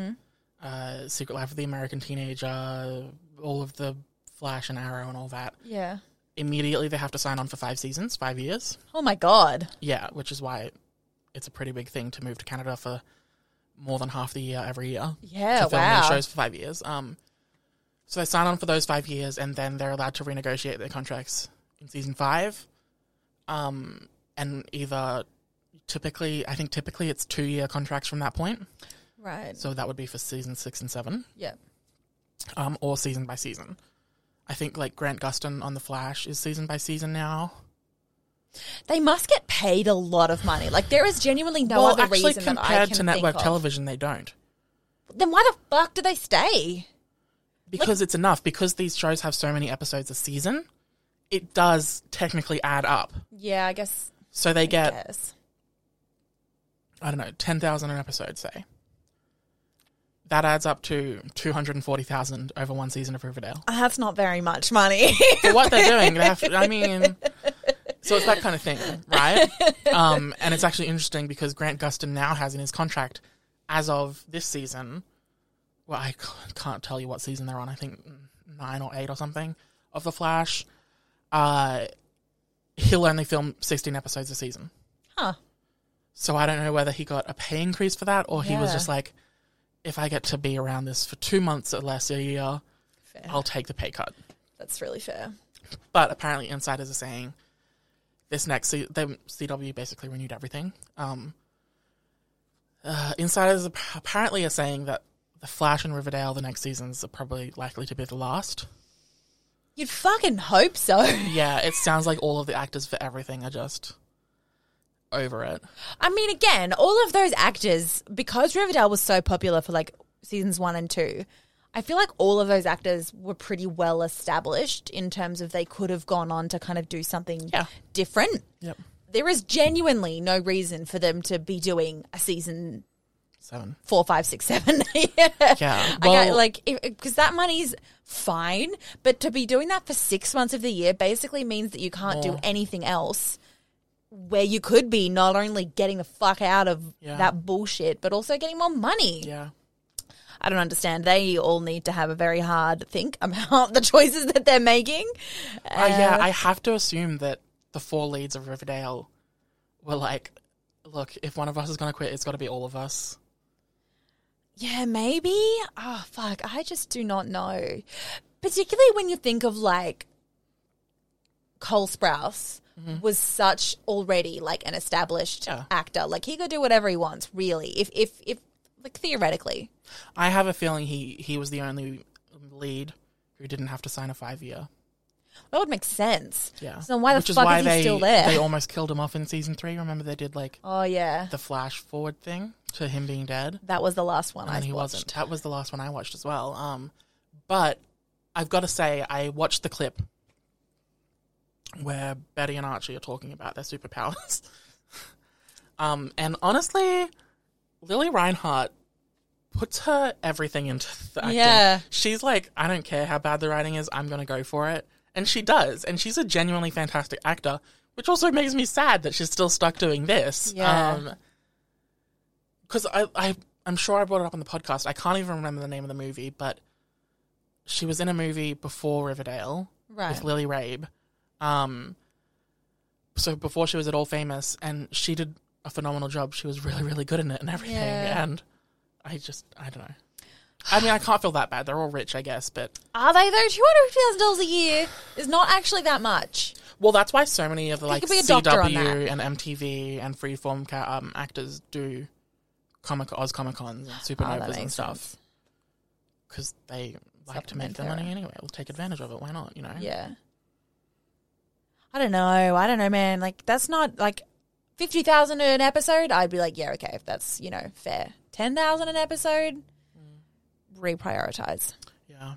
Speaker 2: uh, Secret Life of the American Teenager, all of the Flash and Arrow and all that.
Speaker 1: yeah.
Speaker 2: Immediately they have to sign on for five seasons, five years.
Speaker 1: Oh my god.
Speaker 2: Yeah, which is why it's a pretty big thing to move to Canada for more than half the year every year
Speaker 1: Yeah.
Speaker 2: to film their
Speaker 1: Wow.
Speaker 2: shows for five years. Um, so they sign on for those five years, and then they're allowed to renegotiate their contracts in season five. Um, and either typically, I think typically it's two year contracts from that point.
Speaker 1: Right.
Speaker 2: So that would be for season six and seven,
Speaker 1: yeah.
Speaker 2: um, or season by season. I think like Grant Gustin on The Flash is season by season now.
Speaker 1: They must get paid a lot of money. Like, there is genuinely no
Speaker 2: well,
Speaker 1: other
Speaker 2: actually,
Speaker 1: reason that I
Speaker 2: compared
Speaker 1: can
Speaker 2: to network
Speaker 1: think of.
Speaker 2: television, they don't.
Speaker 1: Then why the fuck do they stay?
Speaker 2: because it's enough because these shows have so many episodes a season it does technically add up
Speaker 1: Yeah, I guess.
Speaker 2: so they get
Speaker 1: Yes.
Speaker 2: i don't know 10,000 an episode say that adds up to 240,000 over one season of Riverdale
Speaker 1: That's not very much money.
Speaker 2: for what they're doing they have to- I mean so it's that kind of thing right um, and it's actually interesting because Grant Gustin now has in his contract as of this season well I c- can't tell you what season they're on I think 9 or 8 or something of The Flash uh, he'll only film 16 episodes a season
Speaker 1: huh.
Speaker 2: So I don't know whether he got a pay increase for that or he was
Speaker 1: Yeah.
Speaker 2: just like, if I get to be around this for two months or less a year, I'll take the pay cut.
Speaker 1: That's really fair.
Speaker 2: But apparently, insiders are saying this next se- them CW basically renewed everything. Um, uh, insiders ap- apparently are saying that the Flash and Riverdale the next seasons are probably likely to be the last.
Speaker 1: You'd fucking hope so.
Speaker 2: Yeah, it sounds like all of the actors for everything are just over it.
Speaker 1: I mean, again, all of those actors, because Riverdale was so popular for like seasons one and two, I feel like all of those actors were pretty well established in terms of they could have gone on to kind of do something
Speaker 2: Yeah.
Speaker 1: different.
Speaker 2: Yep,
Speaker 1: There is genuinely no reason for them to be doing a season
Speaker 2: seven.
Speaker 1: four, five, six, seven. yeah.
Speaker 2: Yeah,
Speaker 1: okay,
Speaker 2: well-
Speaker 1: like because that money's fine, but to be doing that for six months of the year basically means that you can't do
Speaker 2: Yeah.
Speaker 1: anything else. Where you could be not only getting the fuck out of
Speaker 2: Yeah.
Speaker 1: that bullshit, but also getting more money.
Speaker 2: Yeah,
Speaker 1: I don't understand. They all need to have a very hard think about the choices that they're making.
Speaker 2: uh, yeah. I have to assume that the four leads of Riverdale were like, look, if one of us is going to quit, it's got to be all of us.
Speaker 1: Yeah, maybe. Oh, fuck. I just do not know. Particularly when you think of like Cole Sprouse was such already like an established
Speaker 2: Mm-hmm. Yeah.
Speaker 1: actor. Like he could do whatever he wants, really. If, if, if, like theoretically.
Speaker 2: I have a feeling he he was the only lead who didn't have to sign a five year.
Speaker 1: That would make sense.
Speaker 2: Yeah.
Speaker 1: So why the
Speaker 2: Which is
Speaker 1: fuck
Speaker 2: why
Speaker 1: is he
Speaker 2: they,
Speaker 1: still there?
Speaker 2: They almost killed him off in season three. Remember they did like
Speaker 1: oh, yeah.
Speaker 2: the flash forward thing to him being dead,
Speaker 1: That was the last one
Speaker 2: and
Speaker 1: I
Speaker 2: then he
Speaker 1: watched.
Speaker 2: wasn't. That was the last one I watched as well. Um, but I've got to say I watched the clip where Betty and Archie are talking about their superpowers. um, and honestly, Lily Reinhart puts her everything into the acting.
Speaker 1: Yeah.
Speaker 2: She's like, I don't care how bad the writing is, I'm gonna go for it. And she does. And she's a genuinely fantastic actor, which also makes me sad that she's still stuck doing this. Um,
Speaker 1: Yeah.
Speaker 2: because I, I I'm sure I brought it up on the podcast. I can't even remember the name of the movie, but she was in a movie before Riverdale
Speaker 1: Right.
Speaker 2: with Lily Rabe. Um, so before she was at all famous, and she did a phenomenal job. She was really, really good in it and everything.
Speaker 1: Yeah.
Speaker 2: And I just, I don't know. I mean, I can't feel that bad. They're all rich, I guess, but
Speaker 1: Are they though? $250,000 a year is not actually that much.
Speaker 2: well, that's why so many of the like
Speaker 1: could be a doctor on
Speaker 2: CW and MTV and Freeform ca- um, actors do Comic Oz Comic Cons and
Speaker 1: Oh, that
Speaker 2: Supernovas and
Speaker 1: makes
Speaker 2: stuff because they like to make
Speaker 1: Supplement
Speaker 2: their
Speaker 1: their
Speaker 2: money
Speaker 1: own.
Speaker 2: anyway. We'll take advantage of it. Why not? You know?
Speaker 1: Yeah. I don't know. I don't know, man. Like that's not like fifty thousand an episode. I'd be like, yeah, okay, if that's you know fair. Ten thousand an episode. Reprioritize.
Speaker 2: Yeah.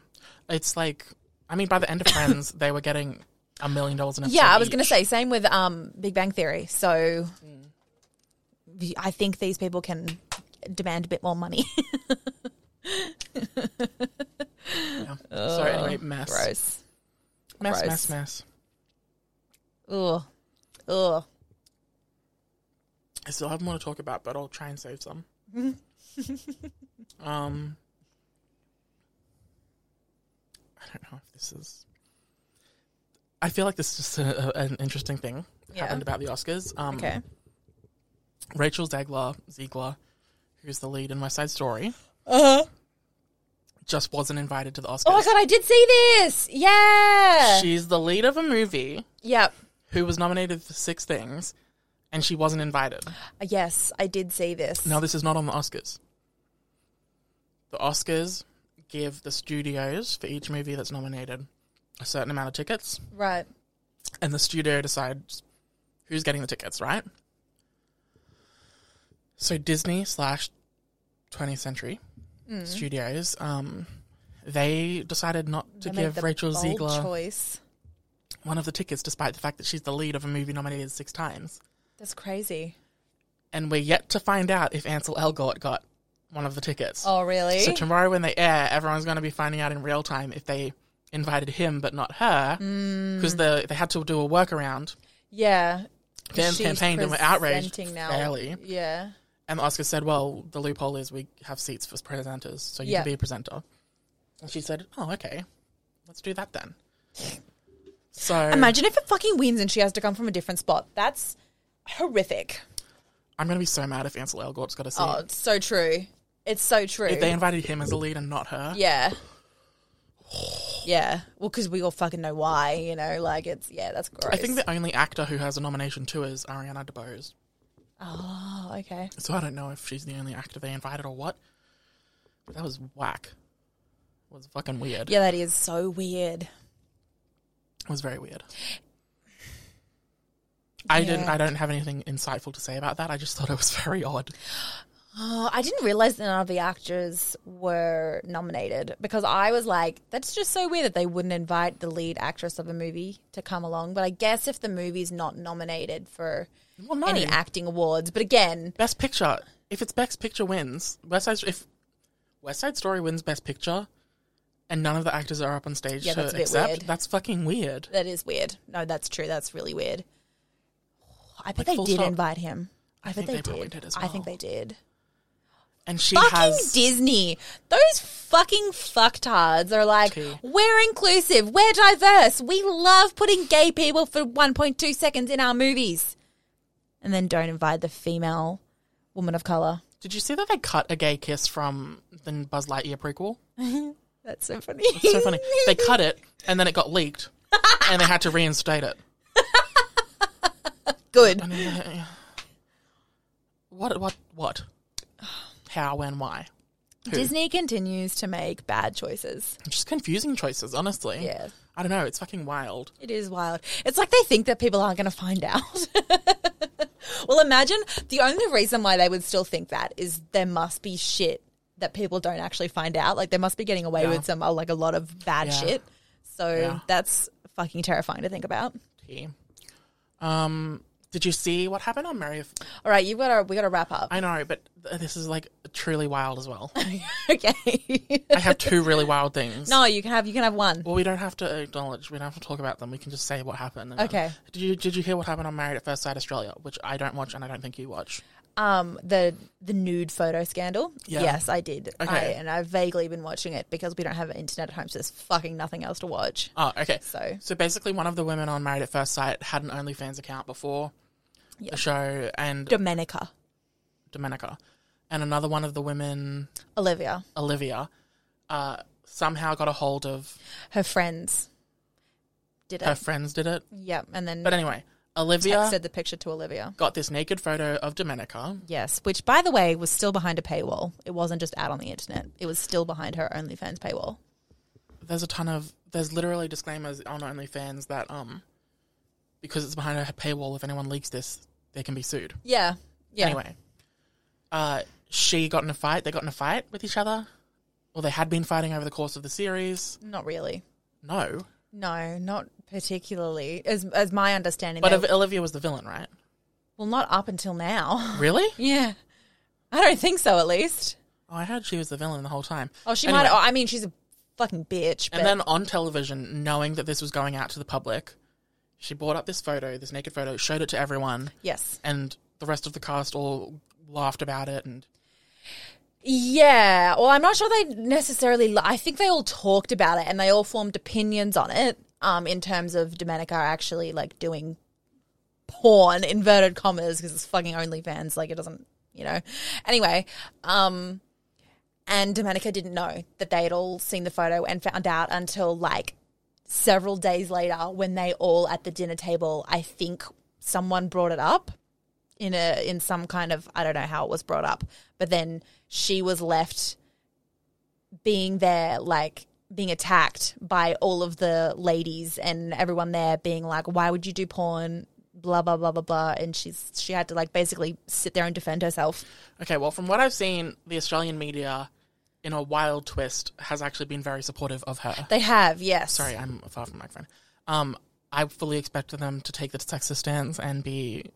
Speaker 2: It's like, I mean, by the end of Friends, they were getting a million dollars an episode.
Speaker 1: Yeah, I was
Speaker 2: each.
Speaker 1: gonna say same with um Big Bang Theory. So the- I think these people can demand a bit more money.
Speaker 2: Yeah. so anyway, mess.
Speaker 1: Gross.
Speaker 2: Mess,
Speaker 1: Gross.
Speaker 2: mess, mess.
Speaker 1: Ugh. Ugh.
Speaker 2: I still have more to talk about, but I'll try and save some. um, I don't know if this is. I feel like this is just a, a- an interesting thing that
Speaker 1: Yeah.
Speaker 2: happened about the Oscars. Um,
Speaker 1: Okay.
Speaker 2: Rachel Zegler, Ziegler, who's the lead in West Side Story,
Speaker 1: Uh-huh.
Speaker 2: just wasn't invited to the Oscars.
Speaker 1: Oh my god, I did see this. Yeah.
Speaker 2: She's the lead of a movie
Speaker 1: yep.
Speaker 2: who was nominated for six things, and she wasn't invited.
Speaker 1: Yes, I did see this.
Speaker 2: Now, this is not on the Oscars. The Oscars give the studios for each movie that's nominated a certain amount of tickets,
Speaker 1: Right.
Speaker 2: and the studio decides who's getting the tickets, right? So Disney slash 20th Century
Speaker 1: Hmm.
Speaker 2: Studios, um, they decided not to
Speaker 1: They made
Speaker 2: give
Speaker 1: the
Speaker 2: Rachel
Speaker 1: bold
Speaker 2: Ziegler
Speaker 1: choice.
Speaker 2: one of the tickets, despite the fact that she's the lead of a movie nominated six times.
Speaker 1: That's crazy.
Speaker 2: And we're yet to find out if Ansel Elgort got one of the tickets.
Speaker 1: Oh, really?
Speaker 2: So tomorrow when they air, everyone's going to be finding out in real time if they invited him but not her
Speaker 1: Hmm.
Speaker 2: because the, they had to do a workaround.
Speaker 1: yeah.
Speaker 2: Fans
Speaker 1: She's
Speaker 2: campaigned and were outraged
Speaker 1: presenting now.
Speaker 2: fairly.
Speaker 1: Yeah.
Speaker 2: And the Oscar said, well, the loophole is we have seats for presenters, so you
Speaker 1: Yeah.
Speaker 2: can be a presenter. And she said, oh, okay, let's do that then. So
Speaker 1: Imagine if it fucking wins and she has to come from a different spot. That's horrific.
Speaker 2: I'm gonna be so mad if Ansel Elgort's got a scene.
Speaker 1: Oh, it's so true. It's so true.
Speaker 2: If they invited him as a lead and not her,
Speaker 1: yeah. Yeah. Well, because we all fucking know why, you know? Like, it's, yeah, that's gross.
Speaker 2: I think the only actor who has a nomination too is Ariana DeBose.
Speaker 1: Oh, okay.
Speaker 2: So I don't know if she's the only actor they invited or what. But that was whack. It was fucking weird.
Speaker 1: Yeah, that is so weird.
Speaker 2: It was very weird. I didn't.
Speaker 1: Yeah.
Speaker 2: I don't have anything insightful to say about that. I just thought it was very odd.
Speaker 1: Oh, I didn't realize that none of the actors were nominated because I was like, that's just so weird that they wouldn't invite the lead actress of a movie to come along. But I guess if the movie's not nominated for
Speaker 2: Well, no.
Speaker 1: any acting awards, but again,
Speaker 2: Best Picture. If it's Best Picture wins, West Side. If West Side Story wins Best Picture, and none of the actors are up on stage
Speaker 1: Yeah,
Speaker 2: to
Speaker 1: that's a bit
Speaker 2: accept,
Speaker 1: weird.
Speaker 2: that's fucking weird.
Speaker 1: that is weird. No, that's true. That's really weird. I bet
Speaker 2: Like,
Speaker 1: they
Speaker 2: full
Speaker 1: did
Speaker 2: stop.
Speaker 1: invite him.
Speaker 2: I
Speaker 1: bet
Speaker 2: think they probably did as
Speaker 1: I think
Speaker 2: well.
Speaker 1: they did.
Speaker 2: And she
Speaker 1: fucking
Speaker 2: has.
Speaker 1: Disney. Those fucking fucktards are like,
Speaker 2: Tea.
Speaker 1: we're inclusive, we're diverse, we love putting gay people for 1.2 seconds in our movies. And then don't invite the female woman of color.
Speaker 2: Did you see that they cut a gay kiss from the Buzz Lightyear prequel?
Speaker 1: That's so funny.
Speaker 2: It's so funny. they cut it, and then it got leaked, and they had to reinstate it.
Speaker 1: Good.
Speaker 2: What? What? What? How? When? Why? Who?
Speaker 1: Disney continues to make bad choices.
Speaker 2: Just confusing choices, honestly.
Speaker 1: Yeah.
Speaker 2: I don't know. It's fucking wild.
Speaker 1: It is wild. It's like they think that people aren't going to find out. well, imagine the only reason why they would still think that is there must be shit that people don't actually find out. Like they must be getting away
Speaker 2: Yeah.
Speaker 1: with some uh, like a lot of bad
Speaker 2: Yeah.
Speaker 1: shit. So
Speaker 2: Yeah.
Speaker 1: that's fucking terrifying to think about.
Speaker 2: Tea. Um. Did you see what happened on Mary? F-
Speaker 1: All right, you've got to we got to wrap up.
Speaker 2: I know, but th- this is like truly wild as well.
Speaker 1: okay.
Speaker 2: I have two really wild things.
Speaker 1: no, you can have you can have one.
Speaker 2: Well, we don't have to acknowledge. We don't have to talk about them. We can just say what happened. and then-
Speaker 1: Okay.
Speaker 2: Did you Did you hear what happened on Married at First Sight Australia, which I don't watch and I don't think you watch?
Speaker 1: Um the the nude photo scandal.
Speaker 2: Yeah.
Speaker 1: Yes, I did.
Speaker 2: Okay.
Speaker 1: I, and I've vaguely been watching it because we don't have internet at home so there's fucking nothing else to watch.
Speaker 2: Oh, okay.
Speaker 1: So-
Speaker 2: so basically, one of the women on Married at First Sight had an OnlyFans account before
Speaker 1: Yeah.
Speaker 2: the show, and
Speaker 1: Domenica.
Speaker 2: Domenica, and another one of the women,
Speaker 1: Olivia,
Speaker 2: Olivia, uh, somehow got a hold of
Speaker 1: her friends did
Speaker 2: her
Speaker 1: it.
Speaker 2: friends did it.
Speaker 1: Yep, and then
Speaker 2: But anyway, Olivia
Speaker 1: Mm. texted the picture to Olivia.
Speaker 2: got this naked photo of Domenica.
Speaker 1: Yes, which by the way was still behind a paywall. It wasn't just out on the internet. It was still behind her OnlyFans paywall.
Speaker 2: There's a ton of there's literally disclaimers on OnlyFans that um because it's behind a paywall, if anyone leaks this, they can be sued.
Speaker 1: Yeah, yeah.
Speaker 2: Anyway, uh, she got in a fight. They got in a fight with each other. Well, they had been fighting over the course of the series.
Speaker 1: not really.
Speaker 2: No,
Speaker 1: No, not particularly. As as my understanding,
Speaker 2: but
Speaker 1: they-
Speaker 2: Ev- Olivia was the villain, right?
Speaker 1: well, not up until now.
Speaker 2: Really?
Speaker 1: yeah, I don't think so. At least,
Speaker 2: Oh, I heard she was the villain the whole time.
Speaker 1: oh, she
Speaker 2: Anyway,
Speaker 1: might. Oh, I mean, she's a fucking bitch. But
Speaker 2: And then on television, knowing that this was going out to the public, she brought up this photo, this naked photo, showed it to everyone,
Speaker 1: yes,
Speaker 2: and the rest of the cast all laughed about it. And
Speaker 1: Yeah. Well, I'm not sure they necessarily. I think they all talked about it and they all formed opinions on it. Um, in terms of Domenica actually like doing porn inverted commas because it's fucking OnlyFans. Like it doesn't, you know. Anyway, um, and Domenica didn't know that they had all seen the photo and found out until like several days later when they all at the dinner table. I think someone brought it up in a in some kind of I don't know how it was brought up, but then she was left being there like being attacked by all of the ladies and everyone there being like, "Why would you do porn?" Blah blah blah blah blah, and she's she had to like basically sit there and defend herself.
Speaker 2: okay, well, from what I've seen, the Australian media, in a wild twist, has actually been very supportive of her.
Speaker 1: They have yes,
Speaker 2: Sorry, I'm far from the microphone. Um, I fully expected them to take the sexist stance and be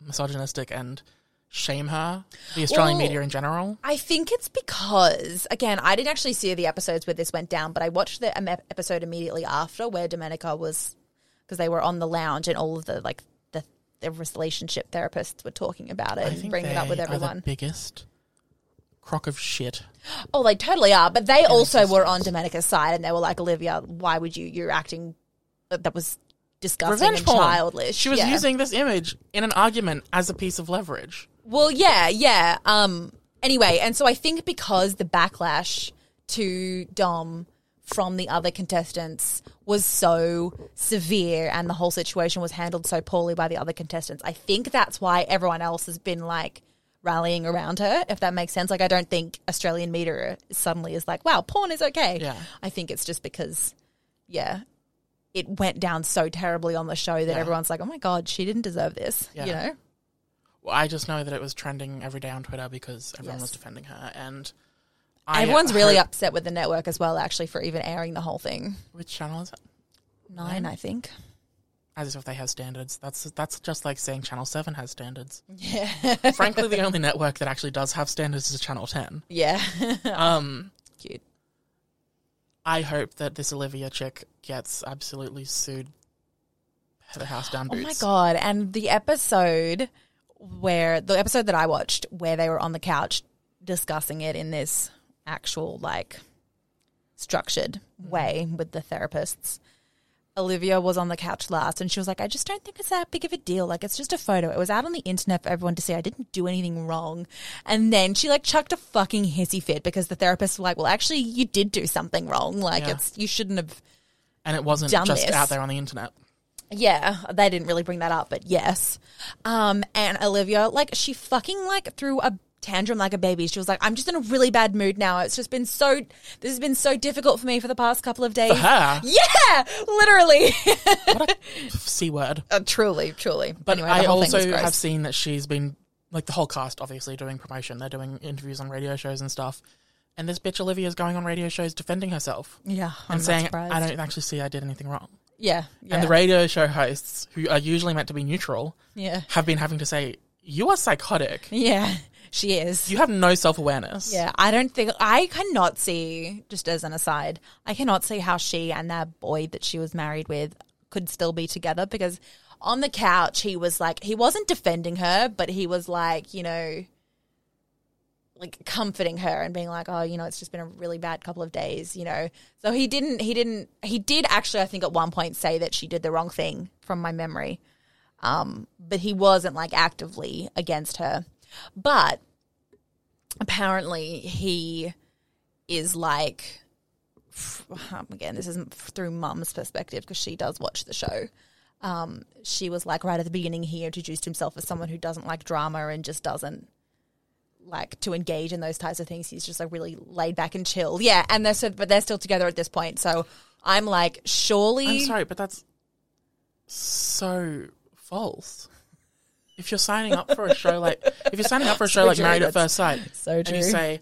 Speaker 2: misogynistic and shame her, the Australian
Speaker 1: Well-
Speaker 2: media in general.
Speaker 1: I think it's because, again, I didn't actually see the episodes where this went down, but I watched the um, ep- episode immediately after where Domenica was, because they were on the lounge and all of the like the, the relationship therapists were talking about it
Speaker 2: I
Speaker 1: and
Speaker 2: think
Speaker 1: bringing it up
Speaker 2: they
Speaker 1: with
Speaker 2: are the
Speaker 1: everyone.
Speaker 2: biggest crock of shit.
Speaker 1: Oh, they totally are, but they also were on Domenica's side and they were like, Olivia, why would you? You're acting uh, that was disgusting
Speaker 2: Revenge
Speaker 1: and
Speaker 2: porn.
Speaker 1: childish.
Speaker 2: She was
Speaker 1: Yeah.
Speaker 2: using this image in an argument as a piece of leverage.
Speaker 1: Well, yeah, yeah. Um. Anyway, and so I think because the backlash to Dom from the other contestants was so severe and the whole situation was handled so poorly by the other contestants, I think that's why everyone else has been like rallying around her, if that makes sense. Like, I don't think Australian media suddenly is like, wow, porn is okay.
Speaker 2: Yeah.
Speaker 1: I think it's just because, yeah, it went down so terribly on the show that everyone's like, oh my God, she didn't deserve this,
Speaker 2: Yeah.
Speaker 1: you know?
Speaker 2: Well, I just know that it was trending every day on Twitter because everyone
Speaker 1: Yes.
Speaker 2: was defending her, and I
Speaker 1: Everyone's really
Speaker 2: hope-
Speaker 1: upset with the network as well, actually, for even airing the whole thing.
Speaker 2: Which channel is it?
Speaker 1: Nine, I think.
Speaker 2: As if they have standards. That's that's just like saying Channel Seven has standards.
Speaker 1: Yeah.
Speaker 2: Frankly, the only network that actually does have standards is Channel Ten.
Speaker 1: yeah.
Speaker 2: Um,
Speaker 1: Cute.
Speaker 2: I hope that this Olivia chick gets absolutely sued. to The house down
Speaker 1: Oh
Speaker 2: boots.
Speaker 1: my God. And the episode where the episode that I watched where they were on the couch discussing it in this actual, like, structured way
Speaker 2: Mm-hmm.
Speaker 1: with the therapists. Olivia was on the couch last and she was like, I just don't think it's that big of a deal. Like, it's just a photo. It was out on the internet for everyone to see. I didn't do anything wrong. And then she like chucked a fucking hissy fit because the therapists were like, Well, actually, you did do something wrong. Like,
Speaker 2: Yeah.
Speaker 1: it's, you shouldn't have
Speaker 2: And it wasn't
Speaker 1: Done
Speaker 2: just
Speaker 1: this.
Speaker 2: out there on the internet.
Speaker 1: yeah, they didn't really bring that up, but yes. Um, and Olivia, like, she fucking like threw a tantrum like a baby. She was like, "I'm just in a really bad mood now. It's just been so. This has been so difficult for me for the past couple of days."
Speaker 2: Her
Speaker 1: Yeah, literally,
Speaker 2: c word.
Speaker 1: Uh, truly, truly.
Speaker 2: But
Speaker 1: anyway,
Speaker 2: I
Speaker 1: the whole thing
Speaker 2: also
Speaker 1: was gross.
Speaker 2: have seen that she's been like the whole cast, obviously doing promotion. They're doing interviews on radio shows and stuff. And this bitch Olivia is going on radio shows defending herself
Speaker 1: Yeah, I'm
Speaker 2: and
Speaker 1: not
Speaker 2: saying,
Speaker 1: surprised.
Speaker 2: "I don't actually see I did anything wrong."
Speaker 1: Yeah, yeah,
Speaker 2: And the radio show hosts, who are usually meant to be neutral,
Speaker 1: yeah,
Speaker 2: have been having to say, "You are psychotic.
Speaker 1: yeah. She is.
Speaker 2: You have no self awareness."
Speaker 1: Yeah, I don't think I cannot see. Just as an aside, I cannot see how she and that boy that she was married with could still be together because on the couch he was like he wasn't defending her, but he was like you know, like comforting her and being like, oh, you know, it's just been a really bad couple of days, you know. So he didn't, he didn't, he did actually, I think at one point say that she did the wrong thing from my memory, um, but he wasn't like actively against her, but apparently he is like um, again this isn't through mum's perspective because she does watch the show um, she was like right at the beginning he introduced himself as someone who doesn't like drama and just doesn't like to engage in those types of things he's just like really laid back and chill yeah and they're so but they're still together at this point so i'm like surely
Speaker 2: I'm sorry, but that's so false. If you're signing up for a show like if you're signing up for a show
Speaker 1: So
Speaker 2: like
Speaker 1: true,
Speaker 2: Married at
Speaker 1: that's
Speaker 2: First Sight,
Speaker 1: so
Speaker 2: and you
Speaker 1: true.
Speaker 2: say,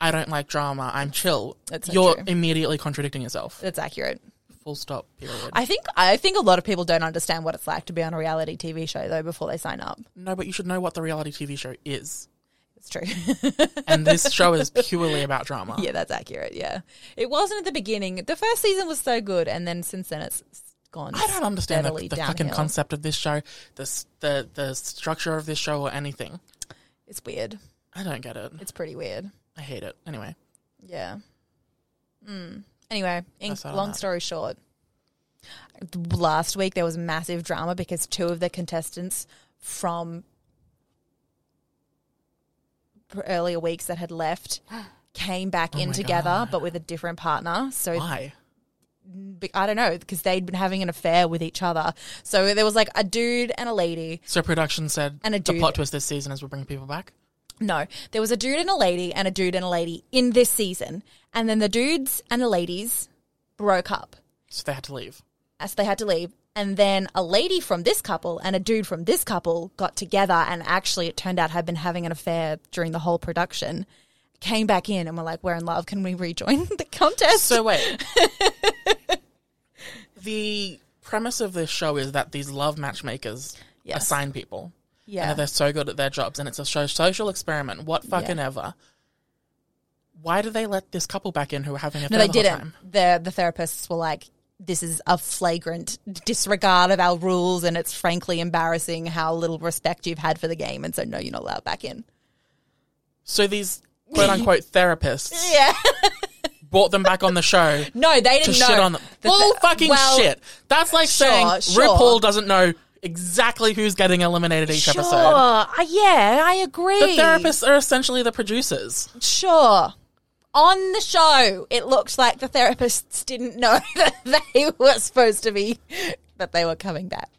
Speaker 2: "I don't like drama, I'm chill,"
Speaker 1: That's so
Speaker 2: you're
Speaker 1: true.
Speaker 2: immediately contradicting yourself.
Speaker 1: that's accurate
Speaker 2: Full stop. Period.
Speaker 1: i think i think a lot of people don't understand what it's like to be on a reality tv show though before they sign up
Speaker 2: no, but you should know what the reality TV show is,
Speaker 1: it's true
Speaker 2: and this show is purely about drama.
Speaker 1: Yeah, that's accurate. Yeah, it wasn't at the beginning. The first season was so good, and then since then it's gone.
Speaker 2: I don't understand the,
Speaker 1: steadily
Speaker 2: the fucking
Speaker 1: downhill.
Speaker 2: concept of this show, the s- the the structure of this show, or anything.
Speaker 1: It's weird.
Speaker 2: I don't get it.
Speaker 1: It's pretty weird.
Speaker 2: I hate it. Anyway,
Speaker 1: Yeah. Mm. Anyway, in,
Speaker 2: That's all on
Speaker 1: long
Speaker 2: that.
Speaker 1: story short, last week there was massive drama because two of the contestants from pr- earlier weeks that had left came back in
Speaker 2: Oh my
Speaker 1: together, but with a different partner. So
Speaker 2: why?
Speaker 1: be- I don't know because they'd been having an affair with each other. So there was like a dude and a lady.
Speaker 2: So production said
Speaker 1: And a
Speaker 2: the
Speaker 1: dude-
Speaker 2: plot twist this season is we're bringing people back.
Speaker 1: No, there was a dude and a lady and a dude and a lady in this season, and then the dudes and the ladies broke up
Speaker 2: So they had to leave.
Speaker 1: as they had to leave. And then a lady from this couple and a dude from this couple got together, and actually, it turned out had been having an affair during the whole production. Came back in and were like, "We're in love. Can we rejoin the contest?"
Speaker 2: So wait. the premise of this show is that these love matchmakers
Speaker 1: Yes.
Speaker 2: assign people. And
Speaker 1: yeah,
Speaker 2: that they're so good at their jobs and it's a show, social experiment. What fucking ever. Why do they let this couple back in who were having a
Speaker 1: No,
Speaker 2: the
Speaker 1: they
Speaker 2: whole
Speaker 1: didn't.
Speaker 2: time?
Speaker 1: The the therapists were like, "This is a flagrant disregard of our rules, and it's frankly embarrassing how little respect you've had for the game." And so, no, you're not allowed back in.
Speaker 2: So these quote unquote therapists
Speaker 1: Yeah,
Speaker 2: brought them back on the show
Speaker 1: no, they
Speaker 2: to
Speaker 1: didn't know.
Speaker 2: shit on them.
Speaker 1: The
Speaker 2: Bull
Speaker 1: the-
Speaker 2: fucking
Speaker 1: well,
Speaker 2: shit. That's like
Speaker 1: sure,
Speaker 2: saying
Speaker 1: sure.
Speaker 2: RuPaul doesn't know exactly who's getting eliminated each
Speaker 1: Sure.
Speaker 2: episode.
Speaker 1: Uh, yeah, I agree.
Speaker 2: The therapists are essentially the producers.
Speaker 1: Sure. On the show, it looked like the therapists didn't know that they were supposed to be, that they were coming back.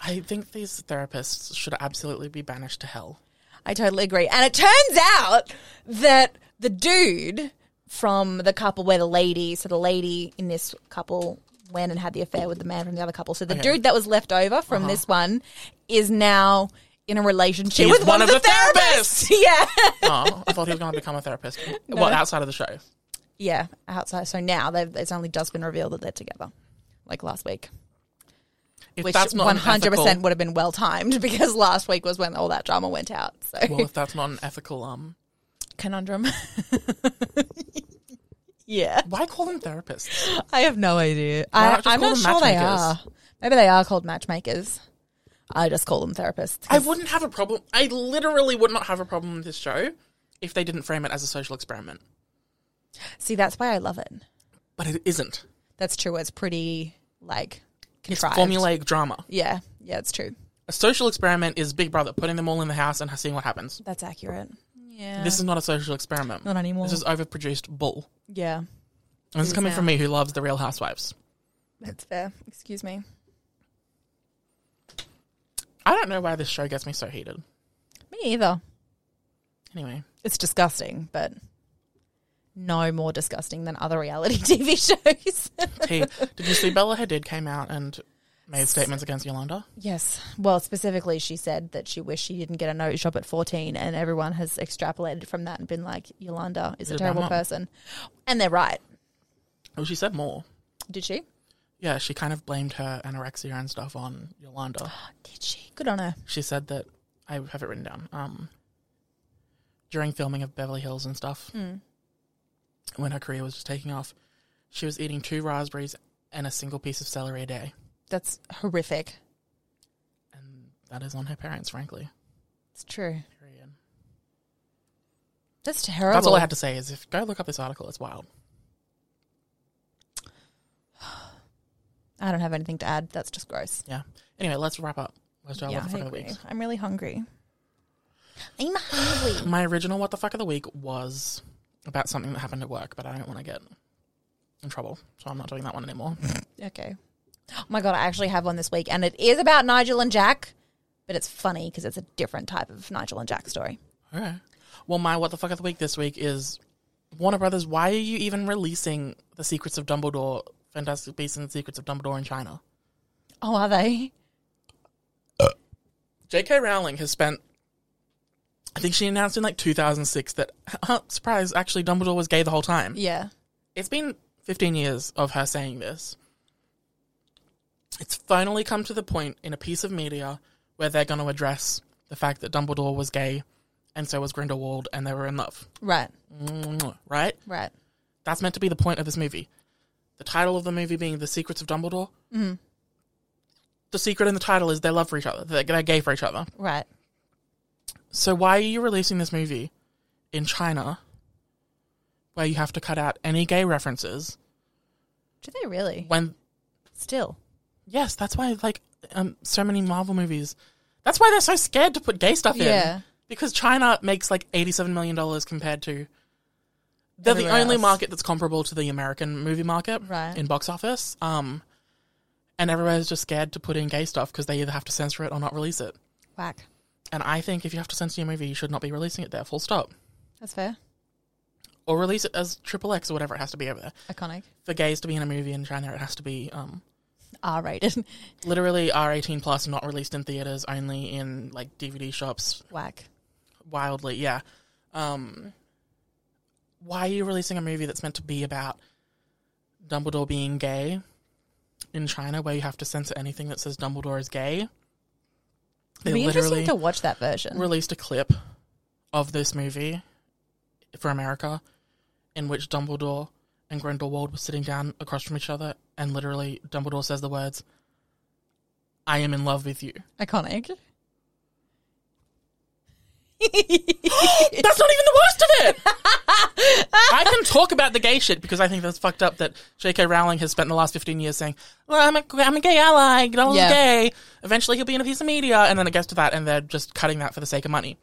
Speaker 2: I think these therapists should absolutely be banished to hell.
Speaker 1: I totally agree. And it turns out that the dude from the couple where the lady, so the lady in this couple went and had the affair with the man from the other couple. So the dude that was left over from this one is now in a relationship
Speaker 2: He's
Speaker 1: with one, of the, therapists. yeah.
Speaker 2: Oh, I thought he was going to become a therapist. Well, outside of the show.
Speaker 1: yeah, outside. So now they've, it's only just been revealed that they're together, like last week.
Speaker 2: If
Speaker 1: which
Speaker 2: that's not
Speaker 1: one hundred percent
Speaker 2: unethical-
Speaker 1: would have been well timed because last week was when all that drama went out. So
Speaker 2: Well, if that's not an ethical, um,
Speaker 1: conundrum. yeah,
Speaker 2: why call them therapists?
Speaker 1: I have no idea.
Speaker 2: Why
Speaker 1: I,
Speaker 2: not just
Speaker 1: I'm
Speaker 2: call
Speaker 1: not
Speaker 2: them
Speaker 1: sure they
Speaker 2: matchmakers?
Speaker 1: are. Maybe they are called matchmakers. I just call them therapists.
Speaker 2: I wouldn't have a problem. I literally would not have a problem with this show if they didn't frame it as a social experiment.
Speaker 1: See, that's why I love it.
Speaker 2: But it isn't.
Speaker 1: That's true. It's pretty like
Speaker 2: It's
Speaker 1: contrived.
Speaker 2: formulaic drama.
Speaker 1: Yeah, yeah, it's true.
Speaker 2: A social experiment is Big Brother putting them all in the house and seeing what happens.
Speaker 1: That's accurate. Yeah.
Speaker 2: This is not a social experiment.
Speaker 1: Not anymore.
Speaker 2: This is overproduced bull.
Speaker 1: yeah,
Speaker 2: And this is coming
Speaker 1: now.
Speaker 2: from me, who loves the Real Housewives.
Speaker 1: that's fair. Excuse me.
Speaker 2: I don't know why this show gets me so heated.
Speaker 1: Me either.
Speaker 2: Anyway,
Speaker 1: it's disgusting, but no more disgusting than other reality TV shows.
Speaker 2: T, did you see Bella Hadid came out and made statements against Yolanda?
Speaker 1: yes. Well, specifically, she said that she wished she didn't get a nose job at 14, and everyone has extrapolated from that and been like, Yolanda is
Speaker 2: You're
Speaker 1: a
Speaker 2: a bad
Speaker 1: terrible
Speaker 2: mum.
Speaker 1: person. And they're right.
Speaker 2: Well, she said more.
Speaker 1: Did she?
Speaker 2: Yeah, she kind of blamed her anorexia and stuff on Yolanda.
Speaker 1: Did she? Good on her.
Speaker 2: She said that I have it written down. Um, during filming of Beverly Hills and stuff,
Speaker 1: Hmm.
Speaker 2: when her career was just taking off, she was eating two raspberries and a single piece of celery a day,
Speaker 1: That's horrific.
Speaker 2: and that is on her parents, frankly.
Speaker 1: It's true.
Speaker 2: Period.
Speaker 1: That's terrible.
Speaker 2: That's all I have to say. Is if go look up this article, it's wild.
Speaker 1: I don't have anything to add. That's just gross.
Speaker 2: Yeah. Anyway, let's wrap up. Let's do our
Speaker 1: yeah,
Speaker 2: what the
Speaker 1: I
Speaker 2: fuck of the
Speaker 1: agree.
Speaker 2: week.
Speaker 1: I'm really hungry. I'm hungry.
Speaker 2: My original what the fuck of the week was about something that happened at work, but I don't want to get in trouble, so I'm not doing that one anymore.
Speaker 1: Okay. Oh my god, I actually have one this week, and it is about Nigel and Jack, but it's funny because it's a different type of Nigel and Jack story.
Speaker 2: Okay. Well, my what the fuck of the week this week is Warner Brothers. Why are you even releasing the Secrets of Dumbledore, Fantastic Beasts and the Secrets of Dumbledore in China?
Speaker 1: Oh, are they?
Speaker 2: J.K. Rowling has spent. I think she announced in like 2006 that surprise, actually Dumbledore was gay the whole time.
Speaker 1: Yeah.
Speaker 2: It's been 15 years of her saying this. It's finally come to the point in a piece of media where they're going to address the fact that Dumbledore was gay and so was Grindelwald and they were in love.
Speaker 1: Right.
Speaker 2: Mwah, Right?
Speaker 1: Right.
Speaker 2: That's meant to be the point of this movie. The title of the movie being The Secrets of Dumbledore. Mm-hmm. The secret in the title is their love for each other. They're, they're gay for each other.
Speaker 1: Right.
Speaker 2: So why are you releasing this movie in China where you have to cut out any gay references
Speaker 1: Do they really?
Speaker 2: when
Speaker 1: Still.
Speaker 2: Yes, that's why like um so many Marvel movies. That's why they're so scared to put gay stuff in.
Speaker 1: Yeah.
Speaker 2: Because China makes like eighty seven million dollars compared to they're the
Speaker 1: Everywhere
Speaker 2: only
Speaker 1: else.
Speaker 2: market that's comparable to the American movie market
Speaker 1: Right.
Speaker 2: in box office. Um and everybody's just scared to put in gay stuff because they either have to censor it or not release it.
Speaker 1: Whack.
Speaker 2: And I think if you have to censor your movie, you should not be releasing it there, full stop.
Speaker 1: That's fair.
Speaker 2: Or release it as triple X or whatever it has to be over there.
Speaker 1: Iconic.
Speaker 2: For gays to be in a movie in China, it has to be um,
Speaker 1: R rated.
Speaker 2: literally R eighteen plus, not released in theaters, only in like DVD shops.
Speaker 1: Whack.
Speaker 2: Wildly, yeah. Um, why are you releasing a movie that's meant to be about Dumbledore being gay in China, where you have to censor anything that says Dumbledore is gay? They
Speaker 1: It'd be
Speaker 2: literally
Speaker 1: interesting to watch that version.
Speaker 2: released a clip of this movie for America, in which Dumbledore and Grindelwald were sitting down across from each other, and literally Dumbledore says the words, "I am in love with you."
Speaker 1: Iconic.
Speaker 2: That's not even the worst of it. I can talk about the gay shit because I think that's fucked up that J.K. Rowling has spent the last 15 years saying, well, I'm, a, I'm a gay ally, get all
Speaker 1: Yeah.
Speaker 2: gay. Eventually he'll be in a piece of media. And then it gets to that and they're just cutting that for the sake of money.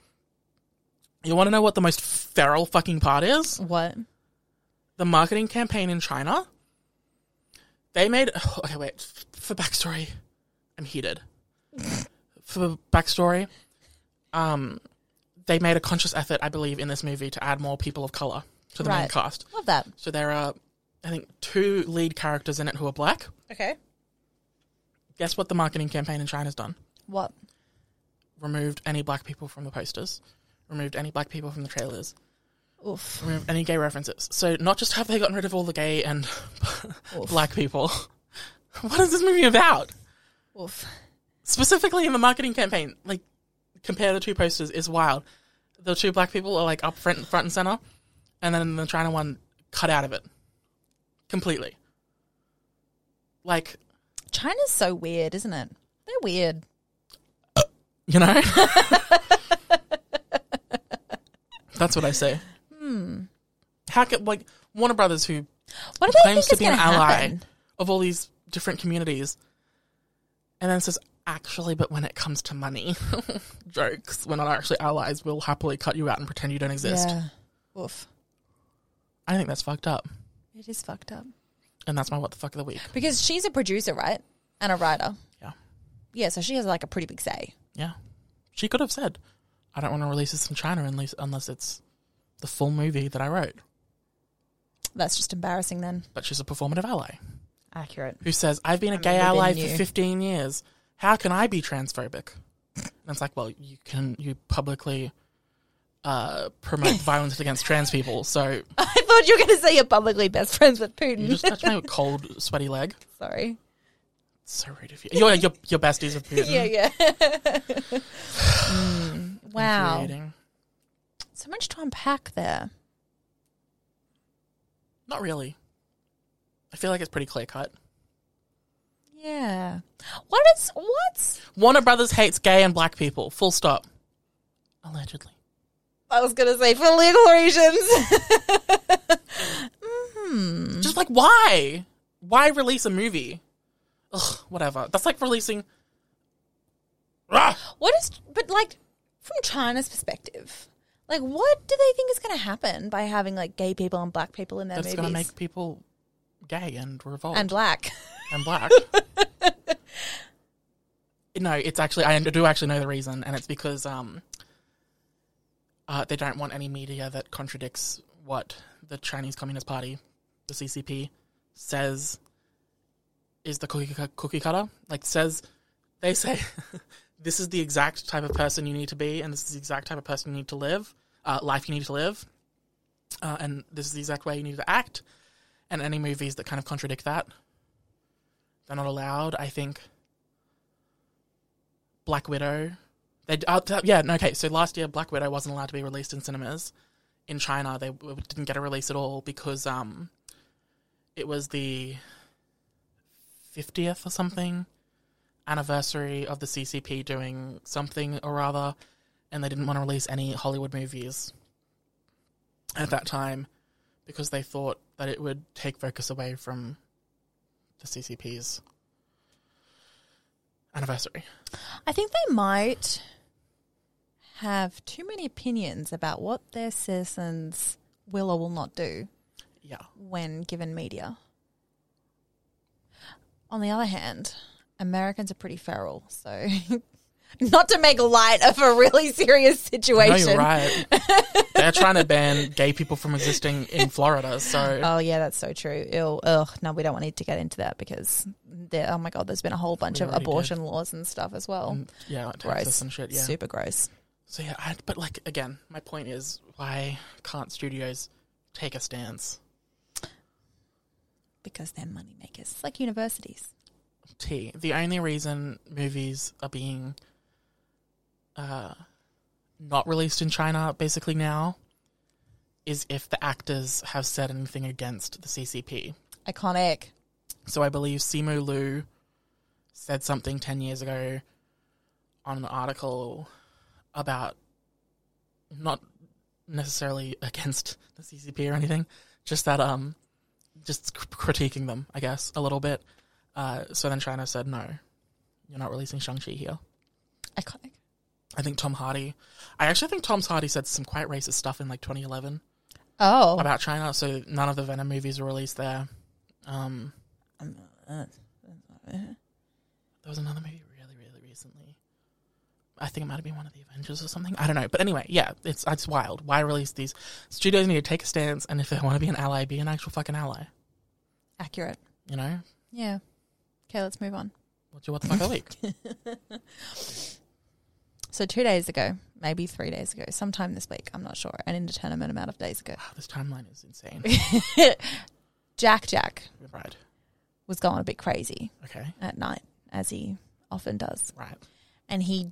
Speaker 2: You want to know what the most feral fucking part is?
Speaker 1: What?
Speaker 2: the marketing campaign in China, they made. Okay, wait. f- For backstory, I'm heated. For backstory, um, they made a conscious effort, I believe, in this movie to add more people of color to the main
Speaker 1: Right.
Speaker 2: cast.
Speaker 1: Love that.
Speaker 2: So there are, I think, two lead characters in it who are black.
Speaker 1: Okay.
Speaker 2: Guess what the marketing campaign in China's done?
Speaker 1: What?
Speaker 2: Removed any black people from the posters. Removed any black people from the trailers.
Speaker 1: Oof.
Speaker 2: remove any gay references. So not just have they gotten rid of all the gay and black people. What is this movie about?
Speaker 1: Oof.
Speaker 2: Specifically in the marketing campaign, like compare the two posters is wild. The two black people are like up front, front and center, and then the China one cut out of it completely. Like
Speaker 1: China's so weird, isn't it? They're weird.
Speaker 2: you know, that's what I say. Hmm. How could like Warner Brothers who
Speaker 1: What do they think
Speaker 2: claims to
Speaker 1: is
Speaker 2: be an
Speaker 1: going to
Speaker 2: ally
Speaker 1: happen?
Speaker 2: of all these different communities, and then says, "Actually, but when it comes to money, jokes, we're not actually allies. We'll happily cut you out and pretend you don't exist."
Speaker 1: Yeah. Oof.
Speaker 2: I think that's fucked up,
Speaker 1: It is fucked up.
Speaker 2: and that's my what the fuck of the week.
Speaker 1: Because she's a producer, right? And a writer.
Speaker 2: Yeah,
Speaker 1: Yeah, so she has like a pretty big say.
Speaker 2: yeah. She could have said, "I don't want to release this in China unless unless it's the full movie that I wrote."
Speaker 1: That's just embarrassing then.
Speaker 2: But she's a performative ally
Speaker 1: Accurate.
Speaker 2: who says, "I've been a
Speaker 1: I'm
Speaker 2: gay
Speaker 1: older than
Speaker 2: ally
Speaker 1: you."
Speaker 2: for 15 years. How can I be transphobic?" And it's like, well, you can you publicly uh, promote violence against trans people, so
Speaker 1: I thought you were going to say you're publicly best friends with Putin.
Speaker 2: you just touch my cold, sweaty leg.
Speaker 1: Sorry.
Speaker 2: So rude of you. You're your your besties with Putin.
Speaker 1: Yeah, yeah. Mm, wow.
Speaker 2: Infuriating.
Speaker 1: So much to unpack there.
Speaker 2: Not really. I feel like it's pretty clear cut.
Speaker 1: Yeah. What is what?
Speaker 2: Warner Brothers hates gay and black people. Full stop. Allegedly.
Speaker 1: I was gonna say for legal reasons.
Speaker 2: Mm-hmm. Just like why? Why release a movie? Ugh, whatever. That's like releasing. "Ah, Rah!
Speaker 1: what is but like from China's perspective, like what do they think is gonna happen by having like gay people and black people in their
Speaker 2: That's
Speaker 1: movies
Speaker 2: gonna make people gay and revolt
Speaker 1: and
Speaker 2: and,
Speaker 1: black?
Speaker 2: black. no, it's actually I do actually know the reason, and it's because um, uh, they don't want any media that contradicts what the Chinese Communist Party, the CCP, says is the cookie cu- cookie cutter. Like says they say this is the exact type of person you need to be, and this is the exact type of person you need to live, uh, life you need to live, uh, and this is the exact way you need to act. And any movies that kind of contradict that, they're not allowed. I think Black Widow. They d- uh, th- yeah no, okay. So last year Black Widow wasn't allowed to be released in cinemas. In China, they w- didn't get a release at all because um, it was the fiftieth or something anniversary of the CCP doing something or other, and they didn't want to release any Hollywood movies at that time because they thought that it would take focus away from the CCP's anniversary.
Speaker 1: I think they might have too many opinions about what their citizens will or will not do
Speaker 2: Yeah.
Speaker 1: when given media. On the other hand, Americans are pretty feral, so not to make light of a really serious
Speaker 2: No,
Speaker 1: situation.
Speaker 2: you're right. They're trying to ban gay people from existing in Florida, so
Speaker 1: Oh yeah, that's so true. Ew, ugh, no, we don't want to get into that because there. Oh my god, there's been a whole bunch
Speaker 2: We
Speaker 1: of
Speaker 2: already
Speaker 1: abortion laws and stuff as well.
Speaker 2: and, yeah, like Texas
Speaker 1: gross,
Speaker 2: Mm, and shit. Yeah.
Speaker 1: super gross.
Speaker 2: So yeah, I, but like again, my point is why can't studios take a stance?
Speaker 1: Because they're moneymakers, It's like universities.
Speaker 2: T. The only reason movies are being uh, not released in China basically now is if the actors have said anything against the CCP.
Speaker 1: Iconic.
Speaker 2: So I believe Simu Liu said something 10 years ago on an article about not necessarily against the CCP or anything. just that um, just c- critiquing them, I guess, a little bit. Uh, so then China said, "No, you're not releasing Shang Chi here."
Speaker 1: Iconic.
Speaker 2: I think Tom Hardy. I actually think Tom Hardy said some quite racist stuff in like 2011
Speaker 1: Oh.
Speaker 2: about China. So none of the Venom movies were released there. Um, there was another movie really, really recently. I think it might have been one of the Avengers or something. I don't know. But anyway, yeah, it's it's wild. Why release these? Studios need to take a stance, and if they want to be an ally, be an actual fucking ally.
Speaker 1: Accurate.
Speaker 2: You know,
Speaker 1: Yeah. Okay, let's move on.
Speaker 2: what's your what the fuck a week?
Speaker 1: So two days ago, maybe three days ago, sometime this week, I'm not sure, an indeterminate amount of days ago,
Speaker 2: Wow, this timeline is insane.
Speaker 1: Jack Jack
Speaker 2: right.
Speaker 1: was going a bit crazy
Speaker 2: Okay.
Speaker 1: at night, as he often does,
Speaker 2: Right.
Speaker 1: and he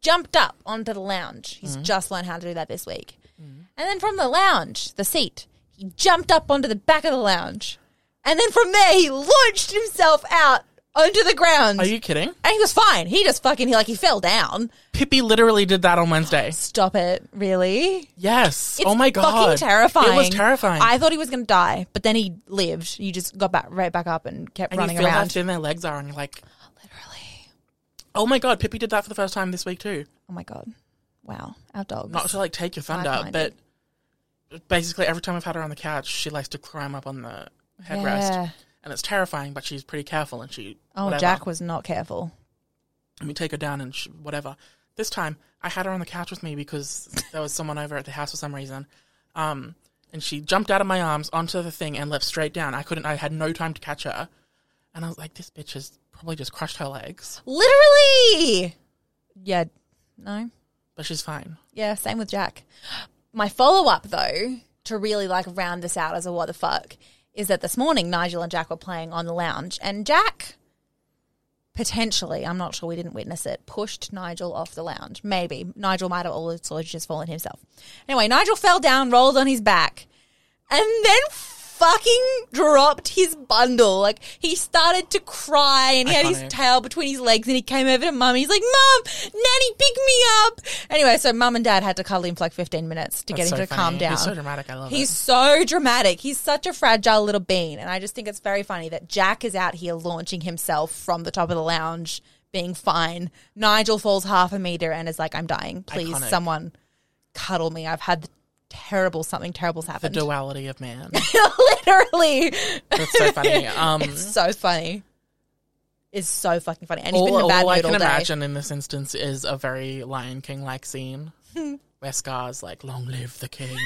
Speaker 1: jumped up onto the lounge. He's
Speaker 2: Mm.
Speaker 1: just learned how to do that this week, and then from the lounge, the seat, he jumped up onto the back of the lounge, and then from there, he launched himself out onto the ground.
Speaker 2: Are you kidding?
Speaker 1: and he was fine. He just fucking he like he fell down.
Speaker 2: Pippi literally did that on Wednesday.
Speaker 1: Stop it, really?
Speaker 2: Yes.
Speaker 1: It's
Speaker 2: oh my god.
Speaker 1: fucking terrifying.
Speaker 2: It was terrifying.
Speaker 1: I thought he was going to die, but then he lived. You just got back right back up and kept
Speaker 2: and
Speaker 1: running
Speaker 2: you feel how
Speaker 1: around.
Speaker 2: thin their legs are, and you're like,
Speaker 1: Literally.
Speaker 2: oh my god, Pippi did that for the first time this week too.
Speaker 1: Oh my god. Wow. Our dogs.
Speaker 2: Not to like take your thunder, but
Speaker 1: Like-minded.
Speaker 2: basically every time I've had her on the couch, she likes to climb up on the headrest,
Speaker 1: Yeah.
Speaker 2: and it's terrifying. But she's pretty careful, and she
Speaker 1: Oh,
Speaker 2: whatever.
Speaker 1: Jack was not careful.
Speaker 2: and we take her down and sh- whatever. This time, I had her on the couch with me because there was someone over at the house for some reason. Um, and she jumped out of my arms onto the thing and leapt straight down. I couldn't, I had no time to catch her. And I was like, this bitch has probably just crushed her legs,
Speaker 1: Literally. Yeah. No.
Speaker 2: but she's fine.
Speaker 1: Yeah, same with Jack. My follow up though, to really like round this out as a what the fuck, is that this morning Nigel and Jack were playing on the lounge and Jack potentially, I'm not sure we didn't witness it, pushed Nigel off the lounge. Maybe. Nigel might have also just fallen himself. Anyway, Nigel fell down, rolled on his back, and then fucking dropped his bundle. Like he started to cry and he had his
Speaker 2: Iconic.
Speaker 1: tail between his legs and he came over to mum. He's like, Mum, Nanny, pick me up. Anyway, so mum and dad had to cuddle him for like 15 minutes to
Speaker 2: That's
Speaker 1: get him
Speaker 2: so
Speaker 1: to calm
Speaker 2: funny.
Speaker 1: down.
Speaker 2: He's so dramatic. I love
Speaker 1: He's
Speaker 2: it.
Speaker 1: so dramatic. He's such a fragile little bean. And I just think it's very funny that Jack is out here launching himself from the top of the lounge, being fine. Nigel falls half a meter and is like, I'm dying. Please,
Speaker 2: Iconic.
Speaker 1: someone cuddle me. I've had terrible, something terrible's
Speaker 2: The
Speaker 1: happened.
Speaker 2: duality of man.
Speaker 1: Literally.
Speaker 2: That's so funny. Um,
Speaker 1: It's so funny. It's so fucking funny. And he's been
Speaker 2: all
Speaker 1: in a bad
Speaker 2: all I
Speaker 1: mood
Speaker 2: can
Speaker 1: all day.
Speaker 2: imagine in this instance is a very Lion King like scene where Scar's like, long live the king,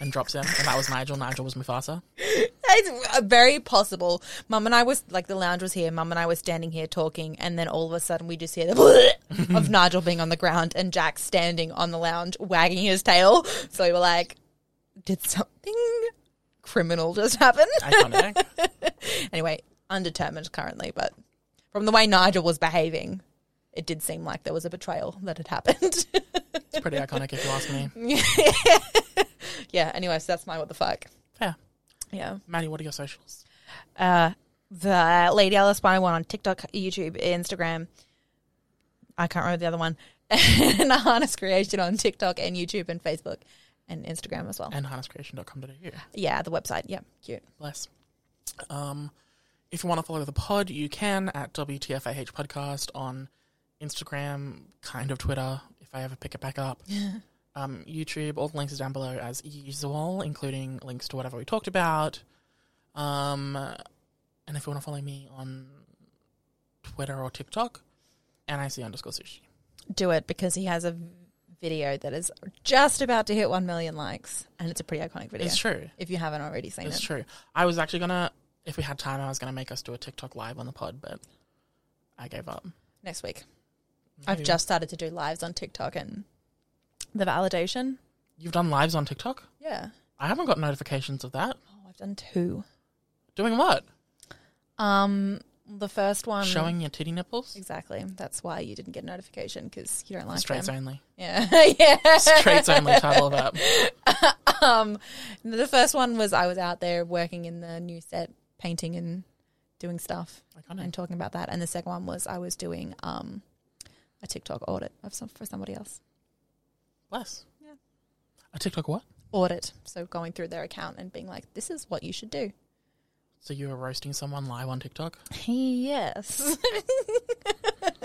Speaker 2: and drops him. And that was Nigel. Nigel was Mufasa.
Speaker 1: It's uh, very possible. Mum and I was like the lounge was here. Mum and I were standing here talking, and then all of a sudden we just hear the of Nigel being on the ground and Jack standing on the lounge wagging his tail. So we were like, "Did something criminal just happen?"
Speaker 2: Iconic.
Speaker 1: anyway, undetermined currently, but from the way Nigel was behaving, it did seem like there was a betrayal that had happened.
Speaker 2: It's pretty iconic if you ask me.
Speaker 1: yeah. Anyway, so that's my what the fuck.
Speaker 2: Fair.
Speaker 1: Yeah.
Speaker 2: Maddie, what are your socials?
Speaker 1: uh, the Lady Alice Spy one on TikTok, YouTube, Instagram. I can't remember the other one. and Harness Creation on TikTok and YouTube and Facebook and Instagram as well.
Speaker 2: And harnesscreation.com.au.
Speaker 1: Yeah, the website. Yeah, cute.
Speaker 2: Bless. Um, if you want to follow the pod, you can at WTFAH Podcast on Instagram, kind of Twitter, if I ever pick it back up. um, YouTube, all the links are down below as usual, including links to whatever we talked about. Um, and if you want to follow me on Twitter or TikTok, NIC underscore sushi.
Speaker 1: Do it because he has a video that is just about to hit 1 million likes and it's a pretty iconic video.
Speaker 2: It's true.
Speaker 1: If you haven't already seen
Speaker 2: It's
Speaker 1: it.
Speaker 2: true. I was actually gonna, if we had time, I was gonna make us do a TikTok live on the pod, but I gave up.
Speaker 1: Next week. I've just started to do lives on TikTok and the validation.
Speaker 2: You've done lives on TikTok?
Speaker 1: Yeah.
Speaker 2: I haven't got notifications of that.
Speaker 1: Oh, I've done two.
Speaker 2: Doing what?
Speaker 1: Um, the first one
Speaker 2: Showing your titty nipples?
Speaker 1: Exactly. That's why you didn't get a notification because you don't like
Speaker 2: Straights
Speaker 1: them.
Speaker 2: only.
Speaker 1: Yeah, yeah.
Speaker 2: Straights only title of app.
Speaker 1: Um, the first one was I was out there working in the new set, painting and doing stuff
Speaker 2: Iconic.
Speaker 1: and talking about that. And the second one was I was doing um a TikTok audit of some for somebody else.
Speaker 2: Bless.
Speaker 1: Yeah.
Speaker 2: A TikTok what?
Speaker 1: audit. So going through their account and being like, this is what you should do.
Speaker 2: So you were roasting someone live on TikTok?
Speaker 1: Yes.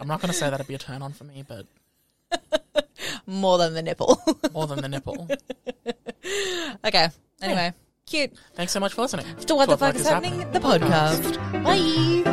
Speaker 2: I'm not going to say that'd be a turn on for me, but
Speaker 1: More than the nipple.
Speaker 2: more than the nipple.
Speaker 1: okay. Anyway, cute.
Speaker 2: Thanks so much for listening.
Speaker 1: To what the fuck is happening? The podcast. Bye.